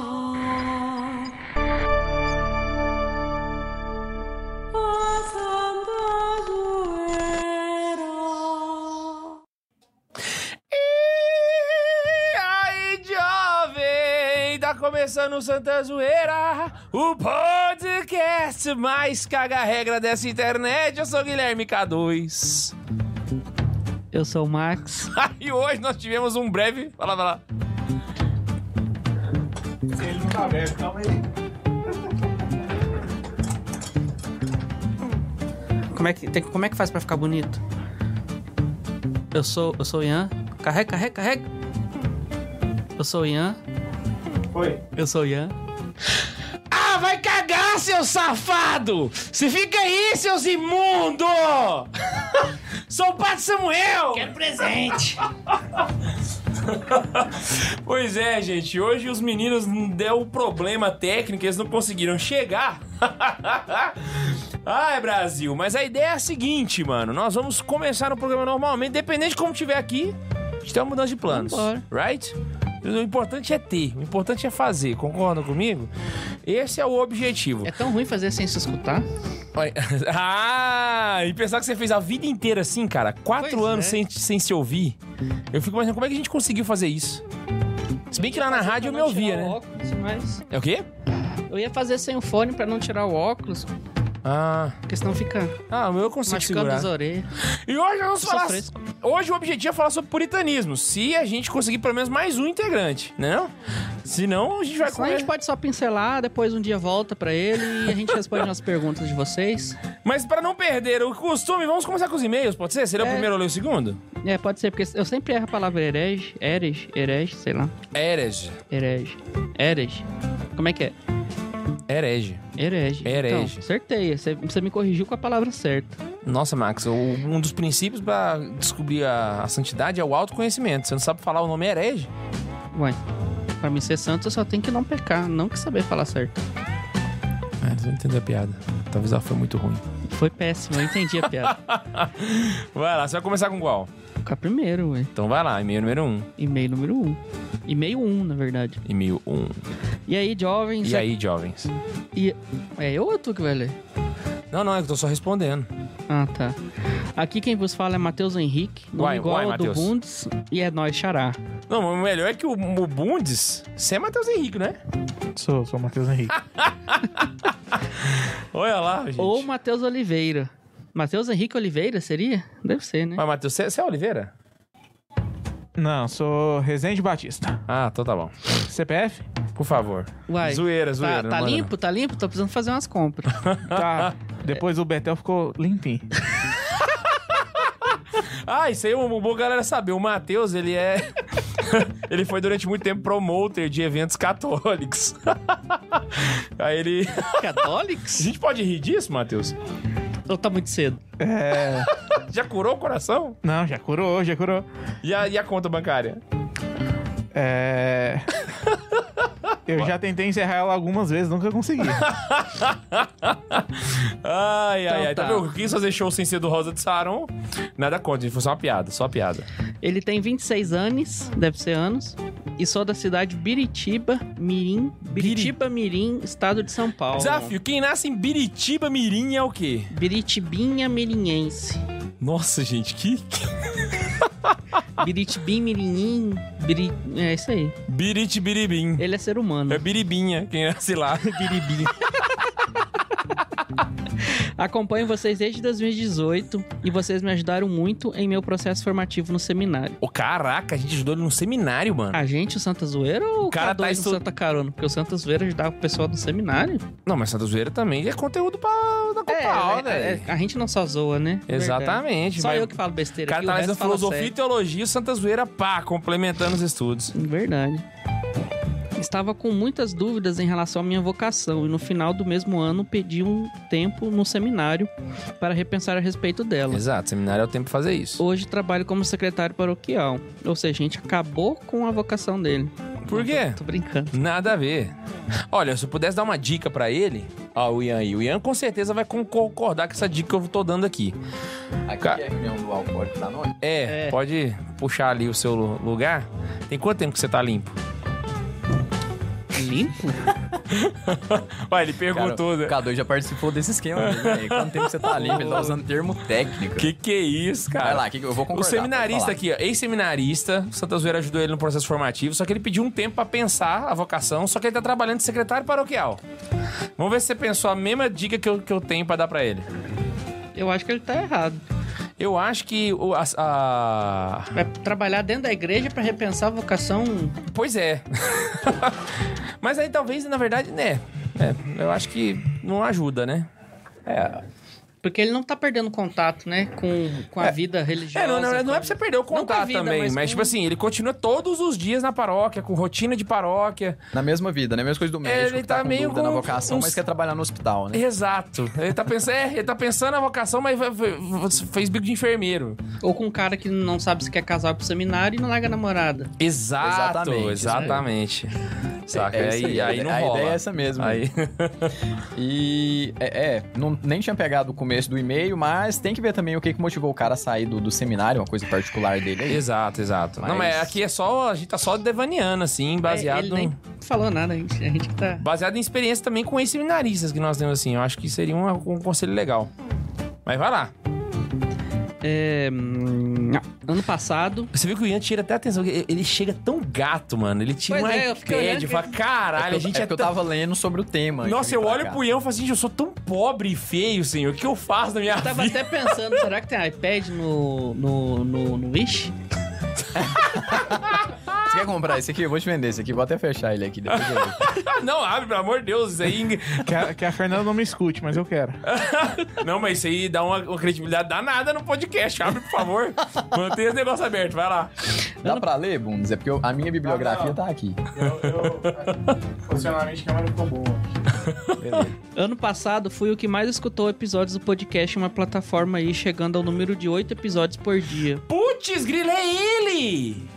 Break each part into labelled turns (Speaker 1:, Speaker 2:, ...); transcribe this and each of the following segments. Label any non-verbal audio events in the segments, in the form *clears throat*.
Speaker 1: começar. A Santa Zoeira.
Speaker 2: E aí, jovem! Tá começando o Santa Zoeira, o podcast mais caga-regra dessa internet. Eu sou o Guilherme K2.
Speaker 3: Eu sou o Max.
Speaker 2: *laughs* e hoje nós tivemos um breve. Fala, fala.
Speaker 3: Como é que, tem- como é que faz pra ficar bonito? Eu sou, eu sou o Ian. Carrega, carrega, carrega. Eu sou o Ian.
Speaker 4: Oi.
Speaker 3: Eu sou o Ian.
Speaker 2: Ah, vai cagar, seu safado! Se fica aí, seus imundo! Sou o Pato Samuel! Quero presente! *laughs* pois é, gente, hoje os meninos n- deu um problema técnico, eles não conseguiram chegar. *laughs* Ai, Brasil, mas a ideia é a seguinte, mano. Nós vamos começar o programa normalmente, independente de como tiver aqui, a gente tem uma mudança de planos.
Speaker 3: Vambora.
Speaker 2: Right? O importante é ter, o importante é fazer, concordam comigo? Esse é o objetivo.
Speaker 3: É tão ruim fazer sem se escutar.
Speaker 2: Olha- *laughs* Ah, e pensar que você fez a vida inteira assim, cara, quatro
Speaker 3: Pois
Speaker 2: anos
Speaker 3: é.
Speaker 2: sem, sem se ouvir. Eu fico imaginando como é que a gente conseguiu fazer isso. Se bem que lá na rádio eu me ouvia, né? É o quê?
Speaker 3: Eu ia fazer sem o fone pra não tirar o óculos,
Speaker 2: Ah,
Speaker 3: porque senão fica
Speaker 2: ah eu consigo
Speaker 3: machucando
Speaker 2: segurar.
Speaker 3: as orelhas.
Speaker 2: E hoje nós vamos
Speaker 3: Sou
Speaker 2: falar.
Speaker 3: fresco.
Speaker 2: Hoje o objetivo é falar sobre puritanismo. Se a gente conseguir pelo menos mais um integrante, né? Não? Se não, a gente vai
Speaker 3: Só a gente
Speaker 2: comer.
Speaker 3: pode só pincelar, depois um dia volta pra ele e a gente responde as perguntas de vocês.
Speaker 2: Mas para não perder o costume, vamos começar com os e-mails, pode ser? Será o
Speaker 3: É.
Speaker 2: primeiro ou ler o segundo?
Speaker 3: É, pode ser, porque eu sempre erro a palavra herege, herege, herege, sei lá.
Speaker 2: Herege.
Speaker 3: Herege. Herege. Como é que é?
Speaker 2: Herege.
Speaker 3: Herege.
Speaker 2: Herege.
Speaker 3: Então, acertei. Você, você me corrigiu com a palavra certa.
Speaker 2: Nossa, Max, o- um dos princípios pra descobrir a, a santidade é o autoconhecimento. Você não sabe falar o nome herege?
Speaker 3: Ué, pra mim ser santo, eu só tenho que não pecar, não que saber falar certo.
Speaker 2: É, você não entendeu a piada. Talvez ela foi muito ruim.
Speaker 3: Foi péssimo, eu entendi a
Speaker 2: *laughs*
Speaker 3: piada.
Speaker 2: Vai lá, você vai começar com qual?
Speaker 3: Ficar primeiro, ué.
Speaker 2: Então vai lá, e-mail número 1. Um.
Speaker 3: E-mail número um. E-mail um, na verdade.
Speaker 2: E-mail 1. Um.
Speaker 3: E aí, jovens...
Speaker 2: E aí, jovens?
Speaker 3: E- É eu ou tu que vai ler?
Speaker 2: Não, não, eu tô só respondendo.
Speaker 3: Ah, tá. Aqui quem vos fala é Matheus Henrique, nome
Speaker 2: Uai,
Speaker 3: igual
Speaker 2: uai,
Speaker 3: ao do
Speaker 2: Matheus.
Speaker 3: Bundes, e é nós xará.
Speaker 2: Não, mas o melhor é que o, o Bundes, você é Matheus Henrique, né?
Speaker 4: Sou, sou o Matheus Henrique.
Speaker 2: Olha lá, gente.
Speaker 3: Ou Matheus Oliveira. Matheus Henrique Oliveira seria? Deve ser, né?
Speaker 2: Mas, Matheus, você você é Oliveira?
Speaker 4: Não, sou Rezende Batista.
Speaker 2: Ah, então tá bom.
Speaker 4: CPF?
Speaker 2: Por favor.
Speaker 3: Uai.
Speaker 2: Zoeira,
Speaker 3: Tá,
Speaker 2: zoeira. não
Speaker 3: tá
Speaker 2: manda não.
Speaker 3: limpo, tá limpo? Tô precisando fazer umas
Speaker 2: *laughs*
Speaker 3: compras.
Speaker 4: Tá. Depois o Betel ficou limpinho.
Speaker 2: Ah, isso aí é um bom galera saber. O Matheus, ele é. *laughs* ele foi durante muito tempo promoter de eventos católicos. *laughs* aí ele. A
Speaker 3: Católicos?
Speaker 2: gente pode rir disso, Matheus?
Speaker 3: Ou tá muito cedo?
Speaker 4: É.
Speaker 2: Já curou o coração?
Speaker 4: Não, já curou, já curou.
Speaker 2: E a, e a conta bancária?
Speaker 4: É. Eu já tentei encerrar ela algumas vezes, nunca consegui.
Speaker 2: Ai, ai,
Speaker 3: Então
Speaker 2: ai. Tá,
Speaker 3: tá.
Speaker 2: vendo? Eu quis fazer show sem ser do Rosa de Saron. Nada contra, gente. Foi só uma piada, só uma piada.
Speaker 3: Ele tem 26 anos, deve ser anos, e sou da cidade Biritiba, Mirim, Biritiba, Mirim, estado de São Paulo.
Speaker 2: Desafio: quem nasce em Biritiba Mirim é o quê?
Speaker 3: Biritibinha Mirinhense.
Speaker 2: Nossa, gente, que. que...
Speaker 3: Biritibim Mirinhim, Biri... é isso aí.
Speaker 2: Biritibiribim.
Speaker 3: Ele é ser humano.
Speaker 2: É biribinha, quem nasce lá. Biribinha.
Speaker 3: Acompanho vocês desde 2018 e vocês me ajudaram muito em meu processo formativo no seminário.
Speaker 2: Ô, caraca, a gente ajudou ele num seminário, mano.
Speaker 3: A gente, o Santa Zoeira ou o
Speaker 2: cara
Speaker 3: cara
Speaker 2: tá
Speaker 3: do
Speaker 2: estu-
Speaker 3: Santa Carona? Porque o Santa Zoeira ajudava o pessoal do seminário.
Speaker 2: Não, mas Santa Zoeira também é conteúdo pra, da Copa
Speaker 3: é,
Speaker 2: Aula,
Speaker 3: é,
Speaker 2: velho.
Speaker 3: é, a gente não só zoa, né? Verdade.
Speaker 2: Exatamente.
Speaker 3: Só
Speaker 2: vai-
Speaker 3: eu que falo besteira.
Speaker 2: O cara
Speaker 3: aqui,
Speaker 2: tá
Speaker 3: o resto
Speaker 2: analisando
Speaker 3: fala
Speaker 2: filosofia e teologia, e Santa Zoeira, pá, complementando os estudos.
Speaker 3: sério. Verdade. Estava com muitas dúvidas em relação à minha vocação e no final do mesmo ano pedi um tempo no seminário para repensar a respeito dela.
Speaker 2: Exato, seminário é o tempo pra fazer isso.
Speaker 3: Hoje trabalho como secretário paroquial, ou seja, a gente acabou com a vocação dele.
Speaker 2: Por quê?
Speaker 3: Tô brincando.
Speaker 2: Nada a ver. Olha, se eu pudesse dar uma dica pra ele, ó, o Ian aí. O Ian com certeza vai con- concordar com essa dica que eu tô dando aqui.
Speaker 5: Aqui
Speaker 2: Ca-
Speaker 5: é a reunião do Alcoólico da Noite.
Speaker 2: É,
Speaker 3: É.
Speaker 2: pode puxar ali o seu lu- lugar. Tem quanto tempo que você tá limpo?
Speaker 3: Limpo?
Speaker 2: Ué, ele né?
Speaker 5: O Cadu já participou desse esquema. mesmo, Né? Quanto tempo você tá ali? Ele tá usando termo técnico.
Speaker 2: Que que é isso, cara?
Speaker 5: Vai lá, que que eu vou
Speaker 2: O
Speaker 5: concordar.
Speaker 2: seminarista
Speaker 5: pode
Speaker 2: aqui, ó, ex-seminarista, o Santa Zoeira ajudou ele no processo formativo, só que ele pediu um tempo pra pensar a vocação, só que ele tá trabalhando de secretário paroquial. Vamos ver se você pensou a mesma dica que eu, que eu tenho pra dar pra ele.
Speaker 3: Eu acho que ele tá errado.
Speaker 2: Eu acho que o, a- a...
Speaker 3: Vai É trabalhar dentro da igreja pra repensar a vocação.
Speaker 2: Pois é. *laughs* Mas aí talvez, na verdade, né? É, eu acho que não ajuda, né?
Speaker 3: Porque ele não tá perdendo contato, né? Com, com a vida religiosa.
Speaker 2: É, não, não, não é
Speaker 3: com-
Speaker 2: pra você perder o
Speaker 3: com a
Speaker 2: contato
Speaker 3: vida,
Speaker 2: também. Mas,
Speaker 3: mas com-
Speaker 2: tipo assim, ele continua todos os dias na paróquia, com rotina de paróquia.
Speaker 5: falar. Na mesma vida, né? Mesma coisa do médico
Speaker 2: Ele
Speaker 5: que tá,
Speaker 2: tá
Speaker 5: com
Speaker 2: meio
Speaker 5: dúvida na
Speaker 2: com
Speaker 5: vocação,
Speaker 2: uns-
Speaker 5: mas quer trabalhar no hospital, né?
Speaker 2: Exato. Ele tá pensando, é, ele tá pensando na vocação, mas vai- vai- fez bico de enfermeiro.
Speaker 3: Ou com um cara que não sabe se quer casar pro seminário e não larga a namorada. É,
Speaker 2: Exato,
Speaker 5: Exatamente, isso aí.
Speaker 2: exatamente. Saca?
Speaker 5: É isso
Speaker 2: aí,
Speaker 5: aí,
Speaker 2: aí não
Speaker 5: a
Speaker 2: rola.
Speaker 5: ideia é essa mesmo.
Speaker 2: Aí- *laughs*
Speaker 5: E é, é, não, nem tinha pegado o começo do e-mail, mas tem que ver também o que, que motivou o cara a sair do, do seminário, uma coisa particular dele é aí.
Speaker 2: Exato, exato. Não,
Speaker 5: Mas-
Speaker 2: mas aqui é só. A gente tá só devaneando, assim, baseado.
Speaker 3: É, ele
Speaker 2: no-
Speaker 3: nem falou nada, a gente, a gente que tá.
Speaker 2: Baseado em experiência também com ex-seminaristas que nós temos, assim. Eu acho que seria um, um conselho legal. Mas vai lá.
Speaker 3: É, hum, ano passado.
Speaker 2: Você viu que o Ian tira até atenção. Ele ele chega tão gato, mano. Ele tira
Speaker 3: Pois
Speaker 2: um
Speaker 3: é, eu fiquei olhando
Speaker 2: iPad e
Speaker 3: que-
Speaker 2: fala,
Speaker 5: É que
Speaker 2: caralho,
Speaker 5: eu-
Speaker 2: a gente
Speaker 5: é
Speaker 2: é,
Speaker 5: que eu
Speaker 2: tão...
Speaker 5: tava lendo sobre o tema. Tá
Speaker 2: Nossa, eu olho pro
Speaker 5: Ian.
Speaker 2: Ian e falo assim, gente, eu sou tão pobre e feio, senhor. O que eu faço na minha *laughs*
Speaker 3: Eu tava
Speaker 2: vida?
Speaker 3: até pensando, será que tem iPad no. no. no, no Wish?
Speaker 5: Você quer comprar esse aqui? Eu vou te vender esse aqui, vou até fechar ele
Speaker 2: *laughs*
Speaker 5: aqui depois. eu vejo.
Speaker 2: Ah, Não, abre, pelo amor de Deus. Isso aí...
Speaker 4: Que a, que a Fernanda não me escute, mas eu quero.
Speaker 2: Não, mas isso aí dá uma, uma credibilidade danada no podcast. Abre, por
Speaker 3: *laughs*
Speaker 2: favor. Mantenha esse negócio aberto. Vai lá.
Speaker 5: Dá pra ler, Bundes? É porque eu- a minha
Speaker 3: Ah,
Speaker 5: bibliografia tá
Speaker 3: *laughs*
Speaker 5: aqui.
Speaker 4: Eu, Funcionalmente, a câmera ficou boa.
Speaker 3: Ano passado fui o que mais escutou episódios do podcast em uma plataforma aí, chegando ao número de oito episódios por dia.
Speaker 2: Putz, grilo, é ele!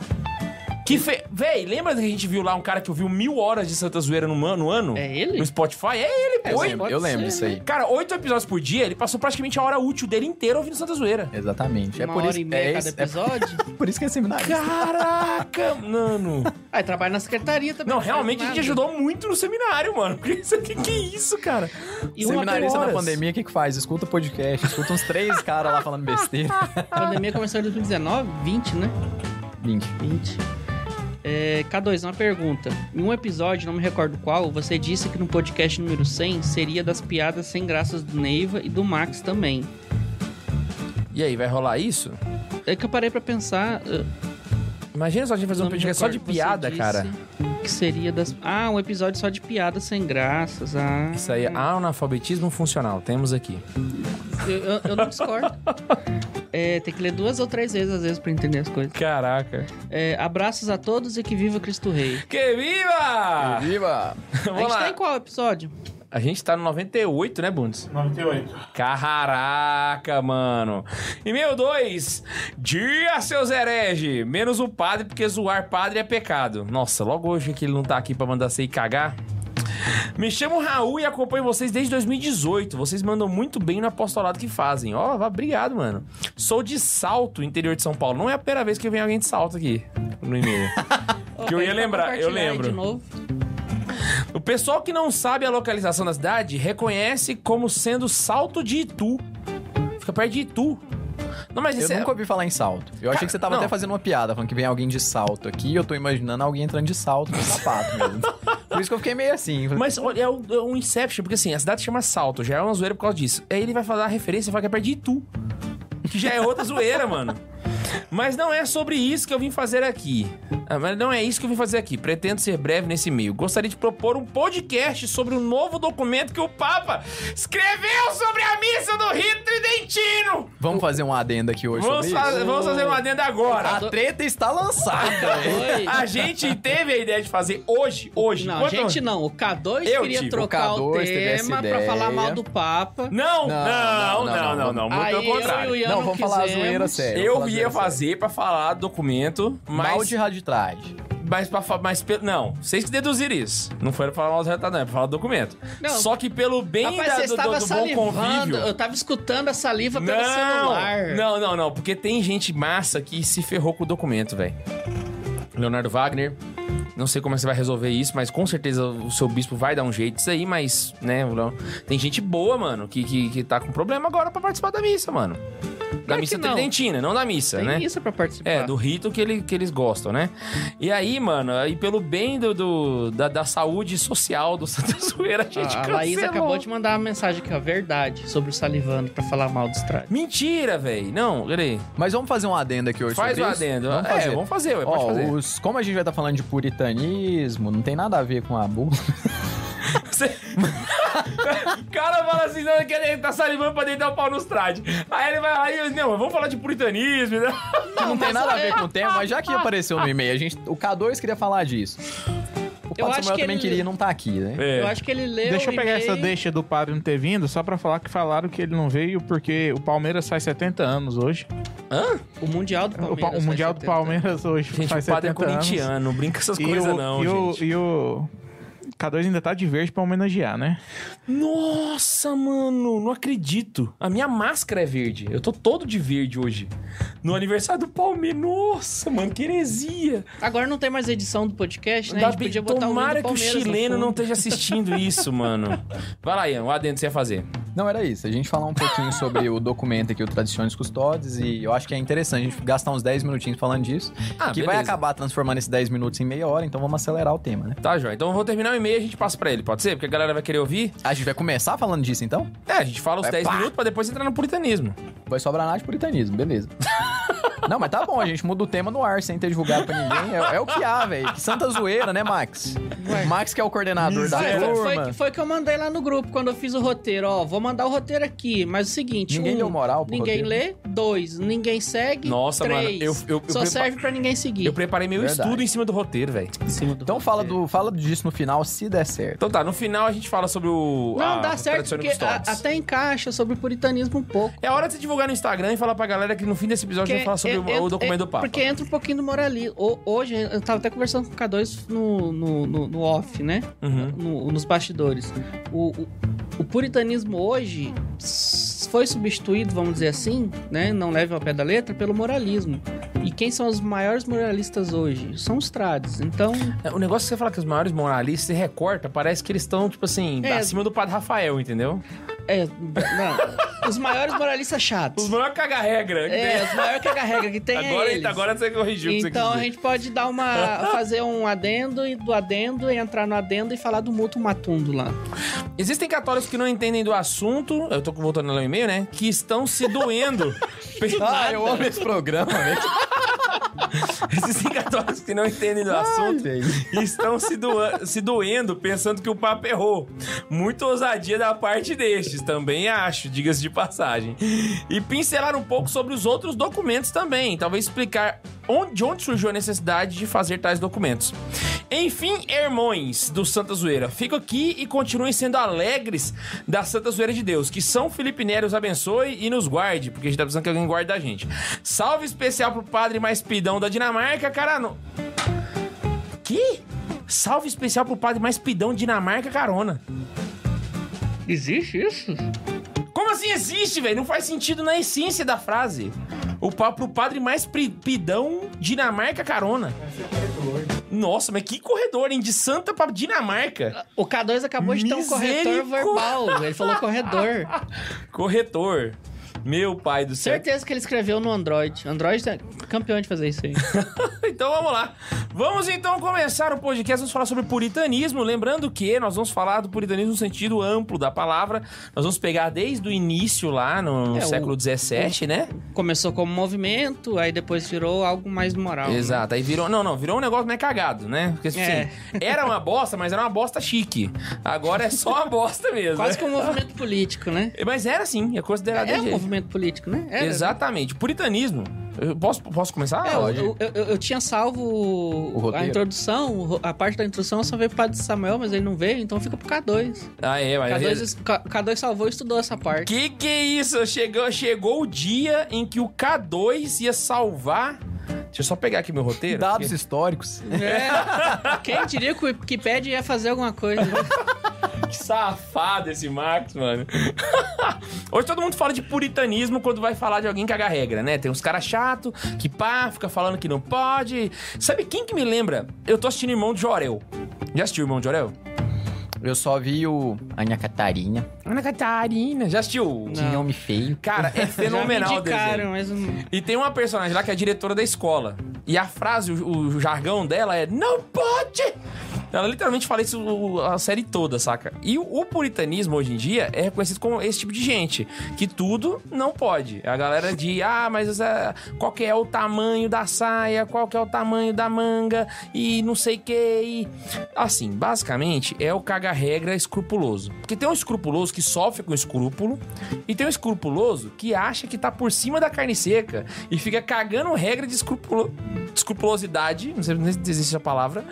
Speaker 2: Que fe... Véi, lembra que a gente viu lá um cara que ouviu mil horas de Santa Zoeira no, man- no ano?
Speaker 3: É ele?
Speaker 2: No Spotify? É ele,
Speaker 5: Eu
Speaker 2: pô!
Speaker 3: Oi?
Speaker 5: lembro,
Speaker 3: Pode
Speaker 5: eu lembro
Speaker 3: ser, né?
Speaker 5: disso aí.
Speaker 2: Cara, oito episódios por dia, ele passou praticamente a hora útil dele inteira ouvindo Santa
Speaker 3: *laughs*
Speaker 2: Zoeira.
Speaker 5: Exatamente.
Speaker 3: Uma
Speaker 5: é por
Speaker 3: hora
Speaker 5: isso,
Speaker 3: e meia
Speaker 5: é
Speaker 3: cada
Speaker 5: isso- é
Speaker 3: episódio.
Speaker 5: por isso que é seminário.
Speaker 2: Caraca, mano!
Speaker 3: Ah, e trabalha na secretaria também.
Speaker 2: Não,
Speaker 3: faz
Speaker 2: realmente a gente
Speaker 3: nada.
Speaker 2: ajudou muito no seminário, mano. *laughs* Que isso, que, que isso cara?
Speaker 3: E uma
Speaker 5: Seminarista na
Speaker 2: horas.
Speaker 5: pandemia, o que, que faz? Escuta podcast, escuta uns
Speaker 3: *laughs*
Speaker 5: três caras lá falando besteira.
Speaker 3: A pandemia começou em 2019, 20, né?
Speaker 5: Link.
Speaker 3: 20. É, K2, uma pergunta. Em um episódio, não me recordo qual, você disse que no podcast número 100 seria das piadas sem graças do Neiva e do Max também.
Speaker 2: E aí, vai rolar isso?
Speaker 3: É que eu parei pra pensar. eh, eu
Speaker 2: Imagina só a gente fazer é um
Speaker 3: não me
Speaker 2: podcast só de
Speaker 3: recordo, você
Speaker 2: piada,
Speaker 3: disse
Speaker 2: cara.
Speaker 3: Que seria das. Ah, um episódio só de piadas sem graças. Ah.
Speaker 2: Isso aí, é analfabetismo funcional. Temos aqui.
Speaker 3: Eu, eu- eu
Speaker 2: *laughs*
Speaker 3: não discordo. É, tem que ler duas ou três vezes, às vezes, pra entender as coisas.
Speaker 2: Caraca.
Speaker 3: É, abraços a todos e que viva Cristo Rei.
Speaker 2: Que viva!
Speaker 3: Ah.
Speaker 5: Viva!
Speaker 3: A gente
Speaker 2: Vamos
Speaker 3: tá
Speaker 2: lá.
Speaker 3: em qual episódio?
Speaker 2: A gente tá no 98, né, Bundes?
Speaker 4: 98.
Speaker 2: Caraca, mano. E meu dois, dia seus herege, menos o padre, porque zoar padre é pecado. Nossa, logo hoje que ele não tá aqui pra mandar você ir cagar. Me chamo Raul e acompanho vocês desde 2018. Vocês mandam muito bem no apostolado que fazem. Ó, vá- obrigado, mano. Sou de Salto, interior de São Paulo. Não é a primeira vez que vem alguém de Salto aqui no e-mail. Que eu ia
Speaker 3: Pra
Speaker 2: lembrar, eu
Speaker 3: compartilhar aí
Speaker 2: lembro.
Speaker 3: De novo.
Speaker 2: O pessoal que não sabe a localização da cidade reconhece como sendo Salto de Itu. Fica perto de Itu. Não, mas
Speaker 5: Eu
Speaker 2: isso é...
Speaker 5: nunca ouvi falar em salto. Eu achei que você tava
Speaker 2: Não.
Speaker 5: até fazendo uma piada, falando que vem alguém de salto aqui, e eu tô imaginando alguém entrando de salto no sapato mesmo. Por isso que eu fiquei meio assim. falei,
Speaker 2: Mas olha, é um, é um Inception, porque assim, a cidade chama Salto, já é uma zoeira por causa disso. Aí ele vai falar a referência e fala que é perto de Itu. Que já é outra zoeira, mano. Mas não é sobre isso que eu vim fazer aqui. Ah, Mas não é isso que eu vim fazer aqui. Pretendo ser breve nesse meio. Gostaria de propor um podcast sobre um novo documento que o Papa escreveu sobre a missa do Rito Tridentino.
Speaker 5: Vamos fazer um adendo aqui hoje
Speaker 2: Vamos,
Speaker 5: sobre
Speaker 2: fazer,
Speaker 5: isso?
Speaker 2: vamos fazer uma adenda agora.
Speaker 5: A treta está lançada. hein?
Speaker 2: *laughs*
Speaker 3: Oi.
Speaker 2: A gente teve a ideia de fazer hoje, hoje.
Speaker 3: Ah, Não,
Speaker 2: Quanto-
Speaker 3: gente não. O K2
Speaker 2: Eu
Speaker 3: queria
Speaker 2: tive.
Speaker 3: trocar
Speaker 5: O
Speaker 3: o,
Speaker 5: K2 teve essa
Speaker 3: tema pra
Speaker 5: ideia.
Speaker 3: falar mal do Papa.
Speaker 2: Não,
Speaker 5: Não,
Speaker 2: não, não, não, não, não, muito
Speaker 3: Aí
Speaker 2: pelo
Speaker 3: eu
Speaker 2: contrário.
Speaker 3: e o Ian
Speaker 5: Não,
Speaker 3: não
Speaker 5: vamos falar
Speaker 3: quisemos.
Speaker 5: zoeira séria.
Speaker 2: Eu
Speaker 5: vamos falar
Speaker 2: ia
Speaker 5: zoeira séria.
Speaker 2: fazer pra falar documento, mas
Speaker 5: Mal de rádio trás.
Speaker 2: mas, pra, fa- mas pe- não, vocês que deduziram isso. Não foi pra falar nosso retardado, não, é pra falar do documento.
Speaker 3: Não.
Speaker 2: Só que pelo bem
Speaker 3: Rapaz,
Speaker 2: da-
Speaker 3: você
Speaker 2: do, do,
Speaker 3: estava
Speaker 2: do bom
Speaker 3: salivando.
Speaker 2: convívio...
Speaker 3: Eu tava escutando a saliva pelo celular.
Speaker 2: Não, não, não, não, porque tem gente massa que se ferrou com o documento, velho. Leonardo Wagner, não sei como é que você vai resolver isso, mas com certeza o seu bispo vai dar um jeito disso aí, mas, né, o Leon- tem gente boa, mano, que, que, que tá com problema agora pra participar da missa, mano. Da
Speaker 3: que
Speaker 2: missa
Speaker 3: não.
Speaker 2: tridentina, não da missa,
Speaker 3: Tem
Speaker 2: né?
Speaker 3: isso pra participar.
Speaker 2: É, do rito que, ele, que eles gostam, né? E aí, mano, aí pelo bem do, do- da, da saúde social do Santa *laughs* Zoeira, a
Speaker 3: A,
Speaker 2: gente
Speaker 3: a
Speaker 2: cancelou.
Speaker 3: Ah, Laís acabou de mandar uma mensagem aqui, ó. Verdade, sobre o salivando pra falar mal do estrade.
Speaker 2: Mentira, velho. Não, peraí.
Speaker 5: Mas vamos fazer um adendo aqui hoje
Speaker 2: Faz o
Speaker 5: sobre isso?
Speaker 2: adendo.
Speaker 5: Vamos
Speaker 2: é,
Speaker 5: fazer.
Speaker 2: vamos fazer, ué, pode
Speaker 5: Ó,
Speaker 2: fazer.
Speaker 5: *laughs* os- como a gente vai estar falando de puritanismo, não tem nada a ver com a *laughs* bula.
Speaker 2: Você- o *laughs* cara fala assim, não, que ele tá salivando pra deitar o pau nos trades. Aí ele vai lá e não, vamos falar de puritanismo. né?
Speaker 5: Não, não tem nada a ver com o tema, mas já que apareceu no e-mail, a gente, o K2 queria falar disso. O
Speaker 3: Eu
Speaker 5: Padre
Speaker 3: acho
Speaker 5: Samuel
Speaker 3: que
Speaker 5: também
Speaker 3: ele-
Speaker 5: queria e não tá aqui, né?
Speaker 2: É.
Speaker 3: Eu acho que ele leu.
Speaker 4: Deixa eu
Speaker 3: o
Speaker 4: pegar
Speaker 3: e-mail.
Speaker 4: essa deixa do padre não ter vindo, só pra falar que falaram que ele não veio porque o Palmeiras faz 70 anos hoje.
Speaker 2: Hã?
Speaker 3: O Mundial do
Speaker 4: O,
Speaker 3: Palmeiras.
Speaker 4: pa- o
Speaker 3: faz né?
Speaker 4: Mundial do
Speaker 3: 70.
Speaker 4: Palmeiras hoje
Speaker 2: Gente,
Speaker 4: faz
Speaker 2: o padre é
Speaker 4: 70 anos.
Speaker 2: corintiano, brinca essas
Speaker 4: E
Speaker 2: coisas
Speaker 4: o-
Speaker 2: não,
Speaker 4: e o-
Speaker 2: gente.
Speaker 4: E o K2 ainda tá de verde pra homenagear, né?
Speaker 2: Nossa, mano, não acredito. A minha máscara é verde. Eu tô todo de verde hoje. No aniversário do Palmeiras. Nossa, mano, que heresia.
Speaker 3: Agora não tem mais edição do podcast, né? a
Speaker 2: Ainda
Speaker 3: gente
Speaker 2: bem-
Speaker 3: podia botar o
Speaker 2: Tomara
Speaker 3: hino do
Speaker 2: que o
Speaker 3: Palmeiras no
Speaker 2: chileno
Speaker 3: fundo.
Speaker 2: não esteja assistindo isso,
Speaker 3: *laughs*
Speaker 2: mano. Vai lá, Ian, o adendo que você ia fazer.
Speaker 5: Não, era isso. A gente falar um
Speaker 2: *laughs*
Speaker 5: pouquinho sobre o documento aqui, o Tradições Custodes, e eu acho que é interessante a gente gastar uns 10 minutinhos falando disso,
Speaker 2: Ah,
Speaker 5: que
Speaker 2: beleza.
Speaker 5: vai acabar transformando esses 10 minutos em meia hora, então vamos acelerar o tema, né?
Speaker 2: Tá, João. Então eu vou terminar o e-mail e a gente passa pra ele, pode ser? Porque a galera vai querer ouvir.
Speaker 5: A gente vai começar falando disso, então?
Speaker 2: É, a gente fala os
Speaker 5: Vai
Speaker 2: 10
Speaker 5: pá.
Speaker 2: minutos pra depois entrar no puritanismo.
Speaker 5: Vai sobrar nada de puritanismo, beleza. *laughs* Não, mas tá bom, a gente muda o tema no ar sem ter divulgado pra ninguém. É, é o que há, velho. Que santa zoeira, né, Max? O Max que é o coordenador da
Speaker 3: Ué,
Speaker 5: turma.
Speaker 3: foi, foi, foi que eu mandei lá no grupo quando eu fiz o roteiro. Ó, vou mandar o roteiro aqui, mas o seguinte:
Speaker 5: Ninguém
Speaker 3: um,
Speaker 5: deu moral pro
Speaker 3: Ninguém lê. Dois, ninguém segue.
Speaker 2: Nossa,
Speaker 3: três,
Speaker 2: mano, eu- eu- eu
Speaker 3: só
Speaker 2: prepa-
Speaker 3: serve pra ninguém seguir.
Speaker 2: Eu preparei meu
Speaker 5: Verdade.
Speaker 2: estudo em cima do roteiro, velho.
Speaker 3: Em cima do
Speaker 5: Então fala,
Speaker 3: roteiro.
Speaker 5: do, fala disso no final, se der certo.
Speaker 2: Então tá, no final a gente fala sobre o. a
Speaker 3: Não, dá certo,
Speaker 2: tradição de
Speaker 3: porque a-
Speaker 2: custódios.
Speaker 3: até encaixa sobre o puritanismo um pouco.
Speaker 2: É hora de você divulgar no Instagram e falar pra galera que no fim desse episódio a gente vai falar sobre
Speaker 3: en-
Speaker 2: o-
Speaker 3: en-
Speaker 2: o documento
Speaker 3: en-
Speaker 2: do Papa.
Speaker 3: Porque entra um pouquinho do moralismo. Ho- Hoje, eu tava até conversando com o K2 no, no, no- no off, né?
Speaker 2: Uhum.
Speaker 3: No- nos bastidores. O, o, o puritanismo hoje s- foi substituído, vamos dizer assim, né? Não leve ao pé da letra, pelo moralismo. E quem são os maiores moralistas hoje? São os trades. Então,
Speaker 2: É, O negócio que você fala que os maiores moralistas se recorta, parece que eles estão, tipo assim,
Speaker 3: É.
Speaker 2: acima do padre Rafael, entendeu?
Speaker 3: é. *laughs* não, os maiores moralistas chatos.
Speaker 2: Os maiores caga-regra. que *laughs*
Speaker 3: É, os maiores que carrega que tem
Speaker 2: tem.
Speaker 3: é
Speaker 2: Agora, tá,
Speaker 3: eles.
Speaker 2: agora você corrigiu o que você
Speaker 3: Então
Speaker 2: quis
Speaker 3: a
Speaker 2: dizer.
Speaker 3: gente pode dar uma. fazer um adendo e do adendo, e entrar no adendo e falar do mutum matundo lá.
Speaker 2: Existem católicos que não entendem do assunto, eu tô voltando lá no e-mail, né? Que estão se doendo.
Speaker 5: Ah, eu amo esse programa, velho.
Speaker 2: *laughs* Existem católicos que não entendem do assunto
Speaker 5: é
Speaker 2: e estão se, doa- se doendo pensando que o Papa errou. Muita ousadia da parte destes, também acho, diga-se de passagem. E pincelar um pouco sobre os outros documentos também, talvez explicar onde, de onde surgiu a necessidade de fazer tais documentos. Enfim, irmãos do Santa Zoeira, fico aqui e continuem sendo alegres da Santa Zoeira de Deus. Que São Felipe Neri os abençoe e nos guarde, porque a gente tá precisando que alguém guarde a gente. Salve especial pro padre mais pidão da Dinamarca, Carano. Que? Salve especial pro padre mais pidão de Dinamarca, Carona.
Speaker 3: Existe isso?
Speaker 2: Como assim existe, velho? Não faz sentido na essência da frase. O pa pro padre mais pri- pidão Dinamarca Carona. Nossa, mas que corredor, hein? De Santa pra Dinamarca.
Speaker 3: O K2 acabou de ter um corretor
Speaker 2: Misericó-
Speaker 3: verbal. Ele falou corredor. *laughs*
Speaker 2: Corretor. Meu pai do céu.
Speaker 3: Certeza que ele escreveu no Android. Android é campeão de fazer isso aí.
Speaker 2: *laughs* Então vamos lá. Vamos então começar o podcast. Vamos falar sobre puritanismo. Lembrando que nós vamos falar do puritanismo no sentido amplo da palavra. Nós vamos pegar desde o início lá no
Speaker 3: É, o-
Speaker 2: século XVII, né?
Speaker 3: Começou como movimento, aí depois virou algo mais moral. né?
Speaker 2: Exato, aí virou. Não, não, virou um negócio mais cagado, né? Porque assim,
Speaker 3: É.
Speaker 2: *laughs* era uma bosta, mas era uma bosta chique. Agora é só uma bosta mesmo.
Speaker 3: Quase que
Speaker 2: né?
Speaker 3: um movimento político, né?
Speaker 2: Mas era assim, é considerado.
Speaker 3: É
Speaker 2: desse
Speaker 3: um
Speaker 2: jeito.
Speaker 3: movimento político, né? Era, né?
Speaker 2: Exatamente. Puritanismo. Eu posso, posso começar?
Speaker 3: É, eu,
Speaker 5: pode.
Speaker 3: eu, eu- eu tinha salvo
Speaker 5: O roteiro.
Speaker 3: a introdução, o ro- a parte da introdução eu só veio pro Padre Samuel, mas ele não veio, então fica pro K2.
Speaker 2: Ah, é, mas.
Speaker 3: K2, es- K- K2 salvou e estudou essa parte.
Speaker 2: Que que é isso? Chegou, chegou o dia em que o K2 ia salvar Deixa eu só pegar aqui meu roteiro.
Speaker 5: Dados
Speaker 2: porque-
Speaker 5: históricos.
Speaker 2: *laughs*
Speaker 3: É. Quem diria que o Wikipedia ia fazer alguma coisa? né?
Speaker 2: Que safado esse Max, mano. *laughs* Hoje todo mundo fala de puritanismo quando vai falar de alguém que caga regra, né? Tem uns caras chato que pá, fica falando que não pode. Sabe quem que me lembra? Eu tô assistindo Irmão de Jorel. Já assistiu Irmão de Jorel?
Speaker 5: Eu só vi o Ana Catarina.
Speaker 2: Ana Catarina. Já assistiu?
Speaker 5: Tinha homem feio.
Speaker 2: Cara, *laughs* é fenomenal
Speaker 3: Já me
Speaker 2: o desenho.
Speaker 3: indicaram, mas não-
Speaker 2: E tem uma personagem lá que é a diretora da escola. E a frase, o, o jargão dela é: Não pode! Ela literalmente fala isso o- a série toda, saca? E o, o puritanismo hoje em dia é reconhecido como esse tipo de gente. Que tudo não pode. A galera de, ah, mas essa- qual que é o tamanho da saia, qual que é o tamanho da manga, e não sei o que. E... Assim, basicamente é o caga-regra escrupuloso. Porque tem um escrupuloso que sofre com escrúpulo, e tem um escrupuloso que acha que tá por cima da carne seca e fica cagando regra de escrupulo... de escrupulosidade, não sei nem se existe essa palavra,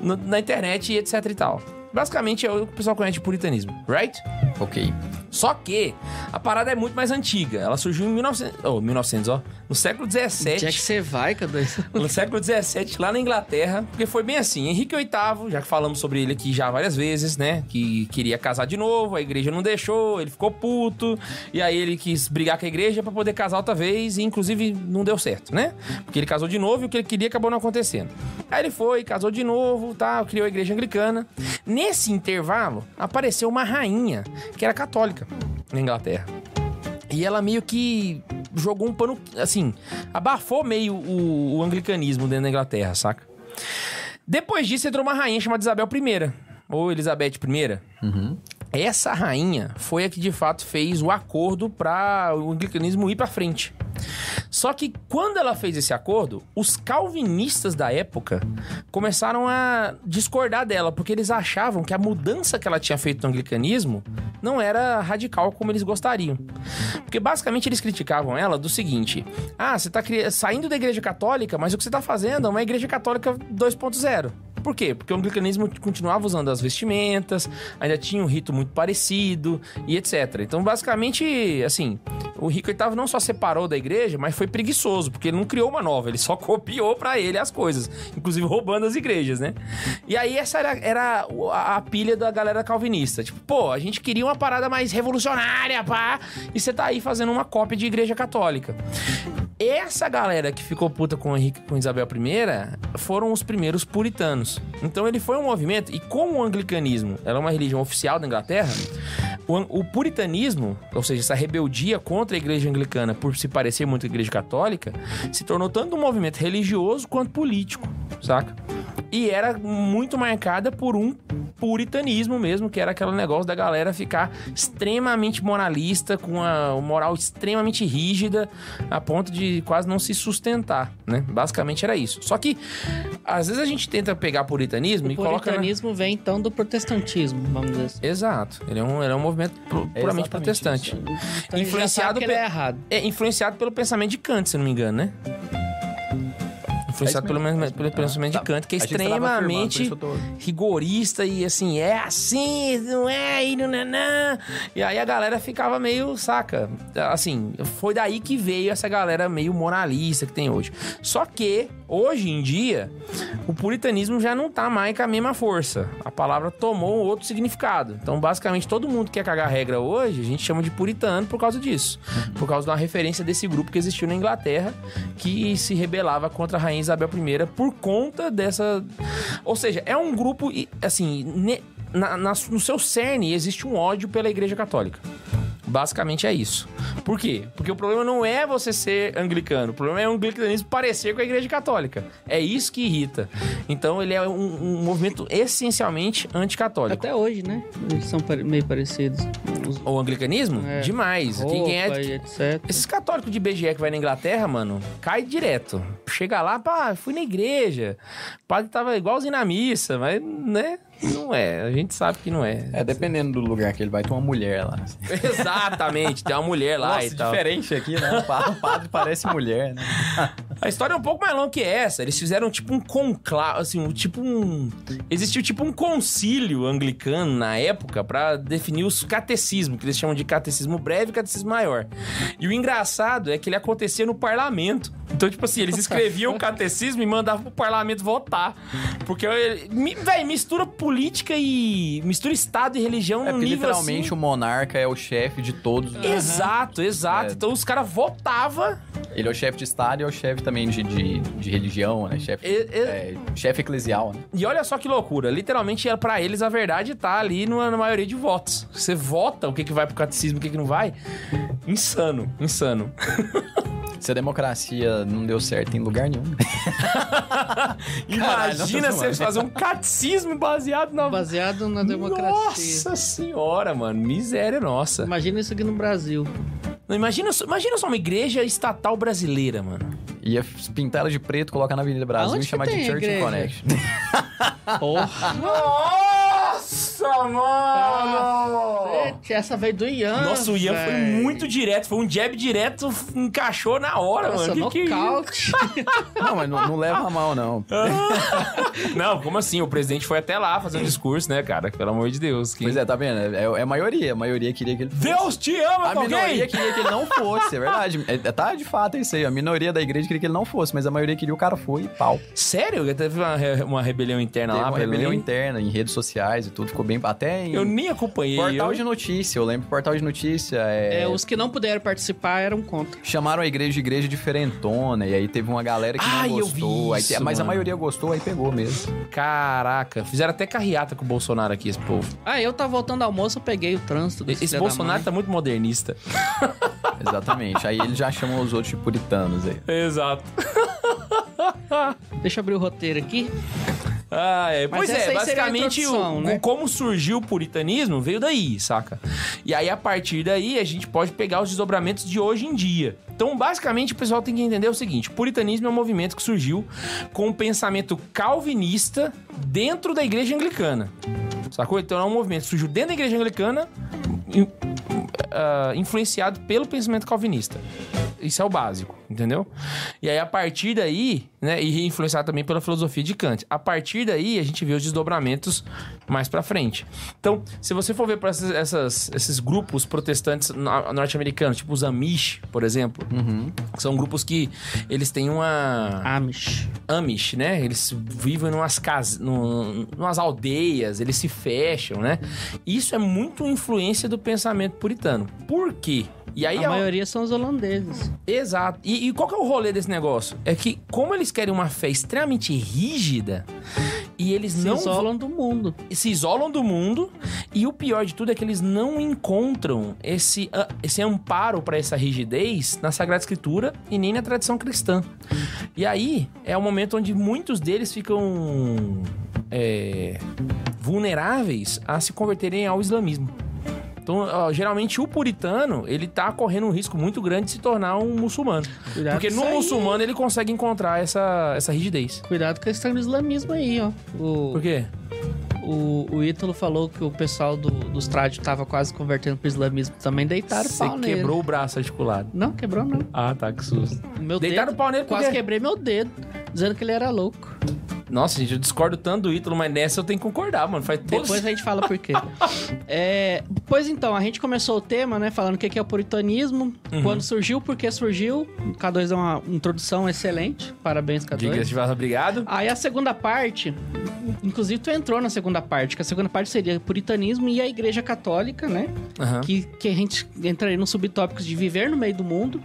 Speaker 2: no- na internet e etc e tal. Basicamente é o que o pessoal conhece de puritanismo, right?
Speaker 5: Ok.
Speaker 2: Só que a parada é muito mais antiga. Ela surgiu em 1900, oh, 1900 ó, no século XVII.
Speaker 3: Onde é que você vai, cadê isso?
Speaker 2: *laughs* No século XVII, lá na Inglaterra, porque foi bem assim, Henrique VIII, já que falamos sobre ele aqui já várias vezes, né? Que queria casar de novo, a igreja não deixou, ele ficou puto, e aí ele quis brigar com a igreja pra poder casar outra vez, e inclusive não deu certo, né? Porque ele casou de novo e o que ele queria acabou não acontecendo. Aí ele foi, casou de novo, tá? criou a igreja anglicana. Nesse intervalo, apareceu uma rainha, que era católica, na Inglaterra. E ela meio que jogou um pano, assim, abafou meio o, o anglicanismo dentro da Inglaterra, saca? Depois disso entrou uma rainha chamada Isabel I, ou Elizabeth I. Essa rainha foi a que de fato fez o acordo para o anglicanismo ir para frente. Só que quando ela fez esse acordo, os calvinistas da época começaram a discordar dela, porque eles achavam que a mudança que ela tinha feito no anglicanismo não era radical como eles gostariam. Porque basicamente eles criticavam ela do seguinte: ah, você tá cri- saindo da igreja católica, mas o que você tá fazendo é uma igreja católica 2.0. Por quê? Porque o anglicanismo continuava usando as vestimentas, ainda tinha um rito muito parecido e etc. Então, basicamente, assim, o Rico VIII não só separou da igreja, mas foi preguiçoso, porque ele não criou uma nova, ele só *laughs* copiou pra ele as coisas, inclusive roubando as igrejas, né? E aí essa era, era o- a, a pilha da galera calvinista. Tipo, pô, a gente queria uma parada mais revolucionária, pá, e você tá aí fazendo uma cópia de igreja católica. Essa galera que ficou puta com o Henrique com Isabel I foram os primeiros puritanos. Então ele foi um movimento, e como o anglicanismo era uma religião oficial da Inglaterra, o, an- o puritanismo, ou seja, essa rebeldia contra a igreja anglicana por se parecer muito com a igreja católica, se tornou tanto um movimento religioso quanto político, saca? E era muito marcada por um puritanismo mesmo, que era aquele negócio da galera ficar extremamente moralista, com uma moral extremamente rígida, a ponto de quase não se sustentar, né? Basicamente era isso. Só que às vezes a gente tenta pegar *laughs* puritanismo e
Speaker 3: O
Speaker 2: coloca. na-
Speaker 3: puritanismo vem então do protestantismo, vamos dizer assim.
Speaker 2: Exato. Ele é um, ele é um movimento pu-
Speaker 5: É
Speaker 2: puramente
Speaker 5: exatamente
Speaker 2: protestante.
Speaker 5: isso.
Speaker 3: Então, a gente já sabe
Speaker 2: Influenciado
Speaker 3: que ele
Speaker 2: pe-
Speaker 3: é errado.
Speaker 2: É influenciado pelo pensamento de Kant, se não me engano, né? Influenciado
Speaker 5: É isso
Speaker 2: pelo,
Speaker 5: mesmo, é
Speaker 2: men-
Speaker 5: isso
Speaker 2: pelo
Speaker 5: mesmo.
Speaker 2: pensamento
Speaker 5: Ah,
Speaker 2: de Kant, que é
Speaker 5: A gente tava afirmando, por
Speaker 2: extremamente
Speaker 5: isso eu tô-
Speaker 2: rigorista e assim, é assim, não é, e não, não, não. E aí a galera ficava meio, saca? Assim, foi daí que veio essa galera meio moralista que tem hoje. Só que, hoje em dia, o puritanismo já não tá mais com a mesma força. A palavra tomou um outro significado. Então, basicamente, todo mundo que quer cagar regra hoje, a gente chama de puritano por causa disso. Por causa de uma referência desse grupo que existiu na Inglaterra, que se rebelava contra a rainha Isabel I por conta dessa, ou seja, é um grupo, e, assim, ne- na- na- no seu cerne existe um ódio pela Igreja Católica. Basicamente é isso. Por quê? Porque o problema não é você ser anglicano, o problema é o anglicanismo parecer com a Igreja Católica. É isso que irrita. Então ele é um, um movimento essencialmente anticatólico.
Speaker 3: Até hoje, né? Eles são pare- meio parecidos. Os
Speaker 2: O anglicanismo?
Speaker 3: É.
Speaker 2: Demais. Quem é.
Speaker 3: roupa e etc.
Speaker 2: Esses católicos de BGE que vai na Inglaterra, mano, cai direto. Chega lá, pá, fui na igreja. O padre tava igualzinho na missa, mas, né? Não é. A gente sabe que não é.
Speaker 5: É, dependendo do lugar que ele vai, tem uma mulher lá.
Speaker 2: *laughs* Exatamente, tem uma mulher lá
Speaker 5: Nossa,
Speaker 2: e tal.
Speaker 5: diferente aqui, né? O padre, o padre parece mulher, né?
Speaker 2: A história é um pouco mais longa que essa. Eles fizeram tipo um conclave, assim, um, tipo um. Existiu tipo um concílio anglicano na época pra definir os catecismos, que eles chamam de catecismo breve e catecismo maior. E o engraçado é que ele acontecia no parlamento. Então, tipo assim, eles escreviam o catecismo e mandavam pro parlamento votar. Porque, ele- mi- véi, mistura política e. mistura Estado e religião
Speaker 5: É
Speaker 2: num
Speaker 5: porque
Speaker 2: nível
Speaker 5: literalmente
Speaker 2: assim.
Speaker 5: o monarca é o chefe de todos. né?
Speaker 2: Exato, exato.
Speaker 5: É.
Speaker 2: Então os caras votavam.
Speaker 5: Ele é o chefe de estado e é o chefe também de, de, de religião, né? Chefe,
Speaker 2: E, e-
Speaker 5: é, chefe eclesial, né?
Speaker 2: e olha só que loucura. Literalmente, era pra eles a verdade tá ali numa- na maioria de votos. Você vota o que, que vai pro catecismo e o que, que não vai. Insano, insano.
Speaker 5: Se a democracia não deu certo em lugar nenhum. *laughs* Caralho, não tô
Speaker 2: Imagina você
Speaker 5: zoando.
Speaker 2: fazer um catecismo baseado na.
Speaker 3: Baseado na democracia.
Speaker 2: é Nossa senhora, mano. Miséria nossa.
Speaker 3: Imagina isso aqui no Brasil.
Speaker 2: Não, imagina, só- imagina só uma igreja estatal brasileira, mano.
Speaker 5: Ia pintar ela de preto, colocar na Avenida Brasil
Speaker 3: Aonde
Speaker 5: e chamar
Speaker 3: que
Speaker 5: de
Speaker 3: tem
Speaker 5: Church
Speaker 2: *laughs*
Speaker 3: igreja?
Speaker 5: Connection.
Speaker 3: Porra.
Speaker 2: Nossa,
Speaker 3: Cacete, Essa veio do Ian.
Speaker 2: Nossa, o Ian foi
Speaker 3: véi.
Speaker 2: muito direto. Foi um jab direto, f- encaixou na hora,
Speaker 3: Nossa,
Speaker 2: mano. Que que é
Speaker 3: nocaute.
Speaker 5: não, mas não, não leva a mal, não.
Speaker 2: isso? Não, como assim? O presidente foi até lá fazer um discurso, né, cara? Pelo amor de Deus. Que...
Speaker 5: Pois é, tá vendo? É, é a maioria. A maioria queria que ele fosse.
Speaker 2: Deus te ama,
Speaker 5: A
Speaker 2: tá
Speaker 5: minoria
Speaker 2: ok?
Speaker 5: queria que ele não fosse, é verdade.
Speaker 2: *laughs*
Speaker 5: É, tá de fato é isso aí. A minoria da igreja queria que ele não fosse, mas a maioria queria o cara foi e pau.
Speaker 2: Sério? Teve uma, re- uma rebelião interna
Speaker 5: Teve
Speaker 2: lá,
Speaker 5: uma
Speaker 2: pra ele?
Speaker 5: rebelião interna em redes sociais e tudo, ficou bem. Até em
Speaker 2: Eu nem acompanhei.
Speaker 5: portal
Speaker 2: eu...
Speaker 5: de notícia, eu lembro. Portal de notícia é.
Speaker 3: É, os que não puderam participar eram contra.
Speaker 5: Chamaram a igreja de igreja diferentona, e aí teve uma galera que
Speaker 2: Ai, eu
Speaker 5: não
Speaker 2: vi
Speaker 5: gostou. aí te-
Speaker 2: isso,
Speaker 5: mas a
Speaker 2: mano.
Speaker 5: maioria gostou, aí pegou mesmo.
Speaker 2: Caraca, fizeram até carreata com o Bolsonaro aqui, esse povo.
Speaker 3: Ah, eu tava voltando ao almoço, eu peguei o trânsito. desse
Speaker 2: Esse
Speaker 3: filho da
Speaker 2: Bolsonaro tá muito modernista.
Speaker 5: Exatamente. aí eles já chamam os outros de puritanos aí.
Speaker 2: Exato.
Speaker 3: mãe. Deixa eu abrir o roteiro aqui.
Speaker 2: Ah, é.
Speaker 3: Mas
Speaker 2: Pois
Speaker 3: essa
Speaker 2: é,
Speaker 3: aí seria a
Speaker 2: basicamente
Speaker 3: introdução,
Speaker 2: o,
Speaker 3: né?
Speaker 2: o- como surgiu o puritanismo veio daí, saca? E aí, a partir daí, a gente pode pegar os desdobramentos de hoje em dia. Então, basicamente, o pessoal tem que entender o seguinte: o puritanismo é um movimento que surgiu com um pensamento calvinista dentro da igreja anglicana. Sacou? Então é um movimento que surgiu dentro da igreja anglicana, in- ah, influenciado pelo pensamento calvinista. Isso é o básico, entendeu? E aí, a partir daí, né, e influenciado também pela filosofia de Kant, a partir daí a gente vê os desdobramentos mais pra frente. Então, se você for ver para esses grupos protestantes no- norte-americanos, tipo os Amish, por exemplo, que são grupos que eles têm uma.
Speaker 3: Ah, Amish.
Speaker 2: Amish, né? Eles vivem numas casas, num, numas aldeias, eles se fecham, né? Isso é muito influência do pensamento puritano. Por quê? E aí
Speaker 3: a
Speaker 2: é o-
Speaker 3: maioria são os holandeses.
Speaker 2: Exato. E, e qual que é o rolê desse negócio? É que como eles querem uma fé extremamente rígida e eles
Speaker 3: Se
Speaker 2: não
Speaker 3: isolam do mundo.
Speaker 2: se isolam do mundo e o pior de tudo é que eles não encontram esse, ah, esse amparo para essa rigidez na Sagrada Escritura e nem na tradição cristã. E aí é o momento onde muitos deles ficam é, vulneráveis a se converterem ao islamismo. Então, ó, geralmente o puritano, ele tá correndo um risco muito grande de se tornar um muçulmano.
Speaker 3: Cuidado
Speaker 2: porque
Speaker 3: com
Speaker 2: no
Speaker 3: isso aí.
Speaker 2: muçulmano ele consegue encontrar essa, essa rigidez.
Speaker 3: Cuidado com a questão do islamismo aí, ó. O,
Speaker 2: Por quê?
Speaker 3: o, o Ítalo falou que o pessoal do, do Strádio tava quase convertendo pro islamismo também. Deitaram o
Speaker 2: Você
Speaker 3: pau nele.
Speaker 2: quebrou o braço articulado.
Speaker 3: Não, quebrou não.
Speaker 2: Ah, tá, que susto.
Speaker 3: O Meu
Speaker 2: Deitaram o
Speaker 3: dedo,
Speaker 2: pau nele
Speaker 3: quase
Speaker 2: porque...
Speaker 3: quebrei meu dedo, dizendo que ele era louco.
Speaker 2: é- Nossa, gente, eu discordo tanto do Ítalo, mas nessa eu tenho que concordar, mano. Faz todo
Speaker 3: Depois a gente fala por quê. É, pois então, a gente começou o tema, né? Falando o que que é o puritanismo, quando surgiu, por que surgiu. K2 é uma introdução excelente. Parabéns, K2.
Speaker 2: Diga se obrigado.
Speaker 3: Aí a segunda parte, inclusive tu entrou na segunda parte, que a segunda parte seria puritanismo e a igreja católica, né?
Speaker 2: Aham,
Speaker 3: Que, que a gente entraria nos subtópicos de viver no meio do mundo,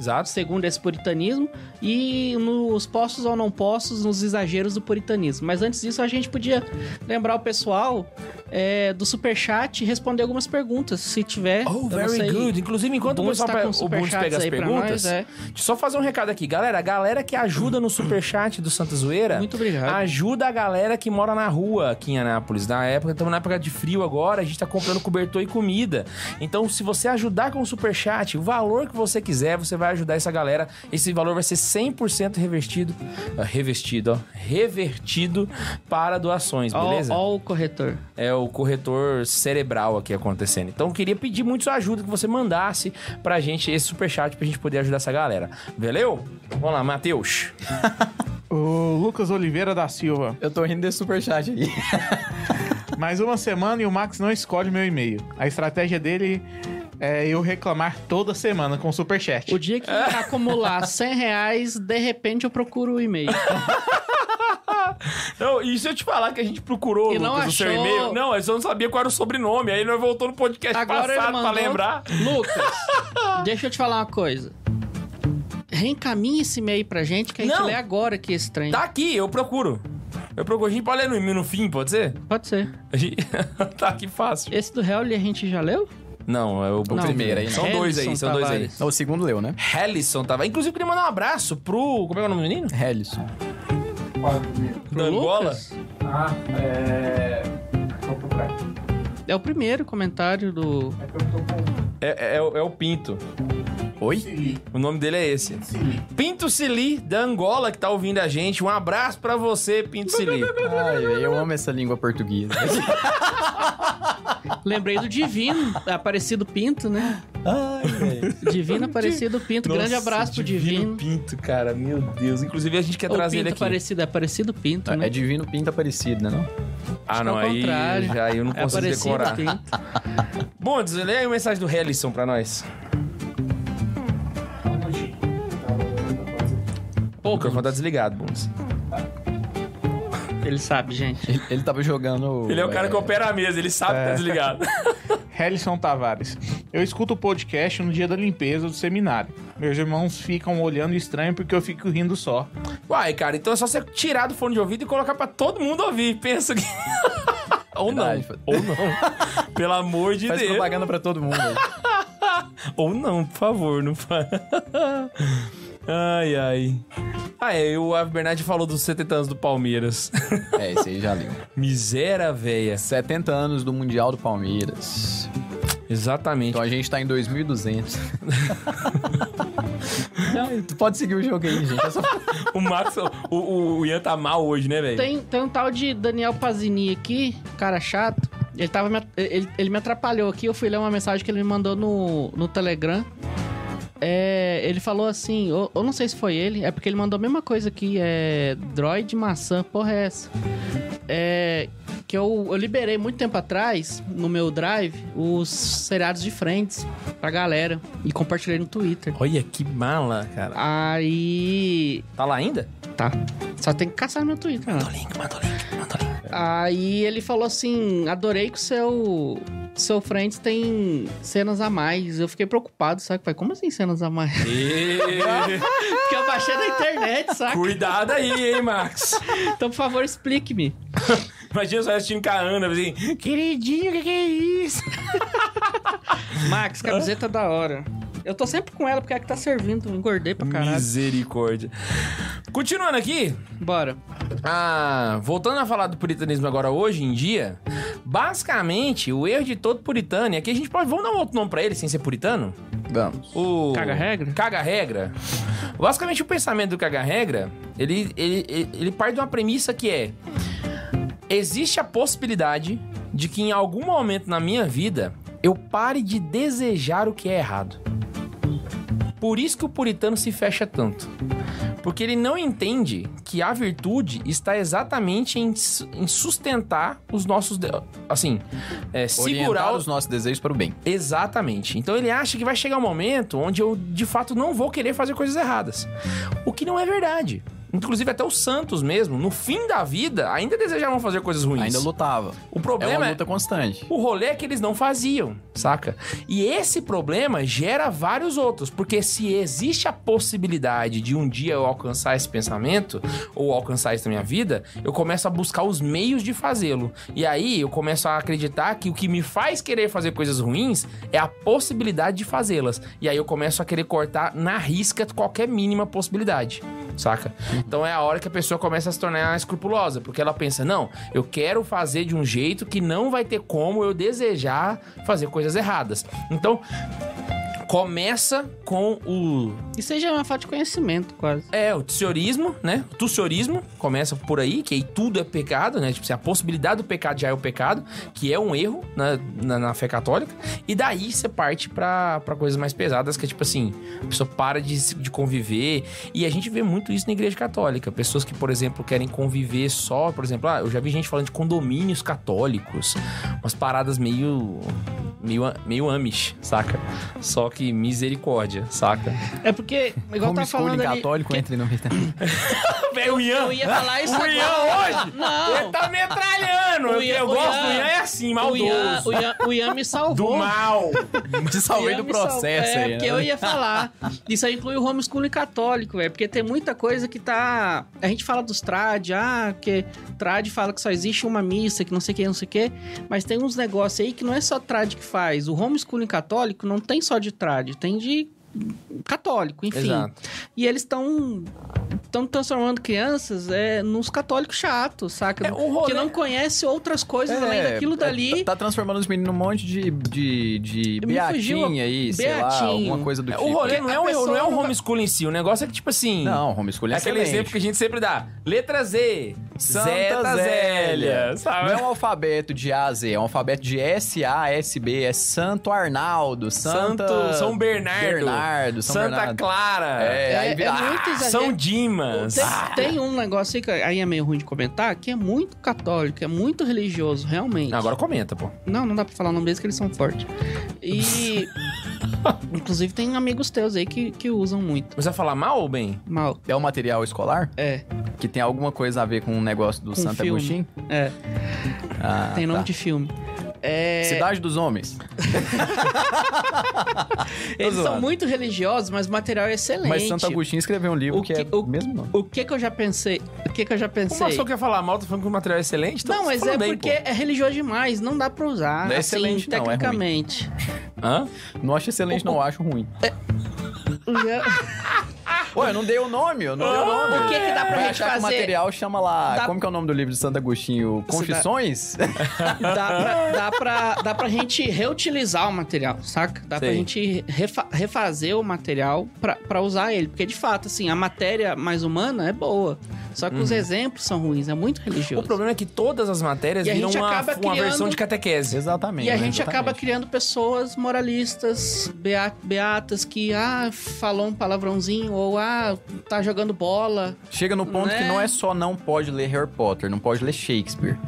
Speaker 2: Exato.
Speaker 3: segundo esse puritanismo, e nos postos ou não postos, nos exageros do puritanismo. Mas antes disso, a gente podia lembrar o pessoal é, do superchat e responder algumas perguntas, se tiver.
Speaker 2: Oh,
Speaker 3: Eu não
Speaker 2: very
Speaker 3: sei.
Speaker 2: good. Inclusive, enquanto o
Speaker 3: Bundes
Speaker 2: pessoal
Speaker 3: tá
Speaker 2: pe-
Speaker 3: com
Speaker 2: o Bundes
Speaker 3: superchats
Speaker 2: pega as
Speaker 3: aí pra
Speaker 2: perguntas,
Speaker 3: nós, é.
Speaker 2: deixa eu só fazer um recado aqui. Galera, a galera que ajuda no superchat do Santa Zoeira,
Speaker 3: Muito obrigado.
Speaker 2: ajuda a galera que mora na rua aqui em Anápolis. tá? Na época, estamos na época de frio agora, a gente tá comprando cobertor e comida. Então, se você ajudar com o superchat, o valor que você quiser, você vai ajudar essa galera. Esse valor vai ser 100% revestido, ah, revestido, ó, revertido para doações,
Speaker 3: Ó,
Speaker 2: beleza?
Speaker 3: ó o corretor.
Speaker 2: é o corretor cerebral aqui acontecendo. Então, eu queria pedir muito sua ajuda que você mandasse pra gente esse superchat pra gente poder ajudar essa galera. Valeu? Vamos lá, Matheus.
Speaker 4: O Lucas Oliveira da Silva.
Speaker 5: Eu tô rindo desse superchat aí.
Speaker 4: Mais uma semana e o Max não escolhe meu e-mail. A estratégia dele é eu reclamar toda semana com superchat.
Speaker 3: O dia
Speaker 2: *laughs*
Speaker 3: que acumular 100 reais, de repente eu procuro o e-mail.
Speaker 2: Não, e se eu te falar que a gente procurou
Speaker 3: E não
Speaker 2: Lucas, o seu
Speaker 3: achou.
Speaker 2: e-mail? Não, eu só não sabia qual era o sobrenome. Aí nós voltou no podcast
Speaker 3: Agora
Speaker 2: *laughs*
Speaker 3: ele
Speaker 2: passado
Speaker 3: mandou...
Speaker 2: pra lembrar.
Speaker 3: Lucas,
Speaker 2: *laughs*
Speaker 3: deixa eu te falar uma coisa. Reencaminha esse e-mail pra gente que a gente
Speaker 2: Não.
Speaker 3: lê agora aqui esse trem.
Speaker 2: Tá aqui, eu procuro. Eu procuro. A gente pode ler no, no fim, pode ser?
Speaker 3: Pode ser.
Speaker 2: A gente... *laughs* tá aqui fácil.
Speaker 3: Esse do Helly a gente já leu?
Speaker 2: Não, é o,
Speaker 5: O primeiro aí, né?
Speaker 2: São dois aí,
Speaker 3: Helison
Speaker 2: são dois aí.
Speaker 3: Tavares.
Speaker 5: O segundo leu, né?
Speaker 2: Hellison tava. Inclusive, queria mandar um abraço pro. Como é o nome do menino?
Speaker 5: Helison.
Speaker 3: Pro
Speaker 2: Da Angola?
Speaker 3: Lucas?
Speaker 6: Ah, é. Vou procurar.
Speaker 3: É o primeiro comentário do.
Speaker 6: É que eu tô com.
Speaker 2: É, é- é o é o Pinto.
Speaker 5: Oi?
Speaker 6: Siri.
Speaker 2: O nome dele é esse.
Speaker 6: Siri.
Speaker 2: Pinto Sili, da Angola, que tá ouvindo a gente. Um abraço pra você, Pinto Sili.
Speaker 5: Ai, eu amo essa língua portuguesa.
Speaker 3: Lembrei do Divino, Aparecido Pinto, né?
Speaker 2: Ai, velho.
Speaker 3: Divino Aparecido Pinto. Grande abraço pro Divino.
Speaker 2: Pinto, cara. Meu Deus. Inclusive, a gente quer
Speaker 3: Ou
Speaker 2: trazer
Speaker 3: Pinto
Speaker 2: ele aqui.
Speaker 3: Aparecido, é Aparecido Pinto, né?
Speaker 5: é divino pinta parecido, né? Não?
Speaker 2: Ah,
Speaker 3: Acho que é
Speaker 2: não.
Speaker 3: o
Speaker 2: Aí,
Speaker 3: contrário.
Speaker 2: já, aí eu não
Speaker 3: É
Speaker 2: consigo
Speaker 3: Aparecido
Speaker 2: decorar.
Speaker 3: Pinto.
Speaker 2: Bom, diz- lê aí a mensagem do Hellison pra nós. O
Speaker 3: Pô,
Speaker 2: microfone tá desligado, Bones.
Speaker 3: ele sabe, gente.
Speaker 5: Ele, ele tava jogando.
Speaker 2: Ele é o cara que opera a mesa, ele sabe que tá desligado.
Speaker 4: Helison Tavares. Eu escuto o podcast no dia da limpeza do seminário. Meus irmãos ficam olhando estranho porque eu fico rindo só.
Speaker 2: Uai, cara, então é só você tirar do fone de ouvido e colocar pra todo mundo ouvir. Pensa que. *laughs* Ou não.
Speaker 5: Verdade.
Speaker 2: Ou não. Pelo amor de
Speaker 5: Faz
Speaker 2: Deus.
Speaker 5: propaganda pra todo mundo. aí.
Speaker 2: Ou não, por favor, não faz. *laughs* ai, ai. Ah, é, o Ave Bernardi falou dos 70 anos do Palmeiras. *laughs*
Speaker 5: é, esse aí já leu.
Speaker 2: Miséria véia.
Speaker 5: 70 anos do Mundial do Palmeiras.
Speaker 2: Exatamente.
Speaker 5: Então a gente tá em 2200. Não, tu pode seguir o jogo aí, gente. É só-
Speaker 2: O Max, o, o, o Ian tá mal hoje, né, velho?
Speaker 3: Tem, tem um tal de Daniel Pazini aqui, cara chato. Ele, tava me, at- ele, ele me atrapalhou aqui, eu fui ler uma mensagem que ele me mandou no, no Telegram. É, ele falou assim, eu, eu não sei se foi ele, é porque ele mandou a mesma coisa aqui, é droid maçã, porra é essa? É, que eu, eu liberei muito tempo atrás, no meu drive, os seriados de Friends pra galera e compartilhei no Twitter.
Speaker 2: Olha que mala, cara.
Speaker 3: Aí
Speaker 2: Tá lá ainda?
Speaker 3: Tá. Só tem que caçar no meu Twitter, né?
Speaker 2: Link, manda o link, manda o link.
Speaker 3: Aí ele falou assim: adorei que o seu. Seu Friends tem cenas a mais. Eu fiquei preocupado, sabe? Falei, como assim cenas a mais? *laughs*
Speaker 2: E...
Speaker 3: Porque eu baixei na internet,
Speaker 2: *laughs*
Speaker 3: saca?
Speaker 2: Cuidado aí, hein, Max.
Speaker 3: Então, por favor, explique-me.
Speaker 2: Imagina só assistindo com a Ana, assim, queridinho, o que, que é isso?
Speaker 3: Max, camiseta da hora. Eu tô sempre com ela porque é a que tá servindo. Engordei pra caralho.
Speaker 2: Misericórdia. Continuando aqui,
Speaker 3: Bora.
Speaker 2: ah, voltando a falar do puritanismo agora hoje em dia, basicamente o erro de todo puritano, e aqui a gente pode. Vamos dar um outro nome pra ele sem ser puritano?
Speaker 5: Vamos.
Speaker 2: O.
Speaker 3: Caga-regra?
Speaker 2: Caga-regra. Basicamente, o pensamento do caga-regra, ele, ele, ele, ele parte de uma premissa que é: existe a possibilidade de que em algum momento na minha vida eu pare de desejar o que é errado. Por isso que o puritano se fecha tanto. Porque ele não entende que a virtude está exatamente em, su- em sustentar os nossos. de- Assim, é, segurar
Speaker 5: Orientar os nossos desejos para o bem.
Speaker 2: Exatamente. Então ele acha que vai chegar um momento onde eu de fato não vou querer fazer coisas erradas. O que não é verdade. Inclusive até os santos mesmo, no fim da vida, ainda desejavam fazer coisas ruins.
Speaker 5: Ainda lutava.
Speaker 2: o
Speaker 5: É
Speaker 2: problema
Speaker 5: uma
Speaker 2: é,
Speaker 5: luta constante.
Speaker 2: o rolê é que eles não faziam, saca? E esse problema gera vários outros, porque se existe a possibilidade de um dia eu alcançar esse pensamento, ou alcançar isso na minha vida, eu começo a buscar os meios de fazê-lo. E aí eu começo a acreditar que o que me faz querer fazer coisas ruins é a possibilidade de fazê-las. E aí eu começo a querer cortar na risca qualquer mínima possibilidade. Saca? Então é a hora que a pessoa começa a se tornar escrupulosa, porque ela pensa: não, eu quero fazer de um jeito que não vai ter como eu desejar fazer coisas erradas. Então, começa com o
Speaker 3: Isso aí já é uma falta de conhecimento, quase.
Speaker 2: é, o tsiorismo, né? O tussiorismo começa por aí, que aí tudo é pecado, né? Tipo assim, a possibilidade do pecado já é o pecado, que é um erro na, na, na fé católica. E daí você parte pra, pra coisas mais pesadas, que é tipo assim, a pessoa para de, se- de conviver. E a gente vê muito isso na igreja católica. Pessoas que, por exemplo, querem conviver só, por exemplo, ah, eu já vi gente falando de condomínios católicos, umas paradas meio meio, a- meio Amish, saca? Só que misericórdia, *laughs* saca?
Speaker 3: É porque, igual tá falando ali...
Speaker 5: católico entre no
Speaker 2: Velho, o Ian,
Speaker 3: Eu ia falar isso
Speaker 2: o Ian
Speaker 3: agora.
Speaker 2: hoje, ele
Speaker 3: Não.
Speaker 2: tá metralhando. Eu,
Speaker 3: O Ian-
Speaker 2: eu
Speaker 3: o
Speaker 2: gosto do
Speaker 3: Ian-
Speaker 2: Ian, é assim,
Speaker 3: O Ian,
Speaker 2: maldoso.
Speaker 3: o, Ian, o Ian me salvou.
Speaker 2: Do mal.
Speaker 5: Te
Speaker 3: O Ian
Speaker 5: *laughs* salvei do
Speaker 3: me salvou.
Speaker 5: processo
Speaker 3: é,
Speaker 5: aí,
Speaker 3: porque
Speaker 5: né?
Speaker 3: eu ia falar. Isso aí inclui o homeschooling católico, é porque tem muita coisa que tá... A gente fala dos trad, ah, que trad fala que só existe uma missa, que não sei o que, não sei o que, mas tem uns negócios aí que não é só trad que faz. O homeschooling católico não tem só de trad, tem de católico, enfim.
Speaker 2: Exato.
Speaker 3: E eles estão estão transformando crianças é, nos católicos chatos, saca?
Speaker 2: É, o rolê-
Speaker 3: Que não conhece outras coisas
Speaker 5: É,
Speaker 3: além daquilo dali.
Speaker 5: Tá, tá transformando os meninos num monte de, de, de
Speaker 3: Me fugiu
Speaker 5: beatinha aí, sei lá,
Speaker 3: beatinho.
Speaker 5: alguma coisa do tipo.
Speaker 2: O rolê não é,
Speaker 3: A
Speaker 2: um,
Speaker 3: pessoa
Speaker 2: não é um
Speaker 3: não vai-
Speaker 2: homeschool em si. O negócio é que, tipo assim...
Speaker 5: Não, homeschooling
Speaker 2: É
Speaker 5: é
Speaker 2: aquele
Speaker 5: excelente.
Speaker 2: exemplo que a gente sempre dá. Letra Z.
Speaker 5: Santa
Speaker 2: Zeta Zélia.
Speaker 5: Zélia. Não
Speaker 2: Sabe?
Speaker 5: é um alfabeto de A a Z, é um alfabeto de S A S B, é Santo Arnaldo, Santa...
Speaker 2: Santo São Bernardo.
Speaker 5: Bernardo, São
Speaker 2: Santa
Speaker 5: Bernardo.
Speaker 2: Clara.
Speaker 5: É, aí vira-
Speaker 3: muito exagero.
Speaker 2: São Dimas. Ah.
Speaker 3: Tem, tem um negócio aí que aí é meio ruim de comentar, que é muito católico, é muito religioso, realmente.
Speaker 2: Não, agora comenta, pô.
Speaker 3: Não, não dá pra falar o nome deles que eles são fortes.
Speaker 5: *laughs*
Speaker 3: E. Inclusive tem amigos teus aí que, que usam muito.
Speaker 2: Você vai falar mal ou bem?
Speaker 3: Mal.
Speaker 5: É um material escolar
Speaker 3: É,
Speaker 5: que tem alguma coisa a ver com um negócio do
Speaker 3: Com
Speaker 5: Santo
Speaker 3: filme.
Speaker 5: Agostinho?
Speaker 3: é.
Speaker 5: Ah,
Speaker 3: tem nome
Speaker 5: tá.
Speaker 3: de filme. É.
Speaker 5: Cidade dos Homens.
Speaker 3: Eles são
Speaker 5: zoando.
Speaker 3: muito religiosos, mas o material é excelente.
Speaker 5: Mas Santo Agostinho escreveu um livro
Speaker 3: O
Speaker 5: que,
Speaker 3: que-
Speaker 5: é
Speaker 3: o-
Speaker 5: o mesmo nome.
Speaker 3: O que que eu já pensei? O que que eu já
Speaker 2: Como
Speaker 3: pensei?
Speaker 2: você quer falar mal? Tá falando que o material é excelente? Então
Speaker 3: Não, mas
Speaker 2: fala
Speaker 3: é
Speaker 2: bem,
Speaker 3: porque é religioso demais, não dá pra usar.
Speaker 5: Não é
Speaker 3: assim,
Speaker 5: excelente, não, é ruim.
Speaker 3: tecnicamente.
Speaker 2: pô. Hã?
Speaker 5: Não acho excelente, não acho ruim. *laughs* Pô, eu não dei o nome, eu não dei o nome.
Speaker 3: O que que dá Ah, pra
Speaker 5: Vai
Speaker 3: gente
Speaker 5: achar que o
Speaker 3: fazer?
Speaker 5: material chama lá...
Speaker 3: Dá-
Speaker 5: Como que é o nome do livro de Santo Agostinho? Confissões? *laughs*
Speaker 3: dá, pra, dá, pra, dá pra gente reutilizar o material, saca? Dá pra
Speaker 2: Sei.
Speaker 3: gente refa- refazer o material pra, pra usar ele. Porque, de fato, assim, a matéria mais humana é boa. Só que os exemplos são ruins, é muito
Speaker 2: Uhum. O
Speaker 3: religioso.
Speaker 2: problema é que todas as matérias
Speaker 3: E a
Speaker 2: viram
Speaker 3: gente
Speaker 2: uma,
Speaker 3: acaba
Speaker 2: uma versão
Speaker 3: criando-
Speaker 2: de catequese.
Speaker 5: Exatamente.
Speaker 3: E a
Speaker 5: né?
Speaker 3: gente acaba
Speaker 5: Exatamente.
Speaker 3: criando pessoas moralistas, bea- beatas, que, ah, falou um palavrãozinho, ou, ah, tá jogando bola.
Speaker 5: Chega no ponto
Speaker 3: Né?
Speaker 5: que não é só não pode ler Harry Potter, não pode ler Shakespeare.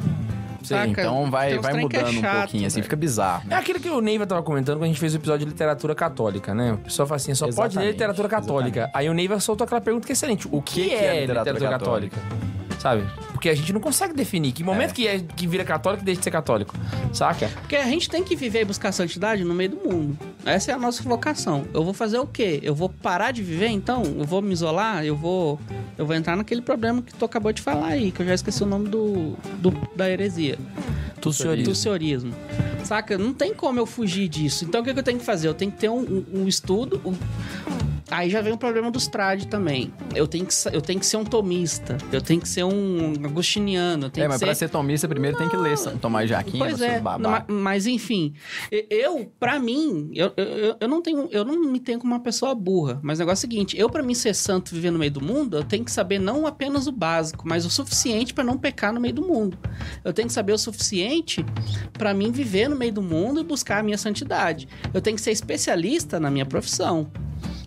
Speaker 3: Saca?
Speaker 5: Então
Speaker 3: Tem
Speaker 5: vai,
Speaker 3: uns
Speaker 5: vai
Speaker 3: trem que é
Speaker 5: mudando um
Speaker 3: chato,
Speaker 5: pouquinho, assim,
Speaker 3: velho.
Speaker 5: fica bizarro.
Speaker 2: É aquilo que o Neiva tava comentando quando a gente fez o episódio de literatura católica, né? O pessoal fala assim, só pode ler
Speaker 5: Exatamente,
Speaker 2: literatura católica. Aí o Neiva soltou aquela pergunta que é excelente. O que,
Speaker 5: que
Speaker 2: é,
Speaker 5: é
Speaker 2: literatura,
Speaker 5: literatura
Speaker 2: católica? Sabe? Porque a gente não consegue definir. Que momento que, é, que vira católico e deixa de ser católico. Saca?
Speaker 3: Porque a gente tem que viver e buscar santidade no meio do mundo. Essa é a nossa vocação. Eu vou fazer o quê? Eu vou parar de viver então? Eu vou me isolar? Eu vou eu vou entrar naquele problema que tu acabou de falar aí, que eu já esqueci o nome do, do- da heresia,
Speaker 2: Tu
Speaker 3: do senhorismo. Saca? Não tem como eu fugir disso. Então o que, que eu tenho que fazer? Eu tenho que ter um, um- um estudo. um- Aí já vem o problema dos trad também. Eu tenho, que, sa- eu tenho que ser um tomista. Eu tenho que ser um agostiniano. Eu tenho
Speaker 5: É,
Speaker 3: que
Speaker 5: mas
Speaker 3: ser...
Speaker 5: pra ser tomista, primeiro tem que ler São Tomás de Aquino,
Speaker 3: Pois é,
Speaker 5: seus babá.
Speaker 3: ma- mas enfim, e- eu, pra mim, eu, eu- eu, eu não tenho, eu não me tenho como uma pessoa burra, mas o negócio é o seguinte, eu pra mim ser santo e viver no meio do mundo, eu tenho que saber não apenas o básico, mas o suficiente pra não pecar no meio do mundo. Eu tenho que saber o suficiente pra mim viver no meio do mundo e buscar a minha santidade. Eu tenho que ser especialista na minha profissão.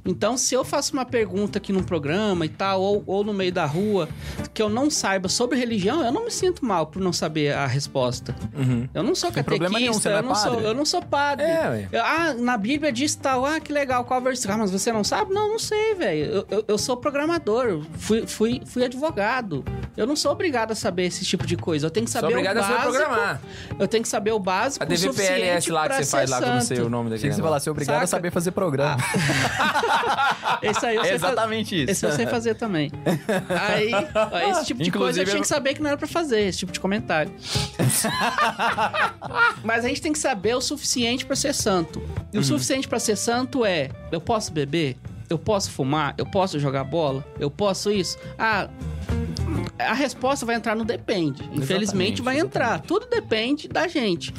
Speaker 3: Então, se eu faço uma pergunta aqui num programa e tal, ou, ou no meio da rua, que eu não saiba sobre religião, eu não me sinto mal por não saber a resposta.
Speaker 2: Uhum.
Speaker 3: Eu não sou
Speaker 5: Sem problema nenhum,
Speaker 3: catequista,
Speaker 5: você não é
Speaker 3: eu, não sou,
Speaker 5: padre.
Speaker 3: eu não sou padre.
Speaker 2: É, ué.
Speaker 3: Eu- ah, na Bíblia diz tal, ah, que legal, qual versículo? Ah, mas você não sabe? Não, não sei, velho. Eu, eu, eu sou programador, eu fui, fui, fui advogado. Eu não sou obrigado a saber esse tipo de coisa. Eu tenho que
Speaker 2: Só
Speaker 3: saber
Speaker 2: obrigado
Speaker 3: o
Speaker 2: a saber
Speaker 3: básico.
Speaker 2: programar.
Speaker 3: Eu tenho que saber o básico
Speaker 2: A
Speaker 3: o
Speaker 2: DVPLS
Speaker 3: suficiente
Speaker 2: lá que
Speaker 3: pra
Speaker 2: você faz
Speaker 3: ser
Speaker 2: lá, que eu não sei
Speaker 3: santo.
Speaker 2: o nome
Speaker 5: Achei
Speaker 2: daquele
Speaker 5: que você
Speaker 2: negócio.
Speaker 5: falasse assim, obrigado
Speaker 3: Saca?
Speaker 5: a saber fazer programa.
Speaker 2: *laughs*
Speaker 3: Esse
Speaker 5: *laughs*
Speaker 3: aí eu
Speaker 5: é
Speaker 3: sei fazer.
Speaker 5: exatamente isso.
Speaker 3: Esse eu sei fazer também. Aí, ó, esse tipo de coisa
Speaker 5: Inclusive,
Speaker 3: eu tinha
Speaker 5: eu-
Speaker 3: que saber que não era pra fazer, esse tipo de comentário. Mas a gente tem que saber o suficiente pra ser santo. E o suficiente pra ser santo é: eu posso beber? Eu posso fumar? Eu posso jogar bola? Eu posso isso? Ah. A resposta vai entrar no depende. Infelizmente vai entrar. Tudo depende da gente.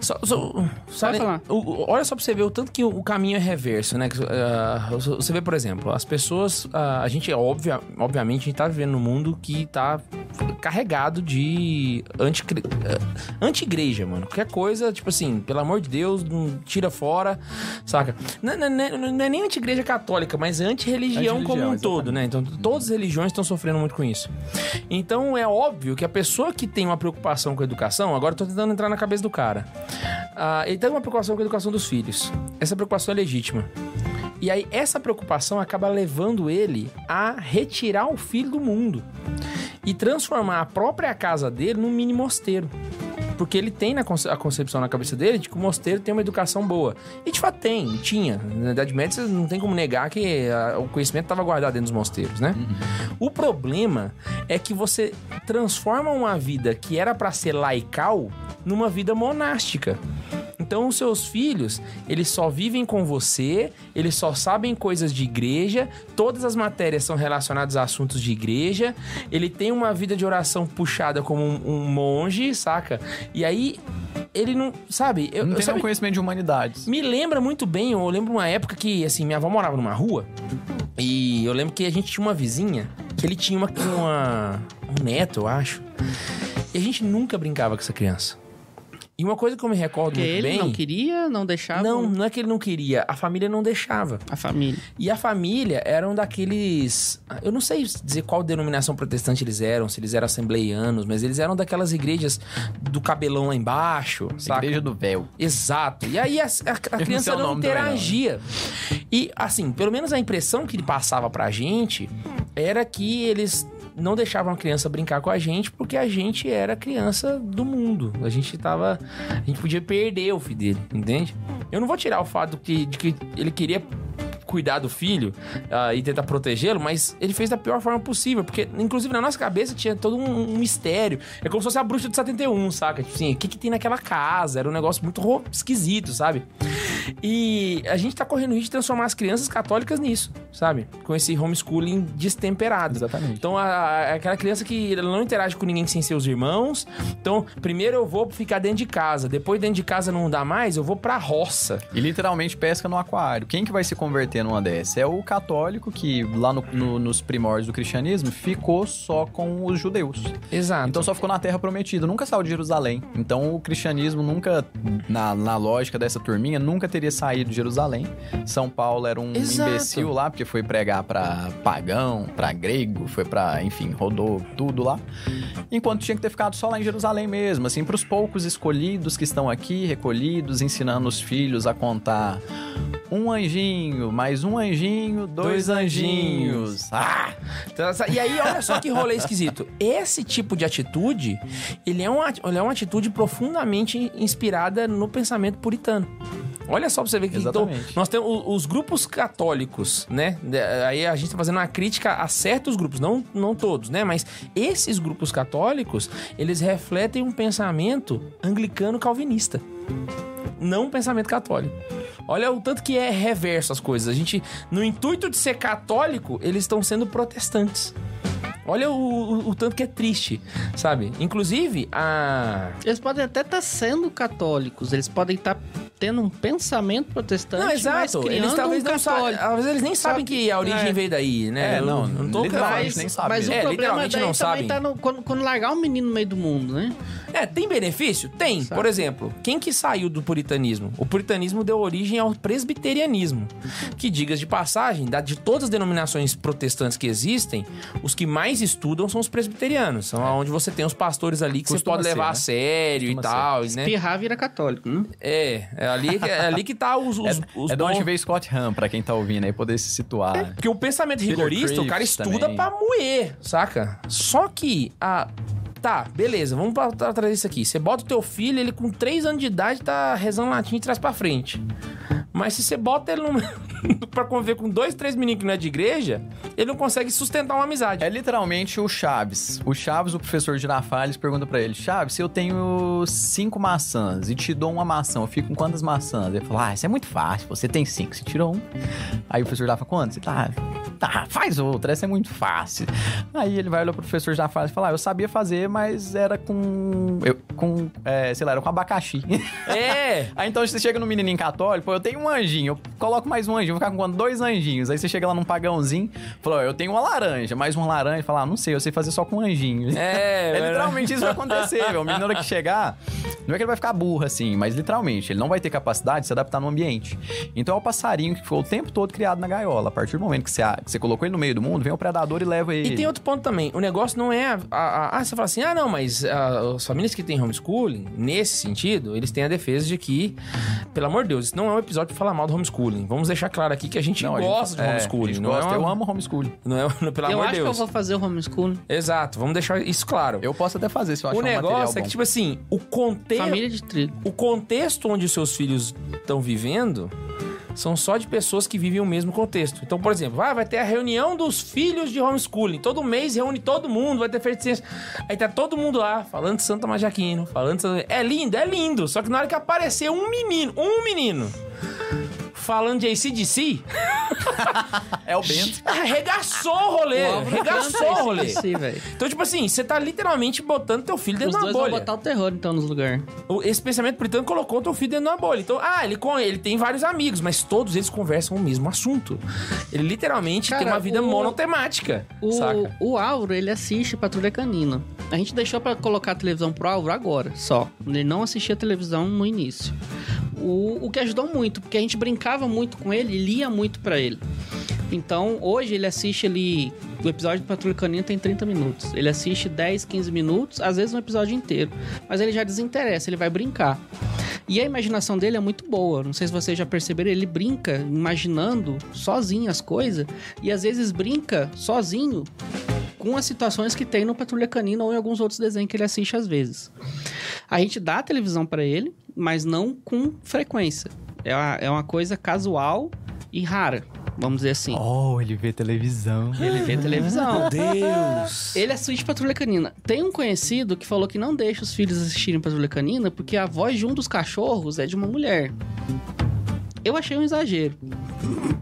Speaker 2: Só, só- sabe-
Speaker 3: falar.
Speaker 2: o- o- olha só pra você ver o tanto que o, o caminho é reverso, né? Que, ah, você vê, por exemplo, as pessoas. ah, a gente é óbvia, obviamente, a gente tá vivendo num mundo que tá carregado de anticri- eh, anti-igreja, mano. Qualquer coisa, tipo assim, pelo amor de Deus, não tira fora, saca? Não, não- não- não é nem anti-igreja católica, mas anti-religião
Speaker 5: Anti-religião,
Speaker 2: como um
Speaker 5: exatamente.
Speaker 2: todo, né? Então, todas as religiões estão sofrendo muito com isso. Então, é óbvio que a pessoa que tem uma preocupação com a educação, agora eu tô tentando entrar na cabeça do cara. Ah, ele tem uma preocupação com a educação dos filhos. Essa preocupação é legítima. E aí, essa preocupação acaba levando ele a retirar o filho do mundo e transformar a própria casa dele num mini mosteiro. Porque ele tem na conce- a concepção na cabeça dele de que o mosteiro tem uma educação boa. E de fato tem, tinha. Na Idade Média, você não tem como negar que ah, o conhecimento estava guardado dentro dos mosteiros, né? O problema é que você transforma uma vida que era para ser laical numa vida monástica. Então, os seus filhos, eles só vivem com você, eles só sabem coisas de igreja, todas as matérias são relacionadas a assuntos de igreja, ele tem uma vida de oração puxada como um, um monge, saca? E aí, ele não. Sabe? Eu,
Speaker 5: Não tem
Speaker 2: sabe
Speaker 5: nenhum conhecimento de humanidades.
Speaker 2: me lembra muito bem, eu lembro uma época que, assim, minha avó morava numa rua. E eu lembro que a gente tinha uma vizinha que ele tinha uma, uma- um neto, eu acho. E a gente nunca brincava com essa criança. E uma coisa que eu me recordo
Speaker 3: Porque
Speaker 2: muito
Speaker 3: ele
Speaker 2: bem.
Speaker 3: não queria, não deixava
Speaker 2: não, não é que ele não queria, a família não deixava.
Speaker 3: a família.
Speaker 2: E a família eram daqueles. Eu não sei dizer qual denominação protestante eles eram, se eles eram assembleianos, mas eles eram daquelas igrejas do cabelão lá embaixo, saca?
Speaker 5: Igreja do véu.
Speaker 2: Exato. E
Speaker 5: *laughs*
Speaker 2: aí a, a- a
Speaker 5: sei
Speaker 2: criança
Speaker 5: o
Speaker 2: não
Speaker 5: nome também, não. né?
Speaker 2: interagia. E assim, pelo menos a impressão que ele passava pra gente era que eles não deixavam a criança brincar com a gente porque a gente era criança do mundo. A gente tava. A gente podia perder o filho dele, entende? Eu não vou tirar o fato que, de que ele queria cuidar do filho ah, e tentar protegê-lo, mas ele fez da pior forma possível, porque inclusive na nossa cabeça tinha todo um, um mistério. É como se fosse a bruxa de 71, saca? Tipo assim, o que, que tem naquela casa? Era um negócio muito ro- esquisito, sabe? E a gente tá correndo risco de transformar as crianças católicas nisso, sabe? Com esse homeschooling destemperado.
Speaker 5: Exatamente.
Speaker 2: Então, a- a- aquela criança que ela não interage com ninguém sem seus irmãos. Então, primeiro eu vou ficar dentro de casa. Depois, dentro de casa não dá mais, eu vou pra roça.
Speaker 5: E literalmente pesca no aquário. Quem que vai se converter numa dessa? É o católico que, lá no- no- nos primórdios do cristianismo, ficou só com os judeus.
Speaker 2: Exato.
Speaker 5: Então só ficou na Terra Prometida, nunca saiu de Jerusalém. Então o cristianismo nunca, na, na lógica dessa turminha, nunca teria saído de Jerusalém. São Paulo era um
Speaker 2: Exato.
Speaker 5: imbecil lá, porque foi pregar pra pagão, pra grego, foi pra, enfim, rodou tudo lá. Enquanto tinha que ter ficado só lá em Jerusalém mesmo, assim, pros poucos escolhidos que estão aqui, recolhidos, ensinando os filhos a contar um anjinho, mais um anjinho, dois,
Speaker 2: Dois anjinhos.
Speaker 5: anjinhos. Ah!
Speaker 2: Então, essa- E aí, olha só que rolê esquisito. Esse tipo de atitude, ele é, uma, ele é uma atitude profundamente inspirada no pensamento puritano. Olha só pra você ver que então,
Speaker 5: Exatamente.
Speaker 2: nós temos o- os grupos católicos, né? De- Aí a gente tá fazendo uma crítica a certos grupos, não, não todos, né? Mas esses grupos católicos, eles refletem um pensamento anglicano-calvinista não um pensamento católico. Olha o tanto que é reverso as coisas. A gente, no intuito de ser católico, eles estão sendo protestantes. Olha o, o- o tanto que é triste, sabe? Inclusive, a.
Speaker 3: Eles podem até estar sendo católicos, eles podem estar tendo um pensamento protestante,
Speaker 2: Não,
Speaker 3: mas
Speaker 2: exato.
Speaker 3: criando
Speaker 2: Eles talvez
Speaker 3: um
Speaker 2: não sabem.
Speaker 3: católico.
Speaker 2: Às vezes eles nem
Speaker 3: Sabe-
Speaker 2: sabem que a origem
Speaker 3: É.
Speaker 2: veio daí, né?
Speaker 5: É,
Speaker 2: Eu
Speaker 5: não,
Speaker 2: não tô
Speaker 5: literalmente.
Speaker 2: falando.
Speaker 5: Mas nem sabe
Speaker 3: mas o
Speaker 5: mesmo.
Speaker 2: É,
Speaker 3: problema
Speaker 2: literalmente
Speaker 3: daí
Speaker 2: não
Speaker 3: também
Speaker 2: sabem.
Speaker 3: tá no, quando, quando largar um menino no meio do mundo, né?
Speaker 2: É, tem benefício? Tem.
Speaker 3: Sabe.
Speaker 2: Por exemplo, quem que saiu do puritanismo? O puritanismo deu origem ao presbiterianismo, que, digas de passagem, da- de todas as denominações protestantes que existem, os que mais estudam são os presbiterianos. São onde você tem os pastores ali que
Speaker 5: Costuma
Speaker 2: você pode
Speaker 5: ser,
Speaker 2: levar
Speaker 5: né?
Speaker 2: a sério
Speaker 5: Costuma
Speaker 2: e tal, né?
Speaker 3: Pirrar vira católico, né?
Speaker 2: É, é ali, é ali que tá os, os, os
Speaker 5: *laughs* é de onde
Speaker 2: bons-
Speaker 5: veio Scott Ham, pra quem tá ouvindo aí, poder se situar.
Speaker 2: Porque o pensamento
Speaker 5: Peter
Speaker 2: rigorista, o cara
Speaker 5: Crift
Speaker 2: estuda
Speaker 5: também.
Speaker 2: pra moer, saca? Só que a. Tá, beleza, vamos pra- pra trazer isso aqui. Você bota o teu filho, ele com 3 anos de idade tá rezando latim e traz pra frente. Mas se você bota ele num... *laughs* pra conviver com dois, três meninos que não é de igreja, ele não consegue sustentar uma amizade.
Speaker 5: É literalmente o Chaves. O Chaves, o professor Girafales, pergunta pra ele: Chaves, se eu tenho cinco maçãs e te dou uma maçã, eu fico com quantas maçãs? Ele fala: Ah, isso é muito fácil, você tem cinco, você tirou um. Aí o professor Girafa, quantas? Ele fala: "Ah, tá, faz outra, essa é muito fácil. Aí ele vai olhar pro professor já faz e fala, ah, eu sabia fazer, mas era com, eu, com é, sei lá, era com abacaxi. *laughs*
Speaker 2: É.
Speaker 5: Aí então você chega no menininho católico, pô, eu tenho um anjinho, eu coloco mais um anjinho, vou ficar com dois anjinhos. Aí você chega lá num pagãozinho, fala, ó, eu tenho uma laranja, mais uma laranja, fala, ah, não sei, eu sei fazer só com um anjinho.
Speaker 2: É,
Speaker 5: *laughs* É
Speaker 2: era-
Speaker 5: literalmente isso vai acontecer, velho. O menino na hora que chegar, não é que ele vai ficar burro assim, mas literalmente, ele não vai ter capacidade de se adaptar no ambiente. Então é o passarinho que ficou o tempo todo criado na gaiola. A partir do momento que você, que você colocou ele no meio do mundo, vem o predador e leva ele.
Speaker 2: E tem outro ponto também. O negócio não é. a- a- a- ah, você fala assim, ah, não, mas ah, as famílias que têm homeschooling, nesse sentido, eles têm a defesa de que, pelo amor de Deus, isso não é um episódio pra falar mal do homeschooling. Vamos deixar claro aqui que a gente
Speaker 5: Não, a gente-
Speaker 2: gosta
Speaker 5: é,
Speaker 2: de
Speaker 5: a
Speaker 2: homeschooling.
Speaker 5: gente
Speaker 2: não
Speaker 5: gosta,
Speaker 2: é
Speaker 5: Eu
Speaker 2: uma-
Speaker 5: amo homeschooling.
Speaker 2: Não é, *laughs* pelo
Speaker 3: eu
Speaker 2: amor
Speaker 3: acho
Speaker 2: de
Speaker 3: que eu
Speaker 2: Deus.
Speaker 3: vou fazer o homeschooling.
Speaker 2: Exato, vamos deixar isso claro.
Speaker 5: Eu posso até fazer se eu achar
Speaker 2: O
Speaker 5: um material
Speaker 2: negócio
Speaker 5: bom.
Speaker 2: é que, tipo assim, o contexto.
Speaker 3: Família de trigo.
Speaker 2: o contexto onde os seus filhos estão vivendo são só de pessoas que vivem o mesmo contexto. Então, por exemplo, ah, vai ter a reunião dos filhos de homeschooling. Todo mês reúne todo mundo, vai ter feiticeiro. Aí tá todo mundo lá, falando de Santa Majaquino, falando de Santa... É lindo, é lindo. Só que na hora que aparecer um menino, um menino, falando de ACDC,
Speaker 5: É o Bento.
Speaker 2: *laughs* arregaçou o rolê, arregaçou o É, rolê.
Speaker 3: Sim, velho.
Speaker 2: Então, tipo assim, você tá literalmente botando teu filho
Speaker 3: Os
Speaker 2: dentro de uma
Speaker 3: dois vão
Speaker 2: bolha.
Speaker 3: botar o terror, então, nos lugares.
Speaker 2: O- Esse pensamento britânico colocou teu filho dentro de uma bolha. Então, ah, ele, com, ele tem vários amigos, mas todos eles conversam o mesmo assunto. Ele literalmente
Speaker 3: Cara,
Speaker 2: tem uma vida
Speaker 3: o-
Speaker 2: monotemática,
Speaker 3: O,
Speaker 2: saca?
Speaker 3: o Álvaro, ele assiste Patrulha Canina. A gente deixou pra colocar a televisão pro Álvaro agora, só. Ele não assistia televisão no início. O, o que ajudou muito, porque a gente brincava muito com ele e lia muito pra ele. Então, hoje ele assiste ali... O episódio do Patrulha Canina tem 30 minutos. Ele assiste 10, 15 minutos, às vezes um episódio inteiro. Mas ele já desinteressa, ele vai brincar. E a imaginação dele é muito boa. Não sei se vocês já perceberam, ele brinca imaginando sozinho as coisas. E às vezes brinca sozinho com as situações que tem no Patrulha Canina ou em alguns outros desenhos que ele assiste às vezes. A gente dá a televisão pra ele, mas não com frequência. É uma, é uma coisa casual e rara, vamos dizer assim.
Speaker 5: Oh, ele vê televisão.
Speaker 3: Ele vê televisão.
Speaker 2: Deus!
Speaker 3: Ele assiste Patrulha Canina. Tem um conhecido que falou que não deixa os filhos assistirem Patrulha Canina porque a voz de um dos cachorros é de uma mulher. Eu achei um exagero,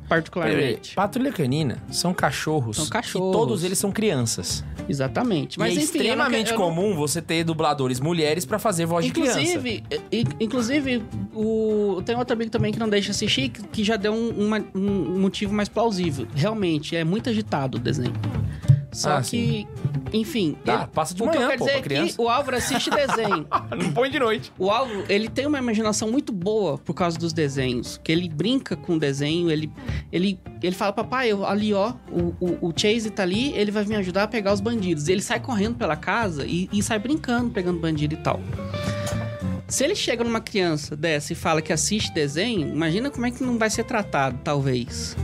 Speaker 3: particularmente.
Speaker 2: Patrulha canina são cachorros.
Speaker 3: São cachorros.
Speaker 2: E todos eles são crianças.
Speaker 3: Exatamente. Mas
Speaker 2: e é
Speaker 3: enfim, eu não
Speaker 2: extremamente
Speaker 3: quero- eu não-
Speaker 2: comum você ter dubladores mulheres pra fazer voz de criança.
Speaker 3: Inclusive, i- i- inclusive o, tem outro amigo também que não deixa assistir, que, que já deu um, uma- um motivo mais plausível. Realmente, é muito agitado o desenho. Só
Speaker 2: Ah,
Speaker 3: que, enfim.
Speaker 2: Tá,
Speaker 3: ele-
Speaker 2: passa de
Speaker 3: o que eu
Speaker 2: manhã,
Speaker 3: quero
Speaker 2: pô,
Speaker 3: dizer
Speaker 2: pra
Speaker 3: é que
Speaker 2: criança.
Speaker 3: o Álvaro
Speaker 2: *laughs*
Speaker 3: assiste desenho.
Speaker 2: Não põe de noite.
Speaker 3: O Álvaro, ele tem uma imaginação muito boa por causa dos desenhos. Que ele brinca com o desenho, ele, ele, ele fala, papai, eu, ali ó, o, o, o Chase tá ali, ele vai me ajudar a pegar os bandidos. Ele sai correndo pela casa e, e sai brincando, pegando bandido e tal. Se ele chega numa criança dessa e fala que assiste desenho, imagina como é que não vai ser tratado, talvez.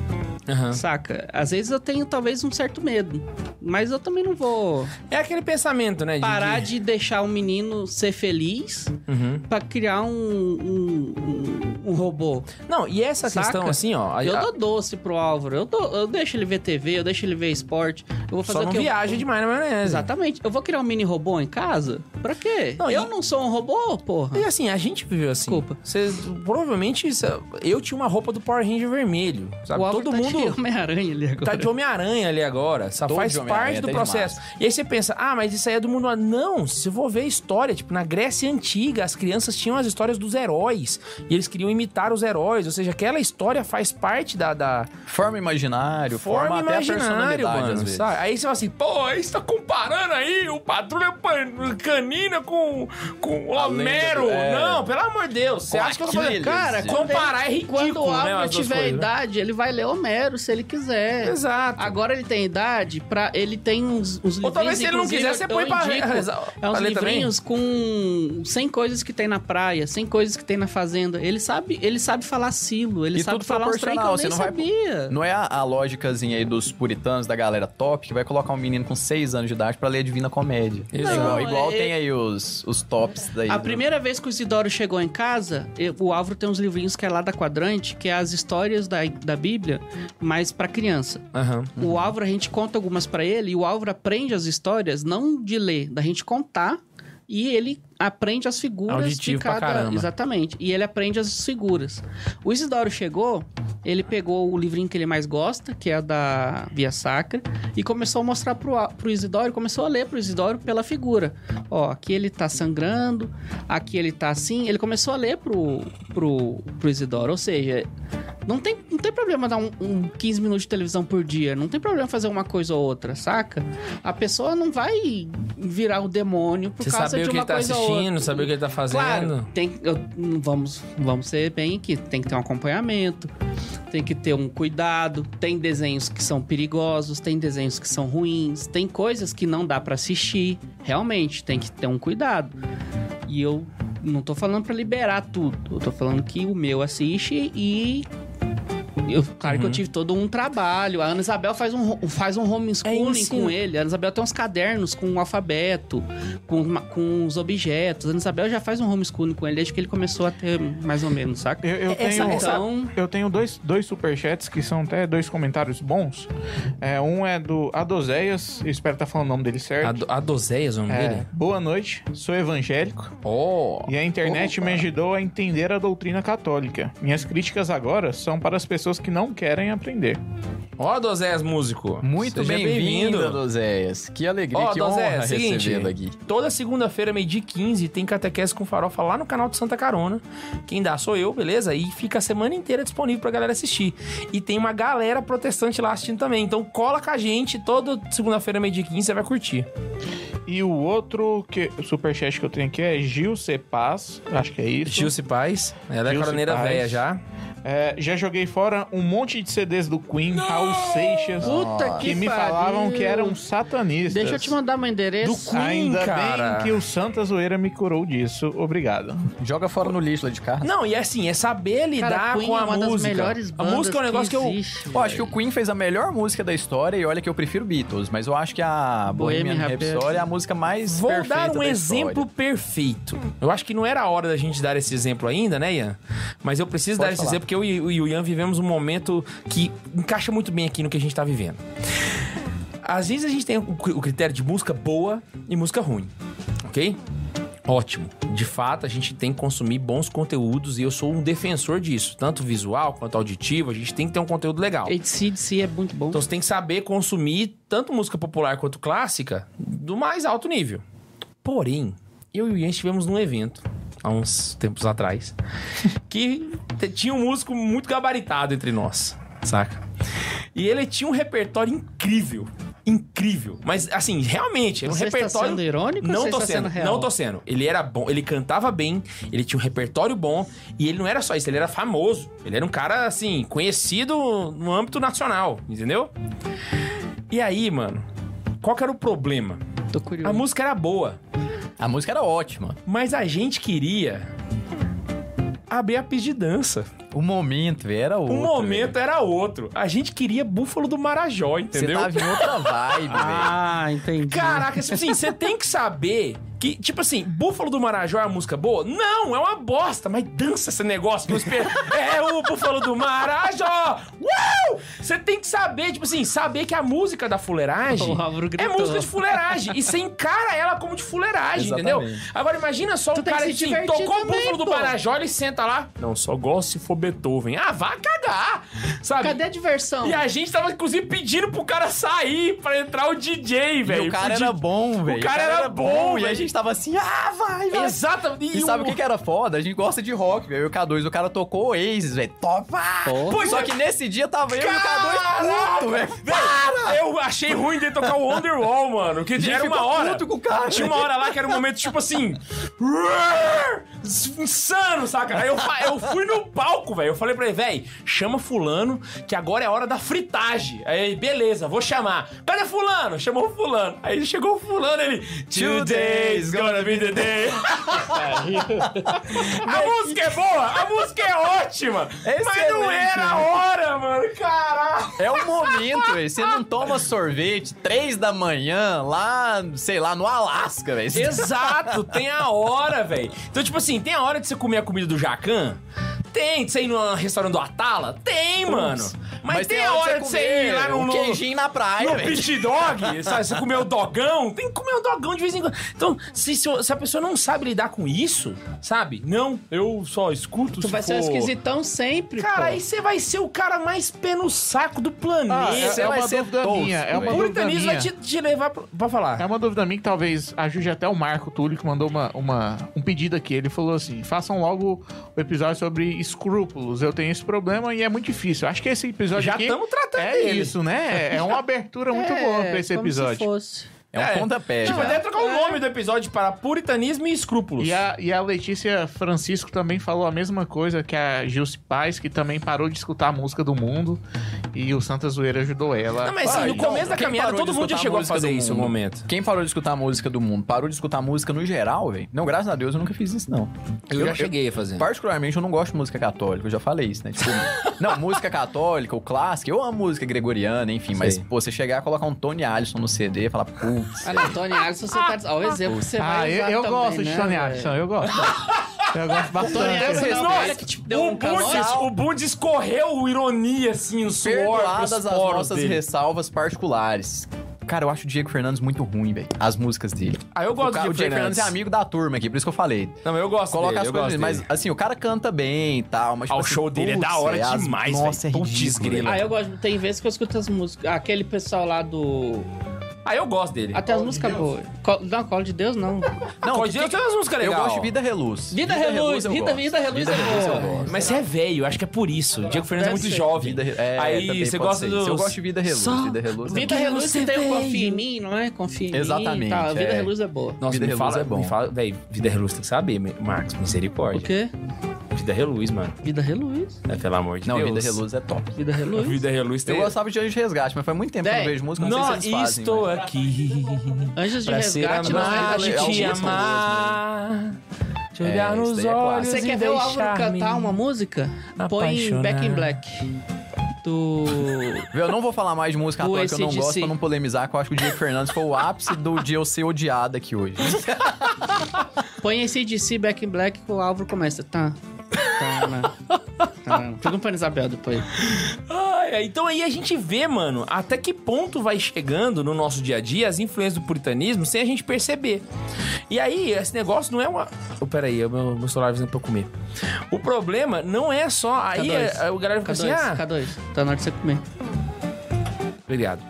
Speaker 3: Saca? Às vezes eu tenho, talvez, um certo medo. Mas eu também não vou
Speaker 2: É aquele pensamento, né? de-
Speaker 3: parar
Speaker 2: de...
Speaker 3: de deixar o menino ser feliz
Speaker 2: Uhum.
Speaker 3: Pra criar um, um, um- um robô.
Speaker 2: Não, e essa
Speaker 3: Saca?
Speaker 2: questão, assim, ó... a-
Speaker 3: eu
Speaker 2: a-
Speaker 3: dou doce pro Álvaro. Eu, dou- eu deixo ele ver TV, eu deixo ele ver esporte. Eu vou fazer
Speaker 2: só
Speaker 3: o
Speaker 2: não
Speaker 3: que eu-
Speaker 2: viaja demais na maionese.
Speaker 3: Exatamente. Eu vou criar um mini robô em casa? Pra quê?
Speaker 2: Não,
Speaker 3: eu
Speaker 2: e-
Speaker 3: não sou um robô, porra.
Speaker 2: E assim, a gente viveu assim.
Speaker 3: Desculpa.
Speaker 2: Você, provavelmente, isso- eu tinha uma roupa do Power Ranger vermelho, sabe?
Speaker 3: o Álvaro
Speaker 2: Todo
Speaker 3: tá de
Speaker 2: mundo
Speaker 3: Homem-Aranha ali agora.
Speaker 2: tá de Homem-Aranha ali agora. Só
Speaker 5: Todo
Speaker 2: faz
Speaker 5: de Homem-Aranha,
Speaker 3: tá
Speaker 2: parte do
Speaker 5: até
Speaker 2: processo. E aí você pensa, ah, mas isso aí é do mundo... Não, se eu vou ver a história, tipo, na Grécia Antiga, as crianças tinham as histórias dos heróis. E eles queriam imitar os heróis. Ou seja, aquela história faz parte da... da
Speaker 5: Forma imaginário, forma, até a personalidade, às vezes.
Speaker 2: sabe? Aí você fala assim, pô, aí você tá comparando aí o Patrulha Pan- Canina com, com o
Speaker 5: A lenda
Speaker 2: Homero.
Speaker 5: do- é.
Speaker 2: Não, pelo amor de Deus. Você
Speaker 5: Com
Speaker 2: acha que eu tô fazendo...
Speaker 5: Aquiles,
Speaker 2: Cara,
Speaker 5: né?
Speaker 2: comparar é ridículo,
Speaker 3: Quando o
Speaker 2: né,
Speaker 3: Álvaro
Speaker 2: as duas
Speaker 3: tiver
Speaker 2: coisas, né?
Speaker 3: idade, ele vai ler Homero se ele quiser.
Speaker 2: Exato.
Speaker 3: Agora ele tem idade pra. Ele tem uns, uns livrinhos.
Speaker 2: Ou talvez se ele não
Speaker 3: inclusive,
Speaker 2: quiser, você
Speaker 3: eu
Speaker 2: põe pra... *laughs*
Speaker 3: indico. É uns
Speaker 2: pra ler também.
Speaker 3: livrinhos com 100 coisas que tem na praia, 100 coisas que tem na fazenda. Ele sabe, ele sabe falar silo, ele
Speaker 5: E
Speaker 3: sabe
Speaker 5: tudo
Speaker 3: falar uns trem que eu
Speaker 5: proporcional,
Speaker 3: nem
Speaker 5: você não vai-
Speaker 3: sabia.
Speaker 5: Não é a, a lógicazinha aí dos puritanos, da galera top, que vai colocar um menino com 6 anos de idade pra ler a Divina Comédia.
Speaker 2: Exato.
Speaker 5: É igual
Speaker 3: Não,
Speaker 5: igual
Speaker 3: é-
Speaker 5: tem aí os, os tops daí.
Speaker 3: A
Speaker 5: do-
Speaker 3: primeira vez que o Isidoro chegou em casa, eu- o Álvaro tem uns livrinhos que é lá da Quadrante, que é as histórias da, da Bíblia, mas pra criança.
Speaker 2: Aham.
Speaker 3: O Álvaro, a gente conta algumas pra ele, e o Álvaro aprende as histórias, não de ler, da gente contar, e ele aprende as figuras
Speaker 2: Auditivo
Speaker 3: de
Speaker 2: pra
Speaker 3: cada.
Speaker 2: caramba.
Speaker 3: Exatamente. E ele aprende as figuras. O Isidoro chegou, Ele pegou o livrinho que ele mais gosta, que é o da Via Sacra, e começou a mostrar pro, a- pro Isidoro, começou a ler pro Isidoro pela figura. Ó, aqui ele tá sangrando, aqui ele tá assim. Ele começou a ler pro, pro, pro Isidoro, ou seja, não tem, não tem problema dar um, um 15 minutos de televisão por dia, não tem problema fazer uma coisa ou outra, saca? A pessoa não vai virar o demônio por
Speaker 2: Você
Speaker 3: causa
Speaker 2: saber
Speaker 3: de
Speaker 2: o que
Speaker 3: uma
Speaker 2: ele tá
Speaker 3: coisa ou
Speaker 2: assistindo,
Speaker 3: outra.
Speaker 2: saber o que ele tá fazendo.
Speaker 3: Claro, tem, eu- vamos, vamos ser bem aqui. Tem que ter um acompanhamento, tem que ter um cuidado. Tem desenhos que são perigosos, tem desenhos que são ruins, tem coisas que não dá pra assistir. Realmente, tem que ter um cuidado. E eu não tô falando pra liberar tudo. Eu tô falando que o meu assiste e... Eu, claro que eu tive todo um trabalho. A Ana Isabel faz um, ho- faz um homeschooling
Speaker 2: ensino.
Speaker 3: com ele. A Ana Isabel tem uns cadernos com o alfabeto com, ma- com os objetos. A Ana Isabel já faz um homeschooling com ele desde que ele começou a ter mais ou menos, saca?
Speaker 4: Eu, eu tenho,
Speaker 3: Então,
Speaker 4: eu tenho dois, dois superchats que são até dois comentários bons. É, um é do Adoseias, eu espero estar falando o nome dele certo.
Speaker 2: A, do- a Dozeias, o nome
Speaker 4: É,
Speaker 2: dele?
Speaker 4: boa noite, sou evangélico
Speaker 2: Oh!
Speaker 4: e a internet me ajudou a entender a doutrina católica. Minhas críticas agora são para as pessoas que não querem aprender.
Speaker 2: Ó, Dozeias, músico.
Speaker 5: Muito
Speaker 2: Seja
Speaker 5: bem-vindo, Dozéias. Que alegria,
Speaker 2: Ó,
Speaker 5: que
Speaker 2: Dozéias,
Speaker 5: honra
Speaker 2: seguinte,
Speaker 5: recebê-lo aqui.
Speaker 2: Toda segunda-feira, meio-dia e 15, tem Catequese com Farofa lá no canal do Santa Carona. Quem dá sou eu, beleza? E fica a semana inteira disponível pra galera assistir. E tem uma galera protestante lá assistindo também. Então cola com a gente, toda segunda-feira, meio-dia e 15, você vai curtir.
Speaker 4: E o outro que, superchat que eu tenho aqui é Gil Cepaz, acho que é isso.
Speaker 2: Gilce Paz, ela é
Speaker 4: Gilce
Speaker 2: coroneira
Speaker 4: Paz.
Speaker 2: velha já.
Speaker 4: É, já joguei fora um monte de CDs do Queen, Raul Seixas,
Speaker 3: Puta
Speaker 4: que,
Speaker 3: que
Speaker 4: me
Speaker 3: pariu.
Speaker 4: falavam que eram satanistas.
Speaker 3: deixa eu te mandar meu endereço.
Speaker 2: Queen,
Speaker 4: Ainda
Speaker 2: cara.
Speaker 4: bem que o Santa Zoeira me curou disso. Obrigado.
Speaker 5: Joga fora no lixo lá de casa.
Speaker 2: Não, e é assim, é saber lidar
Speaker 3: Cara, Queen
Speaker 2: com a
Speaker 3: é uma
Speaker 2: música.
Speaker 3: das
Speaker 2: a
Speaker 3: melhores bandas
Speaker 2: música é um negócio que, eu.
Speaker 3: existe,
Speaker 5: Eu acho que o Queen fez a melhor música da história e olha que eu prefiro Beatles, mas eu acho que a
Speaker 3: Bohemian
Speaker 5: Bohemian Rhapsody
Speaker 3: Rhapsody
Speaker 5: é a música mais
Speaker 2: Vou
Speaker 5: perfeita
Speaker 2: dar um
Speaker 5: da
Speaker 2: exemplo
Speaker 5: história.
Speaker 2: perfeito. Eu acho que não era a hora da gente dar esse exemplo ainda, né, Ian? Mas eu preciso
Speaker 5: Pode
Speaker 2: dar esse
Speaker 5: falar.
Speaker 2: exemplo porque eu e e o Ian vivemos um momento que encaixa muito bem aqui no que a gente tá vivendo. Às vezes a gente tem o cri- o critério de música boa e música ruim, ok? Ótimo. De fato, a gente tem que consumir bons conteúdos e eu sou um defensor disso, tanto visual quanto auditivo. A gente tem que ter um conteúdo legal.
Speaker 3: ACDC é muito bom.
Speaker 2: Então você tem que saber consumir tanto música popular quanto clássica do mais alto nível. Porém, eu e o Ian estivemos num evento há uns tempos atrás que te- tinha um músico muito gabaritado entre nós, saca? E ele tinha um repertório incrível. Incrível. Mas, assim, realmente, era um
Speaker 3: Você está
Speaker 2: repertório.
Speaker 3: sendo irônico ou
Speaker 2: não
Speaker 3: você
Speaker 2: tô
Speaker 3: está
Speaker 2: sendo,
Speaker 3: tá sendo real?
Speaker 2: Não tô sendo. Ele era bom, ele cantava bem, ele tinha um repertório bom, e ele não era só isso, ele era famoso. Ele era um cara, assim, conhecido no âmbito nacional, entendeu? E aí, mano, qual que era o problema?
Speaker 3: Tô
Speaker 2: A
Speaker 3: curioso.
Speaker 2: música era boa,
Speaker 5: A música era ótima.
Speaker 2: mas a gente queria abrir a pista de dança.
Speaker 5: O momento, velho, era outro.
Speaker 2: o momento era outro. A gente queria Búfalo do Marajó,
Speaker 3: tá
Speaker 5: velho. Você
Speaker 2: entendeu?
Speaker 5: tava em
Speaker 2: *laughs*
Speaker 5: outra vibe, velho.
Speaker 3: Ah, entendi.
Speaker 2: Caraca, tipo assim, você tem que saber que, tipo assim, Búfalo do Marajó é uma música boa? Não, é uma bosta, mas dança esse negócio. Que eu espero. *laughs* é o Búfalo do Marajó! Uau! Você tem que saber, tipo assim, saber que a música da fuleiragem
Speaker 3: O Álvaro
Speaker 2: é
Speaker 3: gritou.
Speaker 2: música de fuleiragem. E você encara ela como de fuleiragem, entendeu?
Speaker 5: Exatamente.
Speaker 2: Agora imagina só um
Speaker 3: tem
Speaker 2: cara
Speaker 3: que
Speaker 2: que
Speaker 3: se
Speaker 2: assim,
Speaker 3: divertir
Speaker 2: tocou o
Speaker 3: também,
Speaker 2: Búfalo do
Speaker 3: pô.
Speaker 2: Marajó, ele senta lá. Não, só gosto se for Beethoven. Ah, vá cagar! Sabe?
Speaker 3: Cadê a diversão?
Speaker 2: E a gente tava, inclusive, pedindo pro cara sair pra entrar o DJ, velho.
Speaker 5: E o cara
Speaker 2: Pro
Speaker 5: era
Speaker 2: di-
Speaker 5: bom, velho.
Speaker 2: cara era bom,
Speaker 5: E a
Speaker 2: velho.
Speaker 5: gente tava assim, ah, vai, vai.
Speaker 2: Exatamente.
Speaker 5: E sabe o que, que era foda? A gente gosta de rock, velho. E o K2, o cara tocou Oasis, velho. Topa!
Speaker 2: Pois
Speaker 5: Só
Speaker 2: é.
Speaker 5: que nesse dia tava eu
Speaker 2: Caraca,
Speaker 5: e o K2 puto, velho.
Speaker 2: Cara, eu achei ruim de tocar o Wonderwall, mano. Que
Speaker 5: gente
Speaker 2: era uma
Speaker 5: ficou
Speaker 2: hora.
Speaker 5: puto com o cara.
Speaker 2: Tinha uma hora lá que era um momento tipo assim. Insano, saca? Aí eu, fa- eu fui no palco, velho. Eu falei pra ele, velho, chama Fulano, que agora é a hora da fritagem. Aí, ele, beleza, vou chamar. Cadê Fulano? Chamou o Fulano. Aí chegou o Fulano, ele. Today's gonna be the day. A música é boa, a música é ótima. Mas não
Speaker 5: Excelente,
Speaker 2: era a hora, mano. Caralho.
Speaker 5: É o momento, velho. Você não toma sorvete três da manhã lá, sei lá, no Alasca, velho. Você-
Speaker 2: Exato, tem a hora, velho. Então, tipo assim, tem a hora de você comer a comida do Jacan, Tem, você ir no restaurante do Atala? Tem, mano. Mas, tem, a hora de você ir
Speaker 5: comer
Speaker 2: lá no,
Speaker 5: um
Speaker 2: no,
Speaker 5: queijinho na praia,
Speaker 2: no
Speaker 5: velho.
Speaker 2: pit dog, sabe? Você comeu dogão, tem que comer o dogão de vez em quando. Então, se, se- se a pessoa não sabe lidar com isso, sabe? Não, eu só escuto
Speaker 3: Tu
Speaker 2: se
Speaker 3: vai ser um
Speaker 2: for-
Speaker 3: esquisitão sempre,
Speaker 2: Cara,
Speaker 3: pô.
Speaker 2: aí você vai ser o cara mais pé no saco do planeta.
Speaker 4: Ah, é,
Speaker 5: Você
Speaker 4: é
Speaker 5: vai
Speaker 4: uma
Speaker 5: ser
Speaker 4: dúvida
Speaker 5: tosco,
Speaker 4: minha. É uma
Speaker 2: o
Speaker 5: velho.
Speaker 4: dúvida
Speaker 2: puritanismo vai
Speaker 4: minha.
Speaker 2: te, te levar pra, pra falar.
Speaker 4: É uma dúvida minha que talvez ajude até o Marco Túlio, que mandou uma, uma- um pedido aqui. Ele falou assim: façam logo o episódio sobre escrúpulos. Eu tenho esse problema e é muito difícil. Acho que esse um episódio
Speaker 2: Já
Speaker 4: aqui.
Speaker 2: estamos tratando
Speaker 4: É
Speaker 2: dele.
Speaker 4: isso, né? É uma abertura muito
Speaker 3: É,
Speaker 4: boa pra esse
Speaker 3: como se
Speaker 4: episódio.
Speaker 3: fosse.
Speaker 5: É um
Speaker 2: É.
Speaker 5: pontapé,
Speaker 2: Tipo,
Speaker 5: já.
Speaker 2: até trocar o nome do episódio para puritanismo e escrúpulos.
Speaker 4: E a, e a Letícia Francisco também falou a mesma coisa que a Gilce Paz, que também parou de escutar a música do mundo. E o Santa Zoeira ajudou ela.
Speaker 2: Não, mas assim,
Speaker 5: Ah,
Speaker 2: no
Speaker 5: então,
Speaker 2: começo da
Speaker 5: quem
Speaker 2: caminhada,
Speaker 5: parou
Speaker 2: todo
Speaker 5: de
Speaker 2: mundo já
Speaker 5: escutar
Speaker 2: chegou a
Speaker 5: música
Speaker 2: fazer
Speaker 5: do
Speaker 2: isso no
Speaker 5: mundo?
Speaker 2: momento.
Speaker 5: Quem parou de escutar música do mundo? Parou de escutar música no geral, velho? Não, graças a Deus eu nunca fiz isso, não.
Speaker 2: a fazer.
Speaker 5: Particularmente, eu não gosto de música católica, eu já falei isso,
Speaker 2: *laughs*
Speaker 5: né? Tipo, não, música católica, o clássico, eu amo música gregoriana, enfim, mas,
Speaker 2: Sei.
Speaker 5: pô, você chegar e colocar um Tony Allison no CD e falar, putz,
Speaker 2: É
Speaker 3: Ah, não, Tony Alisson, você tá... Ó, o exemplo que você
Speaker 4: ah,
Speaker 3: vai
Speaker 4: eu,
Speaker 3: usar
Speaker 4: eu
Speaker 3: também,
Speaker 4: gosto
Speaker 3: né,
Speaker 4: de Tony
Speaker 3: velho?
Speaker 4: Addison, eu gosto. eu gosto
Speaker 3: Tony
Speaker 4: bastante.
Speaker 3: Alisson
Speaker 2: Vocês
Speaker 3: não,
Speaker 2: não-
Speaker 3: cara que te deu
Speaker 2: O
Speaker 3: um
Speaker 2: Bundes,
Speaker 3: calor.
Speaker 2: o Bundes correu ironia, assim, o suor pros
Speaker 5: perdoadas as
Speaker 2: poros
Speaker 5: nossas
Speaker 2: dele.
Speaker 5: ressalvas particulares. Cara, eu acho o Diego Fernandes muito ruim, velho. As músicas dele.
Speaker 2: Ah, eu
Speaker 5: O,
Speaker 2: gosto
Speaker 5: cara-
Speaker 2: do
Speaker 5: o Diego Fernandes é amigo da turma aqui, por isso que eu falei.
Speaker 2: Não, eu gosto
Speaker 5: Coloca
Speaker 2: dele,
Speaker 5: as
Speaker 2: eu
Speaker 5: coisas,
Speaker 2: gosto
Speaker 5: mas
Speaker 2: dele.
Speaker 5: assim, o cara canta bem e tal, mas.
Speaker 2: Ah,
Speaker 5: tipo
Speaker 2: o
Speaker 5: assim,
Speaker 2: show dele é
Speaker 5: putz,
Speaker 2: da hora
Speaker 5: velho, as-
Speaker 2: demais,
Speaker 5: Nossa,
Speaker 2: velho.
Speaker 5: é
Speaker 2: Putz,
Speaker 5: ridículo,
Speaker 2: grilo.
Speaker 5: velho.
Speaker 3: Ah, eu gosto. Tem vezes que eu escuto as músicas. Aquele pessoal lá do.
Speaker 2: Ah, eu gosto dele.
Speaker 3: Até as músicas boas. Co- Não, Colo de Deus não.
Speaker 5: Não,
Speaker 2: Ah, Pode
Speaker 5: que-
Speaker 2: ter umas músicas
Speaker 5: Eu
Speaker 2: legais.
Speaker 5: gosto de Vida Reluz.
Speaker 3: Vida Reluz,
Speaker 5: eu
Speaker 3: Vida-
Speaker 5: gosto.
Speaker 3: Vida Reluz é boa.
Speaker 5: eu gosto.
Speaker 2: Mas você é velho, acho que é por isso. O Diego Fernandes é
Speaker 3: Deve
Speaker 2: muito
Speaker 3: ser.
Speaker 2: jovem.
Speaker 5: Vida, Re- é,
Speaker 2: Aí
Speaker 5: também
Speaker 2: você
Speaker 5: pode
Speaker 2: gosta
Speaker 5: ser
Speaker 2: do.
Speaker 5: isso. Eu gosto de Vida Reluz.
Speaker 2: Só-
Speaker 5: Vida Reluz é
Speaker 3: Vida
Speaker 5: bom.
Speaker 3: Reluz
Speaker 2: você
Speaker 3: tem o Confia em
Speaker 2: veio.
Speaker 3: mim, não é? Confia em mim.
Speaker 5: Exatamente,
Speaker 3: Tá, Vida
Speaker 5: é.
Speaker 3: Reluz é boa.
Speaker 2: Nossa,
Speaker 5: Vida
Speaker 2: me
Speaker 5: Reluz
Speaker 2: fala,
Speaker 5: é bom.
Speaker 2: me fala, véi, Vida Reluz tem que saber, Marcos,
Speaker 3: O
Speaker 2: misericórdia.
Speaker 3: quê?
Speaker 2: Vida Reluz, mano.
Speaker 3: Vida Reluz.
Speaker 2: É, pelo amor de
Speaker 5: Não,
Speaker 2: Deus.
Speaker 5: Vida Reluz é top.
Speaker 3: Vida Reluz.
Speaker 2: Vida Reluz
Speaker 5: Eu
Speaker 2: tem...
Speaker 5: gostava de Anjo de Resgate, mas faz muito tempo que eu não
Speaker 3: Véi,
Speaker 5: vejo música, não, sei
Speaker 2: Não,
Speaker 5: se eles fazem.
Speaker 2: estou
Speaker 5: mas-
Speaker 2: aqui
Speaker 3: Anjos de
Speaker 2: pra ser
Speaker 3: Resgate,
Speaker 5: amado,
Speaker 3: Nossa,
Speaker 2: amado
Speaker 5: é
Speaker 2: e
Speaker 3: Vida
Speaker 2: te
Speaker 5: algumas são
Speaker 3: Reluz.
Speaker 5: boas
Speaker 2: amar. Te
Speaker 5: É,
Speaker 2: olhar
Speaker 5: isso
Speaker 2: nos
Speaker 5: daí é
Speaker 2: olhos
Speaker 5: clássico.
Speaker 3: Você
Speaker 2: e
Speaker 3: quer ver o Álvaro
Speaker 2: deixar-me-
Speaker 3: cantar um uma música? Põe
Speaker 2: apaixonar.
Speaker 3: Back in Black. Do.
Speaker 2: é-
Speaker 5: Viu, Eu não vou falar mais
Speaker 2: *laughs*
Speaker 5: de música
Speaker 3: O
Speaker 5: atual que eu não
Speaker 3: AC/DC.
Speaker 5: gosto pra não polemizar, que eu acho que o Diego Fernandes foi o ápice do dia eu ser odiado aqui hoje.
Speaker 3: Põe esse DC Back in Black que o Álvaro começa. Tá. Tá, né? Tá, né? Pergunta pra Isabel depois.
Speaker 2: Ai, ai, então aí a gente vê, mano, até que ponto vai chegando no nosso dia a dia as influências do puritanismo sem a gente perceber. E aí, esse negócio não é uma. Oh, peraí, o meu, meu celular avisando pra eu comer. O problema não é só. Aí
Speaker 3: K2.
Speaker 2: a- a- o galera fica assim,
Speaker 3: K2,
Speaker 2: ah,
Speaker 3: K2. Tá na hora de você comer.
Speaker 2: Obrigado.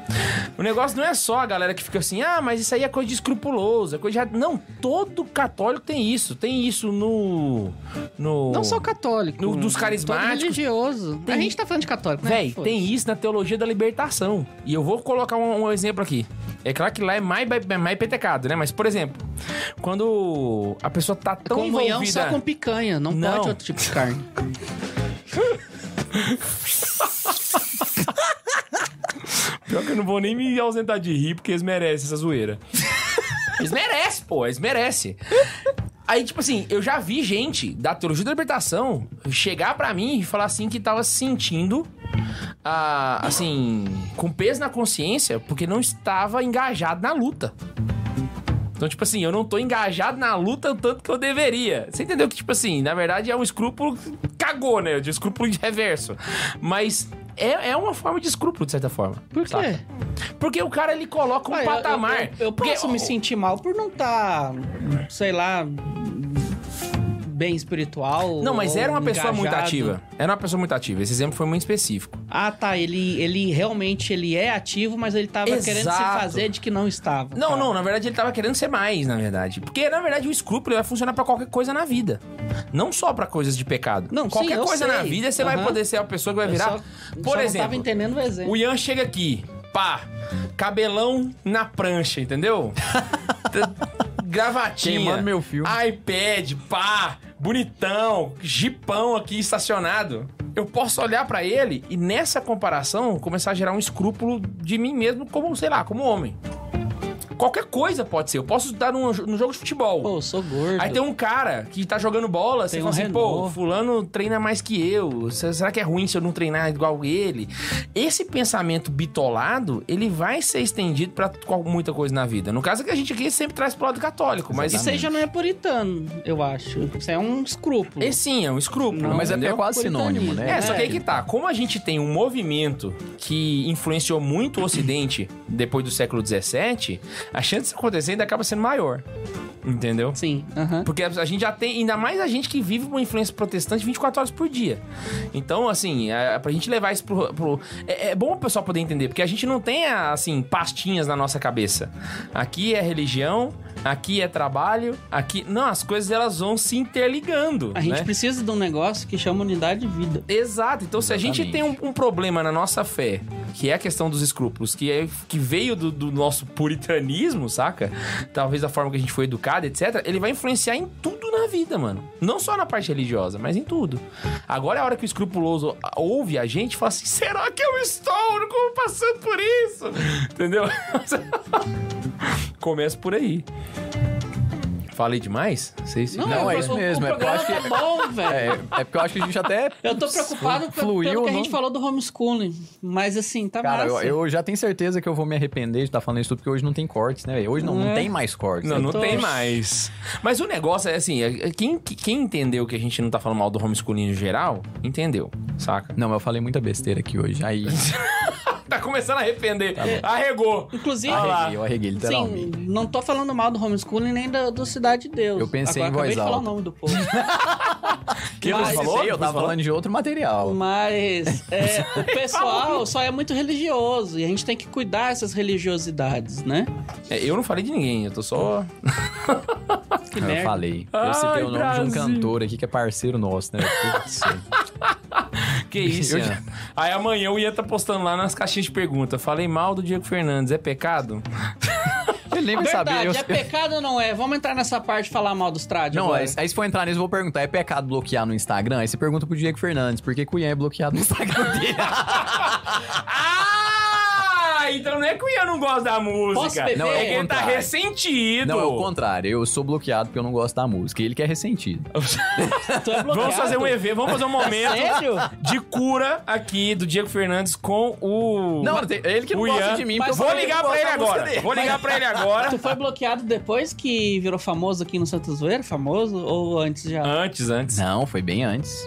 Speaker 2: O negócio não é só a galera que fica assim, ah, mas isso aí é coisa de escrupuloso, é coisa de... Não, todo católico tem isso. Tem isso no... no...
Speaker 3: Não só católico.
Speaker 2: No- dos
Speaker 3: todo
Speaker 2: carismáticos.
Speaker 3: religioso.
Speaker 2: Tem-
Speaker 3: A gente tá falando de católico, né?
Speaker 2: Véi,
Speaker 3: Foda-se.
Speaker 2: tem isso na teologia da libertação. E eu vou colocar um, um exemplo aqui. É claro que lá é mais, é mais petecado, né? Mas, por exemplo, quando a pessoa tá tão
Speaker 3: Comunhão
Speaker 2: envolvida...
Speaker 3: só com picanha, não,
Speaker 2: Não.
Speaker 3: pode outro tipo de carne.
Speaker 2: Pior que eu não vou nem me ausentar de rir, porque eles merecem essa zoeira. *laughs* eles merecem, pô, eles merecem. Aí, tipo assim, eu já vi gente da Teologia da Libertação chegar pra mim e falar assim que tava se sentindo, ah, assim, com peso na consciência, porque não estava engajado na luta. Então, tipo assim, eu não tô engajado na luta o tanto que eu deveria. Você entendeu que, tipo assim, na verdade é um escrúpulo que cagou, né? De escrúpulo de reverso. Mas é, é uma forma de escrúpulo, de certa forma.
Speaker 3: Por quê?
Speaker 2: Saca? Porque o cara ele coloca um
Speaker 3: Ah, eu-
Speaker 2: patamar.
Speaker 3: Eu, eu, eu posso
Speaker 2: Porque- É.
Speaker 3: me sentir mal por não tá, sei lá, bem espiritual.
Speaker 2: Não, mas
Speaker 3: ou
Speaker 2: era uma pessoa muito
Speaker 3: engajado.
Speaker 2: ativa. Era uma pessoa muito ativa. Esse exemplo foi muito específico.
Speaker 3: Ah, tá. Ele, ele realmente ele é ativo, mas ele tava querendo se
Speaker 2: Exato.
Speaker 3: fazer de que não estava.
Speaker 2: Não,
Speaker 3: tá.
Speaker 2: não, na verdade ele tava querendo ser mais, na verdade. Porque, na verdade, o escrúpulo vai funcionar pra qualquer coisa na vida. Não só pra coisas de pecado.
Speaker 3: Não,
Speaker 2: qualquer
Speaker 3: sim, eu
Speaker 2: coisa
Speaker 3: sei.
Speaker 2: na vida, você vai
Speaker 3: Aham.
Speaker 2: poder ser a pessoa que vai
Speaker 3: Eu
Speaker 2: virar.
Speaker 3: só-
Speaker 2: Por
Speaker 3: só Não tava
Speaker 2: exemplo,
Speaker 3: entendendo o exemplo.
Speaker 2: o Ian chega aqui, pá, cabelão na prancha,
Speaker 5: *laughs*
Speaker 2: entendeu? T- Gravatinha.
Speaker 5: Queimando meu fio.
Speaker 2: iPad, pá, bonitão, jipão aqui estacionado. Eu posso olhar pra ele e nessa comparação começar a gerar um escrúpulo de mim mesmo como, sei lá, como homem. Qualquer coisa pode ser. Eu posso dar num, num jogo de futebol.
Speaker 3: Pô, eu sou gordo.
Speaker 2: Aí tem um cara que tá jogando bola, você
Speaker 3: Tem
Speaker 2: fala
Speaker 3: um
Speaker 2: assim, pô,
Speaker 3: Renault.
Speaker 2: fulano treina mais que eu. se- Será que é ruim se eu não treinar igual ele? Esse pensamento bitolado, ele vai ser estendido pra qual- muita coisa na vida. No caso é que a gente aqui sempre traz pro lado católico, mas
Speaker 3: Isso aí já não é puritano, eu acho. Isso aí é um escrúpulo.
Speaker 2: esse sim é um escrúpulo.
Speaker 3: Não,
Speaker 5: mas é, porque é
Speaker 2: entendeu?
Speaker 5: quase sinônimo, né?
Speaker 2: É, só que aí que tá. Como a gente tem um movimento que influenciou muito o Ocidente depois do século XVII, a chance disso acontecer ainda acaba sendo maior. Entendeu?
Speaker 3: Sim, assim, aham.
Speaker 2: Porque a gente já tem, ainda mais a gente que vive uma influência protestante 24 horas por dia. Então, assim, é, pra gente levar isso pro. pro- é, é bom o pessoal poder entender, porque a gente não tem, assim, pastinhas na nossa cabeça. Aqui é religião, aqui é trabalho, aqui. Não, as coisas elas vão se interligando.
Speaker 3: A gente
Speaker 2: né?
Speaker 3: precisa de um negócio que chama unidade de vida.
Speaker 2: Exato. Então, se a gente tem um, um problema na nossa fé, que é a questão dos escrúpulos, que, é, que veio do, do nosso puritanismo, saca? Talvez da forma que a gente foi educado, etc. Ele vai influenciar em tudo na vida, mano. Não só na parte religiosa, mas em tudo. Agora é a hora que o escrupuloso ouve a gente e fala assim: será que eu estou como passando por isso? Entendeu? *laughs* Começa por aí. Falei demais? Sei se...
Speaker 5: Não, é
Speaker 3: eu-
Speaker 5: isso
Speaker 3: o-
Speaker 5: mesmo,
Speaker 3: O
Speaker 5: é porque eu
Speaker 3: programa
Speaker 5: acho
Speaker 3: tá
Speaker 5: que-
Speaker 3: bom, velho.
Speaker 5: É, *laughs* é porque eu acho que a
Speaker 2: *laughs*
Speaker 5: gente até.
Speaker 3: Eu tô preocupado com- pelo que a gente falou do homeschooling. Mas assim, tá
Speaker 5: Cara, eu,
Speaker 3: massa.
Speaker 5: eu já tenho certeza que eu vou me arrepender de estar falando isso tudo, porque hoje não tem cortes, né? velho? Hoje não, não
Speaker 3: É.
Speaker 5: tem mais cortes.
Speaker 2: Não,
Speaker 5: né?
Speaker 2: não
Speaker 3: tô-
Speaker 2: tem mais. Mas o negócio é assim, é- é quem, que- quem entendeu que a gente não tá falando mal do homeschooling em geral, entendeu, saca?
Speaker 5: Não, mas eu falei muita besteira aqui
Speaker 2: *laughs*
Speaker 5: hoje. Aí,
Speaker 2: Tá começando a arrepender. Arregou.
Speaker 3: Inclusive,
Speaker 2: Ah lá.
Speaker 5: arreguei, eu arreguei,
Speaker 3: sim,
Speaker 5: literalmente.
Speaker 3: não tô falando mal do homeschooling nem da- do Cidade de Deus.
Speaker 5: Eu pensei
Speaker 3: Agora,
Speaker 5: em
Speaker 3: acabei de
Speaker 5: voz
Speaker 3: falar o
Speaker 5: alta.
Speaker 3: nome do
Speaker 5: *laughs*
Speaker 3: povo.
Speaker 2: Que
Speaker 3: Mas-
Speaker 2: você falou? Hum,
Speaker 5: Sei, eu tava falando de outro material.
Speaker 3: Mas
Speaker 5: *laughs*
Speaker 3: é, o pessoal só é muito religioso e a gente tem que cuidar dessas religiosidades, né?
Speaker 2: É, eu não falei de ninguém, eu tô só...
Speaker 3: Que
Speaker 5: Eu
Speaker 3: merda.
Speaker 5: falei. Eu citei
Speaker 2: Ai,
Speaker 5: o nome de um
Speaker 2: Brasil.
Speaker 5: cantor aqui que é parceiro nosso, né? Putz,
Speaker 2: Que isso,
Speaker 5: Eu já-
Speaker 2: Ian? Aí amanhã eu ia estar postando lá nas caixinhas de pergunta. Falei mal do Diego Fernandes, é *laughs* pecado?
Speaker 5: Ele nem vai saber.
Speaker 3: Verdade,
Speaker 5: eu-
Speaker 3: é pecado ou não é? Vamos entrar nessa parte de falar mal do Strade
Speaker 5: Não, é.
Speaker 3: agora.
Speaker 5: aí, aí se for entrar nisso, eu vou perguntar: é pecado bloquear no Instagram? Aí você pergunta pro Diego Fernandes, por que que o Ian é bloqueado
Speaker 2: *laughs*
Speaker 5: no Instagram dele?
Speaker 2: Tipo. Ah! Então não é que o Ian não gosta da
Speaker 3: Posso
Speaker 2: música.
Speaker 3: beber?
Speaker 2: Não, é que ele tá
Speaker 5: Contrário.
Speaker 2: ressentido.
Speaker 5: Não, é o contrário. Eu sou bloqueado porque eu não gosto da música. E ele que é ressentido.
Speaker 3: Tu é bloqueado?
Speaker 2: Vamos fazer um evento, vamos fazer um
Speaker 5: Tá
Speaker 2: momento
Speaker 3: Sério?
Speaker 2: de cura aqui do Diego Fernandes com o.
Speaker 5: Não, tem- ele que não
Speaker 2: o
Speaker 5: gosta
Speaker 2: Ian.
Speaker 5: de mim.
Speaker 3: Mas
Speaker 5: porque eu
Speaker 2: Vou
Speaker 5: falei que
Speaker 2: ligar
Speaker 5: eu
Speaker 2: pra ele
Speaker 5: gosto da música
Speaker 2: agora.
Speaker 5: dele.
Speaker 2: Vou ligar pra ele agora. *laughs*
Speaker 3: Tu foi bloqueado depois que virou famoso aqui no Santa Zoeira? Famoso? Ou antes já?
Speaker 2: Antes, antes.
Speaker 5: Não, foi bem antes.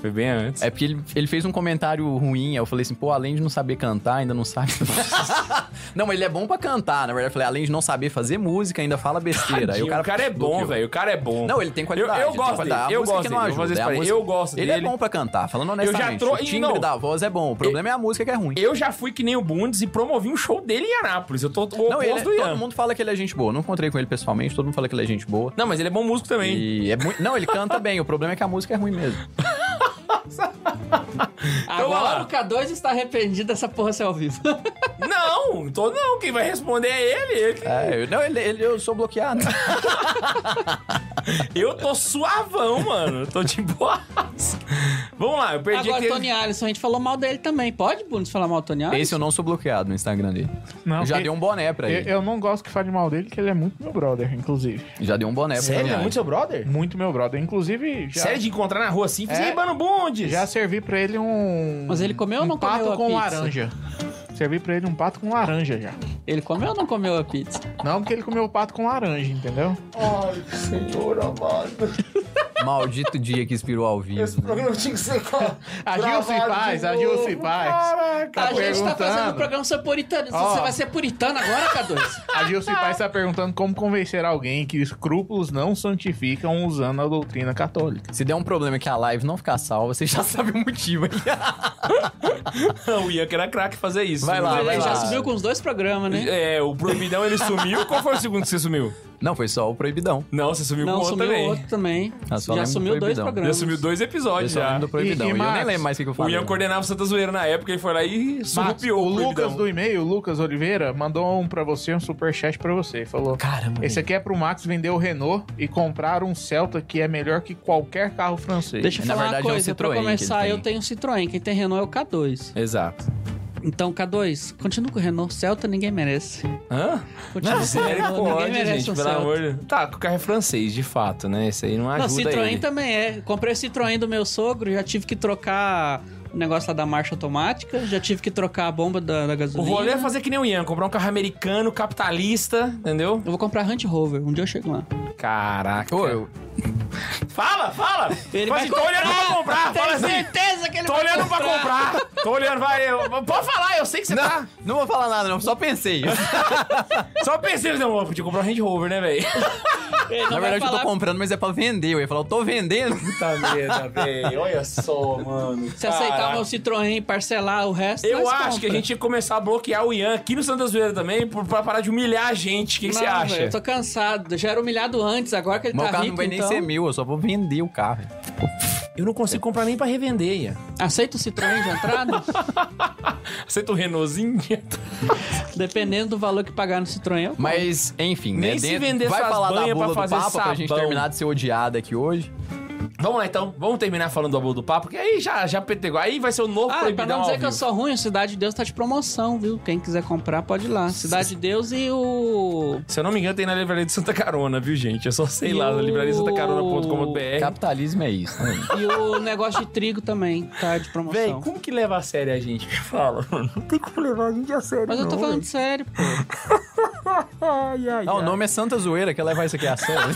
Speaker 2: Foi bem antes.
Speaker 5: É porque ele, ele fez um comentário ruim. Aí eu falei assim, pô, além de não saber cantar, ainda não sabe. *laughs* não, mas ele é bom pra cantar. Na verdade, eu falei, além de não saber fazer música, ainda fala besteira. Aí
Speaker 2: Tadinho, o, cara é bom,
Speaker 5: bloqueou.
Speaker 2: velho. O cara é bom.
Speaker 5: Não, ele tem
Speaker 2: Eu,
Speaker 5: qualidade.
Speaker 2: eu
Speaker 5: ele tem
Speaker 2: gosto
Speaker 5: qualidade.
Speaker 2: dele.
Speaker 5: A
Speaker 2: Eu
Speaker 5: música
Speaker 2: gosto
Speaker 5: que
Speaker 2: dele.
Speaker 5: não
Speaker 2: Vou fazer
Speaker 5: ajuda,
Speaker 2: isso
Speaker 5: é a
Speaker 2: pra ele.
Speaker 5: música-
Speaker 2: Eu gosto
Speaker 5: Ele
Speaker 2: dele.
Speaker 5: é bom pra cantar, falando
Speaker 2: já
Speaker 5: honestamente.
Speaker 2: tro-
Speaker 5: O
Speaker 2: e
Speaker 5: timbre
Speaker 2: não.
Speaker 5: da voz é bom, o problema é a música que é ruim.
Speaker 2: Eu já fui que nem o Bundes e promovi um show dele em Anápolis. Eu tô o oposto
Speaker 5: Não, ele é-
Speaker 2: do Ian.
Speaker 5: todo mundo fala que ele é gente boa. Eu Não encontrei com ele pessoalmente, todo mundo fala que ele é gente boa.
Speaker 2: Não, mas ele é bom músico também.
Speaker 5: E é muito... Não, ele canta bem, o problema é que a música é ruim mesmo.
Speaker 2: vai lá.
Speaker 3: Agora o K2 está arrependido dessa porra ser ao vivo.
Speaker 2: Não, tô não. Quem vai responder é ele. Ele que-
Speaker 5: É, eu- não, ele, ele- eu sou bloqueado.
Speaker 2: Eu tô suavão, mano. Eu tô de boa. Vamos lá, eu perdi
Speaker 3: Agora,
Speaker 2: aquele-
Speaker 3: Tony Alisson, a gente falou mal dele também. Pode, Bundes, falar mal do Tony Alisson?
Speaker 5: Esse eu não sou bloqueado no Instagram dele.
Speaker 4: Não,
Speaker 5: Eu já
Speaker 4: porque
Speaker 5: dei um boné pra
Speaker 4: eu,
Speaker 5: ele.
Speaker 4: eu não gosto que fale mal dele, que ele é muito meu brother, inclusive.
Speaker 5: Já dei um boné pra
Speaker 2: Sério?
Speaker 5: ele.
Speaker 2: É muito seu brother?
Speaker 4: Muito meu brother. Inclusive, já,
Speaker 2: Sério de encontrar na rua assim? Fiz
Speaker 4: É.
Speaker 2: aí, mano, Bundes.
Speaker 4: já servi pra ele um.
Speaker 3: Mas ele comeu ou
Speaker 4: um
Speaker 3: não
Speaker 4: pato
Speaker 3: comeu a
Speaker 4: com
Speaker 3: pizza?
Speaker 4: laranja. Servi pra ele um pato com laranja já.
Speaker 3: Ele comeu ou não comeu a pizza?
Speaker 4: Não, porque ele comeu o pato com laranja, entendeu?
Speaker 6: Ai, senhor amado.
Speaker 5: Maldito dia que inspirou ao vivo.
Speaker 6: Esse
Speaker 5: né?
Speaker 6: programa tinha que ser.
Speaker 4: Agil se paz, agil se paz.
Speaker 6: Caraca.
Speaker 4: Tá
Speaker 3: a gente tá
Speaker 4: perguntando.
Speaker 3: fazendo um programa sobre puritano.
Speaker 4: Ó.
Speaker 3: Você vai ser puritano agora,
Speaker 4: *laughs*
Speaker 3: K2?
Speaker 4: A Gilson Paz está perguntando como convencer alguém que escrúpulos não santificam usando a doutrina católica.
Speaker 5: Se der um problema que a live não ficar salva, você já *laughs* sabe o motivo.
Speaker 2: Não, *laughs* o Ian que era craque fazer isso.
Speaker 5: Vai
Speaker 2: Ele
Speaker 5: lá,
Speaker 3: ele
Speaker 5: vai
Speaker 2: já-
Speaker 3: já
Speaker 5: lá.
Speaker 3: subiu com os dois programas, né?
Speaker 2: Ah, É, o Proibidão ele sumiu. Qual foi o segundo que você sumiu?
Speaker 5: Não, foi só o proibidão.
Speaker 2: Não, você sumiu
Speaker 3: Não,
Speaker 2: com o um outro
Speaker 3: sumiu
Speaker 2: também.
Speaker 3: outro também.
Speaker 5: Ah, só
Speaker 3: já
Speaker 5: lembro do
Speaker 3: sumiu dois
Speaker 5: Proibidão.
Speaker 2: Já
Speaker 3: programas.
Speaker 2: sumiu dois
Speaker 5: Eu
Speaker 2: episódios
Speaker 5: só
Speaker 2: já.
Speaker 5: lembro é do proibidão.
Speaker 4: E-
Speaker 5: E,
Speaker 4: e
Speaker 5: eu nem
Speaker 4: Max?
Speaker 5: lembro mais o que que eu
Speaker 2: O
Speaker 5: falei.
Speaker 2: Ian coordenava o Santa Zoeira na época e foi lá e
Speaker 4: Max,
Speaker 2: surrupiou
Speaker 4: o
Speaker 2: o
Speaker 4: Lucas
Speaker 2: Proibidão.
Speaker 4: do e-mail, o Lucas Oliveira, mandou um pra você, um superchat pra você. Falou:
Speaker 5: Caramba.
Speaker 4: Esse aqui é pro Max vender o Renault e comprar um Celta que é melhor que qualquer carro francês.
Speaker 3: Deixa eu
Speaker 5: Na
Speaker 3: falar
Speaker 5: verdade, é
Speaker 3: uma
Speaker 5: um
Speaker 3: coisa. pra
Speaker 5: Citroën que ele
Speaker 3: começar,
Speaker 5: tem.
Speaker 3: eu tenho um Citroën. Quem tem Renault é o K2.
Speaker 2: Exato.
Speaker 3: Então, K2, continua correndo. O Celta ninguém merece.
Speaker 2: Hã?
Speaker 3: Continua Ninguém
Speaker 2: Misericórdia,
Speaker 3: merece
Speaker 2: gente,
Speaker 3: um
Speaker 2: pelo
Speaker 3: Celta.
Speaker 2: amor de Deus. Tá, que o carro é francês, de fato, né? Isso aí não
Speaker 3: Não,
Speaker 2: ajuda
Speaker 3: Citroën
Speaker 5: né?
Speaker 2: ele.
Speaker 3: também é. Comprei o Citroën do meu sogro, já tive que trocar o negócio lá da marcha automática, já tive que trocar a bomba da, da
Speaker 2: O
Speaker 3: gasolina.
Speaker 2: rolê é fazer que nem o Ian, comprar um carro americano, capitalista, entendeu?
Speaker 3: Eu vou comprar Hunt Rover, um dia eu chego lá.
Speaker 2: Caraca.
Speaker 5: Ô, eu-
Speaker 2: Fala, fala! Ele
Speaker 3: vai
Speaker 2: tô olhando pra comprar, fala assim.
Speaker 3: certeza que ele
Speaker 2: Tô olhando pra comprar. Tô olhando, vai. Eu, pode falar, eu sei que você tá.
Speaker 5: Não, não vou falar nada, não, só
Speaker 2: *laughs*
Speaker 5: pensei.
Speaker 2: Só pensei, não, eu podia comprar um Range Rover, né, velho?
Speaker 3: Ele não vai
Speaker 5: Na verdade, eu tô
Speaker 3: falar-
Speaker 5: comprando, mas é pra vender. Eu ia falar, eu tô vendendo.
Speaker 2: Puta merda, velho. Olha só, mano.
Speaker 3: Se aceitar o meu
Speaker 2: Caraca.
Speaker 3: Citroën e parcelar o resto,
Speaker 2: Eu
Speaker 3: nós
Speaker 2: acho
Speaker 3: compra.
Speaker 2: que a gente tinha que começar a bloquear o Ian aqui no Santa Zoeira também por- pra parar de humilhar a gente. O que que
Speaker 3: Não,
Speaker 2: você acha?
Speaker 3: velho, Eu tô cansado. Já era humilhado antes, agora que ele
Speaker 5: *laughs* Meu
Speaker 3: tá
Speaker 5: carro
Speaker 3: rico,
Speaker 5: não vai
Speaker 3: então...
Speaker 5: nem ser meu, eu só vou vender o carro.
Speaker 2: Eu não consigo comprar nem pra revender, Ian.
Speaker 3: Aceita o Citroën de entrada?
Speaker 2: Aceita o Renaultzinho?
Speaker 3: Dependendo do valor que pagar no Citroën, eu
Speaker 5: Mas, enfim,
Speaker 2: Nem
Speaker 5: né?
Speaker 2: se
Speaker 5: dentro-
Speaker 2: vender
Speaker 5: vai
Speaker 2: suas
Speaker 5: falar da
Speaker 2: banhas
Speaker 5: bula
Speaker 2: pra
Speaker 5: do
Speaker 2: fazer
Speaker 5: papo pra gente
Speaker 2: sabão.
Speaker 5: terminar de ser odiado aqui hoje.
Speaker 2: Vamos lá, então. Vamos terminar falando do abu do papo, porque aí já, já petegou. Aí vai ser o novo
Speaker 3: Ah, pra
Speaker 2: proibidão
Speaker 3: não dizer
Speaker 2: ao
Speaker 3: que eu
Speaker 2: vivo.
Speaker 3: sou ruim, o Cidade de Deus tá de promoção, viu? Quem quiser comprar, pode ir lá. Cidade de Deus e o.
Speaker 2: Se eu não me engano, tem na Livraria de Santa Carona, viu, gente? Eu só sei
Speaker 3: E
Speaker 2: lá,
Speaker 3: o-
Speaker 2: na livrariasantacarona.com.br.
Speaker 5: Capitalismo é isso. né?
Speaker 3: E o negócio de trigo também tá de
Speaker 2: Véi,
Speaker 3: promoção.
Speaker 2: como que leva a sério a gente? *laughs* Me fala, mano. Não tem como levar a gente a sério,
Speaker 3: Mas eu tô
Speaker 2: não,
Speaker 3: falando sério, pô.
Speaker 2: Ai, ai,
Speaker 5: Não, o nome é Santa Zoeira, quer levar isso aqui a
Speaker 2: *laughs*
Speaker 5: sério.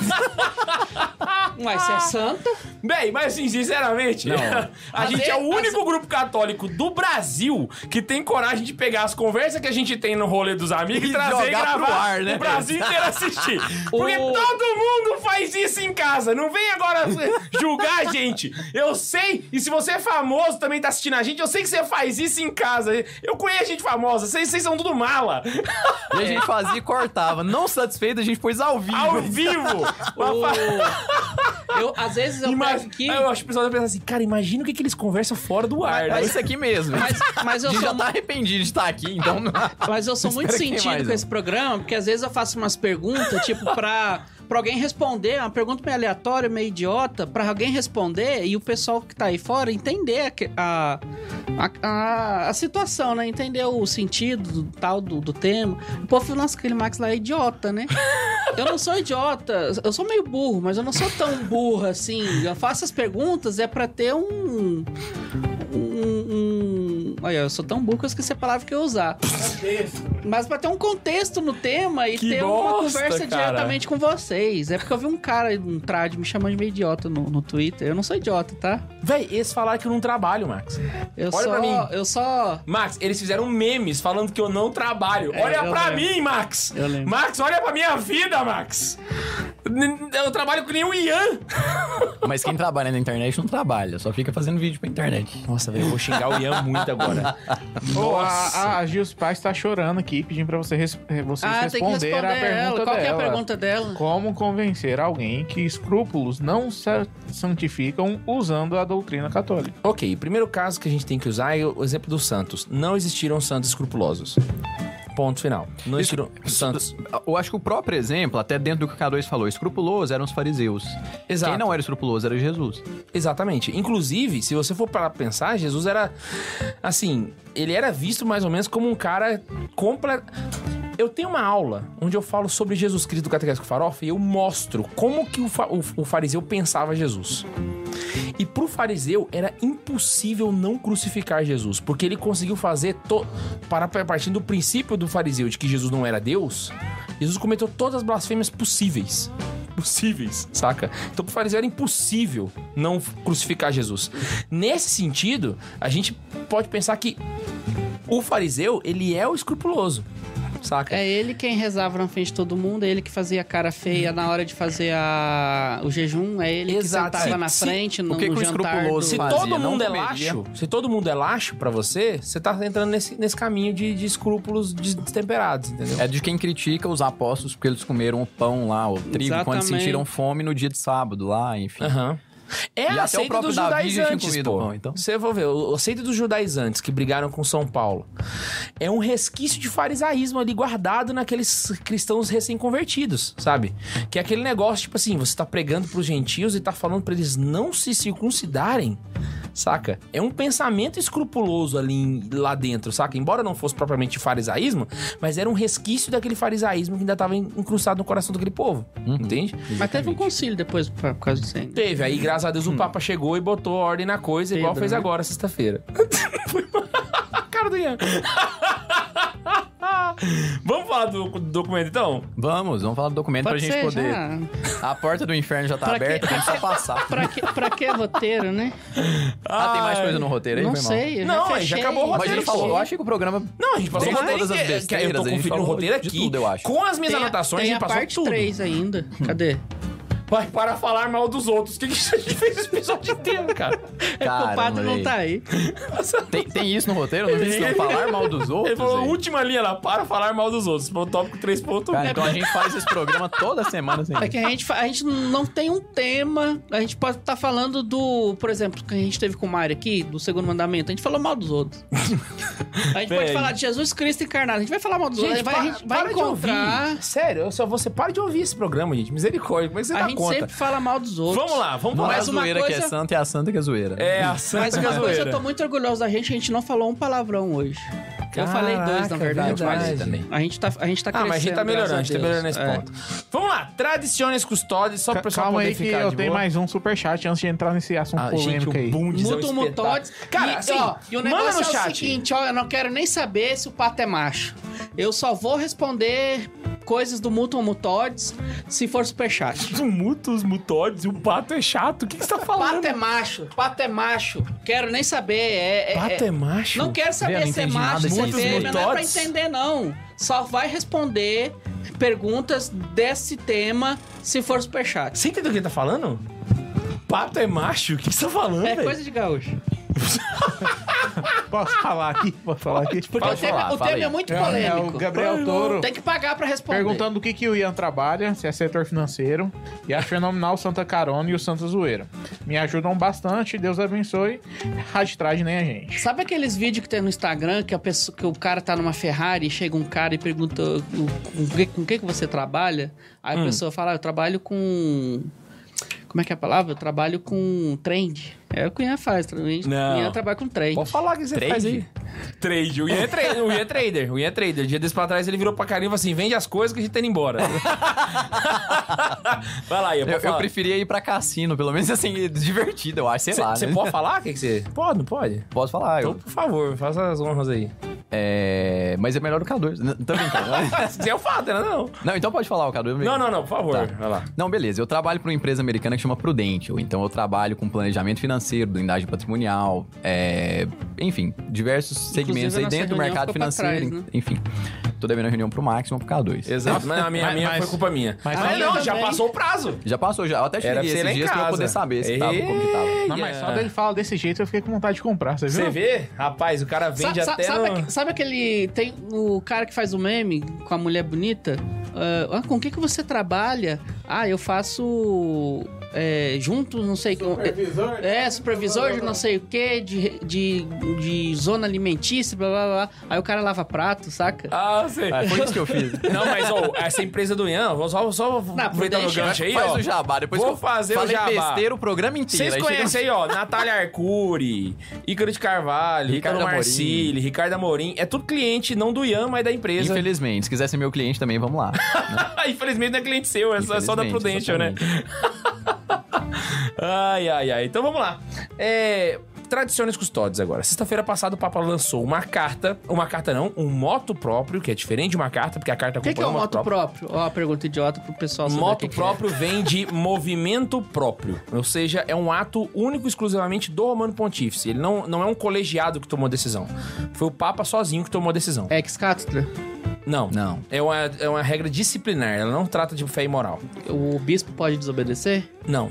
Speaker 3: Mas você é santa?
Speaker 2: Bem, mas assim, sinceramente, *laughs* a
Speaker 3: Mas
Speaker 2: gente é o
Speaker 3: ele-
Speaker 2: único grupo católico do Brasil que tem coragem de pegar as conversas que a gente tem no rolê dos amigos e,
Speaker 5: E
Speaker 2: trazer e
Speaker 5: jogar pro
Speaker 2: gravar
Speaker 5: ar, né?
Speaker 2: o Brasil inteiro
Speaker 5: *laughs*
Speaker 2: assistir. Porque
Speaker 3: O-
Speaker 2: todo mundo faz isso em casa. Não vem agora *laughs* julgar a gente. Eu sei, e se você é famoso também tá assistindo a gente, eu sei que você faz isso em casa. Eu conheço gente famosa, vocês, vocês são tudo
Speaker 5: *laughs*
Speaker 2: mala.
Speaker 5: E a
Speaker 3: É.
Speaker 5: gente fazia e cortava. Não satisfeito, a gente pôs ao vivo.
Speaker 2: Ao vivo. Uma fa-
Speaker 3: O- Eu, às vezes eu
Speaker 2: Ima-
Speaker 3: pego aqui.
Speaker 2: Aí Eu acho que o pessoal deve pensar assim, cara, imagina o que, que eles conversam fora do ar, né?
Speaker 5: É isso aqui mesmo.
Speaker 3: Mas, mas
Speaker 5: a
Speaker 3: eu
Speaker 5: gente
Speaker 3: sou,
Speaker 5: já tá arrependido de estar aqui, então.
Speaker 3: mas eu sou muito
Speaker 5: Espera que tem
Speaker 3: sentido
Speaker 5: mais
Speaker 3: com
Speaker 5: um.
Speaker 3: esse programa, porque às vezes eu faço umas perguntas, tipo, pra, pra alguém responder, uma pergunta meio aleatória, meio idiota, pra alguém responder e o pessoal que tá aí fora entender a que- a, a, a- a situação, né? Entender o sentido do tal do, do tema. O povo fala, nossa, aquele Max lá é idiota, né? *laughs* Eu não sou idiota, eu sou meio burro, mas eu não sou tão burro assim. Eu faço as perguntas é pra ter um. um, um... Olha, eu sou tão burro que eu esqueci a palavra que eu ia usar. Mas pra ter um contexto no tema e
Speaker 2: Que
Speaker 3: ter uma
Speaker 2: bosta,
Speaker 3: conversa
Speaker 2: cara.
Speaker 3: diretamente com vocês. É porque eu vi um cara, um trad, me chamando de meio idiota no, no Twitter. Eu não sou idiota, tá?
Speaker 2: Véi, eles falaram que eu não trabalho, Max.
Speaker 3: Eu
Speaker 2: Olha
Speaker 3: só.
Speaker 2: pra mim.
Speaker 3: Eu só.
Speaker 2: Max, eles fizeram memes falando que eu não trabalho.
Speaker 3: É,
Speaker 2: olha
Speaker 3: eu
Speaker 2: pra
Speaker 3: lembro.
Speaker 2: mim, Max.
Speaker 3: Eu lembro.
Speaker 2: Max, olha pra minha vida, Max. N- Eu trabalho com nem o Ian.
Speaker 5: *laughs* Mas quem trabalha na internet não trabalha, só fica fazendo vídeo pra internet.
Speaker 2: Nossa, velho, eu vou xingar o Ian muito agora.
Speaker 4: Ô, a,
Speaker 2: *laughs* Nossa.
Speaker 4: a, a Gils Paz tá chorando aqui, pedindo pra você res- vocês
Speaker 3: Ah, tem que
Speaker 4: responderem
Speaker 3: responder
Speaker 4: a pergunta
Speaker 3: ela.
Speaker 4: dela.
Speaker 3: Qual que é a pergunta dela?
Speaker 4: Como convencer alguém que escrúpulos não sa- santificam usando a doutrina católica?
Speaker 2: ok, primeiro caso que a gente tem que usar é o exemplo dos santos. Não existiram santos escrupulosos. Ponto final. Não existiram santos.
Speaker 5: Eu acho que o próprio exemplo, até dentro do que o K2 falou, escrupuloso eram os fariseus.
Speaker 2: Exato.
Speaker 5: Quem não era escrupuloso era Jesus.
Speaker 2: Exatamente. Inclusive, se você for para pensar, Jesus era assim, ele era visto mais ou menos como um cara compra eu tenho uma aula onde eu falo sobre Jesus Cristo do Catequese com Farofa e eu mostro como que o, fa- o- o fariseu pensava Jesus. E pro fariseu era impossível não crucificar Jesus, porque ele conseguiu fazer to... para partindo do princípio do fariseu de que Jesus não era Deus, Jesus cometeu todas as blasfêmias possíveis. Possíveis, saca? Então pro fariseu era impossível não crucificar Jesus. Nesse sentido, a gente pode pensar que o fariseu, ele é o escrupuloso. Saca?
Speaker 3: É ele quem rezava na frente de todo mundo, é ele que fazia cara feia na hora de fazer a... o jejum, é ele
Speaker 2: Exato.
Speaker 3: que sentava
Speaker 2: Se-
Speaker 3: na
Speaker 2: se-
Speaker 3: frente no,
Speaker 5: o que
Speaker 3: no
Speaker 5: que o
Speaker 3: jantar.
Speaker 5: escrupuloso
Speaker 2: Se
Speaker 5: faz?
Speaker 3: do...
Speaker 5: fazia,
Speaker 2: todo
Speaker 5: não
Speaker 2: mundo é
Speaker 5: comeria.
Speaker 2: laxo, se todo mundo é laxo pra você, você tá entrando nesse, nesse caminho de, de escrúpulos des- destemperados, entendeu?
Speaker 5: É de quem critica os apóstolos porque eles comeram o pão lá, o trigo, quando
Speaker 3: Exatamente.
Speaker 5: sentiram fome no dia de sábado lá, enfim.
Speaker 2: Aham. É
Speaker 5: até
Speaker 2: a
Speaker 5: o
Speaker 2: seita
Speaker 5: próprio
Speaker 2: dos
Speaker 5: Davi já tinha
Speaker 2: judaizantes,
Speaker 5: comido
Speaker 2: pô.
Speaker 5: pão, então.
Speaker 2: Você vai ver, o- a seita dos judaizantes que brigaram com São Paulo é um resquício de farisaísmo ali guardado naqueles cristãos recém-convertidos, sabe? Que é aquele negócio, tipo assim, você tá pregando pros gentios e tá falando pra eles não se circuncidarem, saca? É um pensamento escrupuloso ali em- lá dentro, saca? Embora não fosse propriamente farisaísmo, mas era um resquício daquele farisaísmo que ainda estava incrustado no coração daquele povo,
Speaker 5: Uhum.
Speaker 2: entende?
Speaker 3: Mas teve um concílio depois por por causa disso aí.
Speaker 2: Teve, aí graças a Deus o Papa chegou e botou ordem na coisa, igual
Speaker 3: Pedro,
Speaker 2: fez
Speaker 3: né?
Speaker 2: agora, sexta-feira. Foi mal. A Cara do Ian. *laughs* Vamos falar do, do documento então?
Speaker 5: Vamos, vamos falar do documento pra gente poder.
Speaker 3: já.
Speaker 5: A porta do inferno já tá
Speaker 3: Pra quê?
Speaker 5: aberta, tem que só
Speaker 3: *laughs*
Speaker 5: passar.
Speaker 3: Pra que, pra que roteiro, né?
Speaker 5: Ah, tem mais
Speaker 2: Ai.
Speaker 5: coisa no roteiro aí,
Speaker 3: não
Speaker 5: foi mal.
Speaker 3: sei. Eu
Speaker 2: Não,
Speaker 3: já
Speaker 2: aí já
Speaker 3: fechei.
Speaker 2: acabou o
Speaker 5: Mas a
Speaker 2: roteiro,
Speaker 5: gente falou, eu achei que o programa.
Speaker 2: Não, a gente passou
Speaker 5: Tem
Speaker 2: o roteiro
Speaker 5: todas as
Speaker 2: inteiro, que Eu
Speaker 5: besteiras,
Speaker 2: tô
Speaker 5: a gente
Speaker 2: conferindo o
Speaker 5: falou
Speaker 2: roteiro
Speaker 5: de
Speaker 2: aqui.
Speaker 5: tudo, eu acho.
Speaker 2: Com as minhas
Speaker 3: Tem a-
Speaker 2: anotações,
Speaker 3: tem
Speaker 2: a gente passou
Speaker 3: a parte
Speaker 2: tudo.
Speaker 3: 3 ainda. *laughs* Cadê?
Speaker 2: Vai para falar mal dos outros. O que, que a gente fez esse episódio inteiro, cara?
Speaker 3: É que
Speaker 5: Cara,
Speaker 3: o padre
Speaker 5: moleque.
Speaker 3: não tá aí.
Speaker 5: Tem, tem isso no roteiro? Não precisa
Speaker 2: Ele-
Speaker 5: falar mal dos outros.
Speaker 2: Ele falou,
Speaker 5: hein?
Speaker 2: última linha lá, para falar mal dos outros. Foi o tópico 3.1.
Speaker 5: Cara, então a gente faz esse programa toda semana assim. sem.
Speaker 3: É que a gente, fa- a gente não tem um tema. A gente pode estar falando do, por exemplo, que a gente teve com o Mário aqui, do segundo mandamento. A gente falou mal dos outros. A gente pode
Speaker 2: Véi.
Speaker 3: falar de Jesus Cristo encarnado. A gente vai falar mal dos outros. a gente vai, a gente vai
Speaker 2: para de
Speaker 3: encontrar.
Speaker 2: ouvir. Sério, eu só você para de ouvir esse programa, gente. Misericórdia, como é que você
Speaker 3: A
Speaker 2: dá
Speaker 3: gente
Speaker 2: conta?
Speaker 3: sempre fala mal dos outros.
Speaker 2: Vamos lá, vamos
Speaker 5: Não
Speaker 2: lá.
Speaker 5: é a
Speaker 3: Mas uma
Speaker 5: zoeira que é
Speaker 3: coisa-
Speaker 5: santa e a santa que é zoeira.
Speaker 2: É, a
Speaker 3: Mas
Speaker 2: santa
Speaker 3: uma coisa, eu
Speaker 2: zoeira.
Speaker 3: tô muito orgulhoso da gente, a gente não falou um palavrão hoje. eu
Speaker 2: Caraca,
Speaker 3: falei dois, na verdade.
Speaker 5: eu falei
Speaker 2: verdade.
Speaker 5: também.
Speaker 3: A gente tá, a gente tá
Speaker 2: Ah,
Speaker 3: crescendo.
Speaker 2: mas a gente tá melhorando, a gente tá melhorando nesse
Speaker 3: graças Deus. É.
Speaker 2: ponto. Vamos lá, tradiciones custódias, só
Speaker 4: Ca-
Speaker 2: pra pessoal
Speaker 4: Calma
Speaker 2: poder
Speaker 4: aí que
Speaker 2: ficar
Speaker 4: eu
Speaker 2: de
Speaker 4: tenho
Speaker 2: boa.
Speaker 4: mais um superchat antes de entrar nesse assunto
Speaker 5: Ah, gente,
Speaker 4: polêmico aí.
Speaker 5: o boom
Speaker 3: É. Mutum mutodes.
Speaker 2: um Cara,
Speaker 3: e,
Speaker 2: assim,
Speaker 3: ó, e o
Speaker 2: manda
Speaker 3: negócio
Speaker 2: no
Speaker 3: é o
Speaker 2: chat.
Speaker 3: seguinte, ó, eu não quero nem saber se o pato é macho. Eu só vou responder coisas do Mutum Mutodes se for superchat.
Speaker 2: Os mutos, mutodes e o pato é chato. O que, que você tá falando?
Speaker 3: Pato é macho, pato é macho. Quero nem saber, é... é- é-
Speaker 2: Pato é macho?
Speaker 3: Não quero
Speaker 5: Vê, eu
Speaker 3: saber
Speaker 5: não
Speaker 3: se é
Speaker 5: entendi nada
Speaker 3: macho, se é
Speaker 5: disso.
Speaker 3: fêmea, não é pra
Speaker 2: Mutotes.
Speaker 3: entender, não. Só vai responder perguntas desse tema se for superchat.
Speaker 2: Você entendeu o que ele tá falando? Pato é macho? O que, que você tá falando,
Speaker 3: É
Speaker 2: velho?
Speaker 3: coisa de gaúcho.
Speaker 4: Posso falar aqui? *laughs* Posso falar aqui?
Speaker 3: Porque
Speaker 5: Pode
Speaker 3: o tema,
Speaker 5: falar,
Speaker 3: o
Speaker 5: fala
Speaker 3: tema
Speaker 5: aí.
Speaker 3: é muito
Speaker 4: É, é o
Speaker 3: polêmico.
Speaker 4: Gabriel Toro.
Speaker 3: Tem que pagar pra responder.
Speaker 4: Perguntando o que, que o Ian trabalha, se é setor financeiro, e a fenomenal Santa Carona e o Santa Zoeira. Me ajudam bastante, Deus abençoe. Rádio Traje nem a gente.
Speaker 3: Sabe aqueles vídeos que tem no Instagram que, a pessoa, que o cara tá numa Ferrari e chega um cara e pergunta o- com que, com que, que você trabalha?
Speaker 4: Hum.
Speaker 3: Aí a pessoa fala, ah, eu trabalho com... Como é que é a palavra? Eu trabalho com trend. É o que o Ian faz. O Ian
Speaker 2: Não.
Speaker 3: o Ian trabalha com trend.
Speaker 2: Pode falar o que você
Speaker 5: Trade?
Speaker 2: faz aí. Trade. O Ian é, tra o Ian é trader. O Ian é trader. Dia desse pra trás ele virou pra carinha e falou assim: vende as coisas que a gente tá indo embora. *laughs* Vai lá, Ian.
Speaker 5: Eu,
Speaker 2: Pode
Speaker 5: eu
Speaker 2: falar.
Speaker 5: preferia ir pra cassino, pelo menos assim, *laughs* divertido, eu acho, sei
Speaker 2: Cê-
Speaker 5: lá.
Speaker 2: Você
Speaker 5: né?
Speaker 2: pode falar? O que que você. Pode, não pode?
Speaker 5: Posso falar,
Speaker 2: Então,
Speaker 5: eu.
Speaker 2: por favor, faça as honras aí. *laughs*
Speaker 5: É. Mas é melhor o K2. Não, Tô
Speaker 2: *laughs*
Speaker 5: brincando. né?
Speaker 2: Você é o fato, né? Não.
Speaker 5: Não, então pode falar o K2.
Speaker 2: Não, não, não, por favor.
Speaker 5: Tá.
Speaker 2: Vai lá.
Speaker 5: Não, beleza. Eu trabalho para uma empresa americana que chama Prudential. Então eu trabalho com planejamento financeiro, blindagem patrimonial, é, enfim, diversos segmentos aí
Speaker 3: nossa
Speaker 5: dentro do
Speaker 3: reunião
Speaker 5: mercado
Speaker 3: ficou pra
Speaker 5: financeiro.
Speaker 3: trás, né?
Speaker 5: Enfim, tô devendo a reunião pro Max, uma pro K2.
Speaker 2: Exato. Mas a minha, a minha
Speaker 4: Mas-
Speaker 2: foi culpa minha. Mas,
Speaker 4: mas-
Speaker 2: não,
Speaker 3: Também.
Speaker 2: já passou o prazo.
Speaker 5: Já passou, já. Eu até cheguei
Speaker 2: pra você ir lá
Speaker 5: esses
Speaker 2: em
Speaker 5: dias pra eu
Speaker 2: casa. ah.
Speaker 5: poder saber se tava, como que tava.
Speaker 4: Não,
Speaker 3: é.
Speaker 4: mas só dele falar desse jeito eu fiquei com vontade de comprar, você viu?
Speaker 2: Você vê? Rapaz, o cara
Speaker 3: Sa-
Speaker 2: vende
Speaker 3: sa-
Speaker 2: até.
Speaker 3: sabe,
Speaker 2: no-
Speaker 3: aque- sabe aquele. Tem o cara que faz o meme com a mulher bonita? Ah, ah, com o que, que você trabalha? Ah, eu faço. É, junto, não sei. Supervisor? É, supervisor de não sei o que, de, de, de zona alimentícia, blá blá blá. Aí o cara lava prato, saca?
Speaker 2: Ah, sei.
Speaker 5: Ah, foi isso que
Speaker 2: *laughs*
Speaker 5: eu fiz.
Speaker 2: Não, mas ó, essa empresa do Ian, vou só, só aproveitar o
Speaker 3: deixa,
Speaker 2: gancho aí,
Speaker 5: Faz
Speaker 2: ó.
Speaker 5: o jabá, depois
Speaker 2: Vou
Speaker 5: que eu
Speaker 2: fazer o
Speaker 5: falei
Speaker 2: jabá.
Speaker 5: besteira o programa inteiro.
Speaker 2: Vocês
Speaker 5: aí chega-
Speaker 2: conhecem aí, ó, Natália Arcuri, Ícaro de Carvalho,
Speaker 5: Ricardo
Speaker 2: Ricardo
Speaker 5: Amorim.
Speaker 2: Marcilli, Ricardo Amorim. É tudo cliente, não do Ian, mas da empresa.
Speaker 5: Infelizmente, se quiser ser meu cliente também, vamos
Speaker 2: *laughs*
Speaker 5: lá. né?
Speaker 2: Infelizmente não é cliente seu, é só, é só da
Speaker 5: Infelizmente,
Speaker 2: Prudential, né? *laughs* ai, ai, ai. Então vamos lá. É. Tradições custódias agora. Sexta-feira passada o Papa lançou uma carta, uma carta não, um moto próprio, que é diferente de uma carta, porque a carta
Speaker 3: O que, que é o
Speaker 5: um
Speaker 2: acompanha
Speaker 3: moto próprio? Ó, pergunta idiota pro pessoal saber o
Speaker 2: Moto
Speaker 3: que que é.
Speaker 2: próprio vem de movimento próprio. Ou seja, é um ato único e exclusivamente do Romano Pontífice. Ele não, não é um colegiado que tomou a decisão. Foi o Papa sozinho que tomou a decisão.
Speaker 3: É excátedra.
Speaker 2: Não.
Speaker 5: Não.
Speaker 2: É uma, é uma regra disciplinar. Ela não trata de fé e moral.
Speaker 3: O bispo pode desobedecer?
Speaker 2: Não.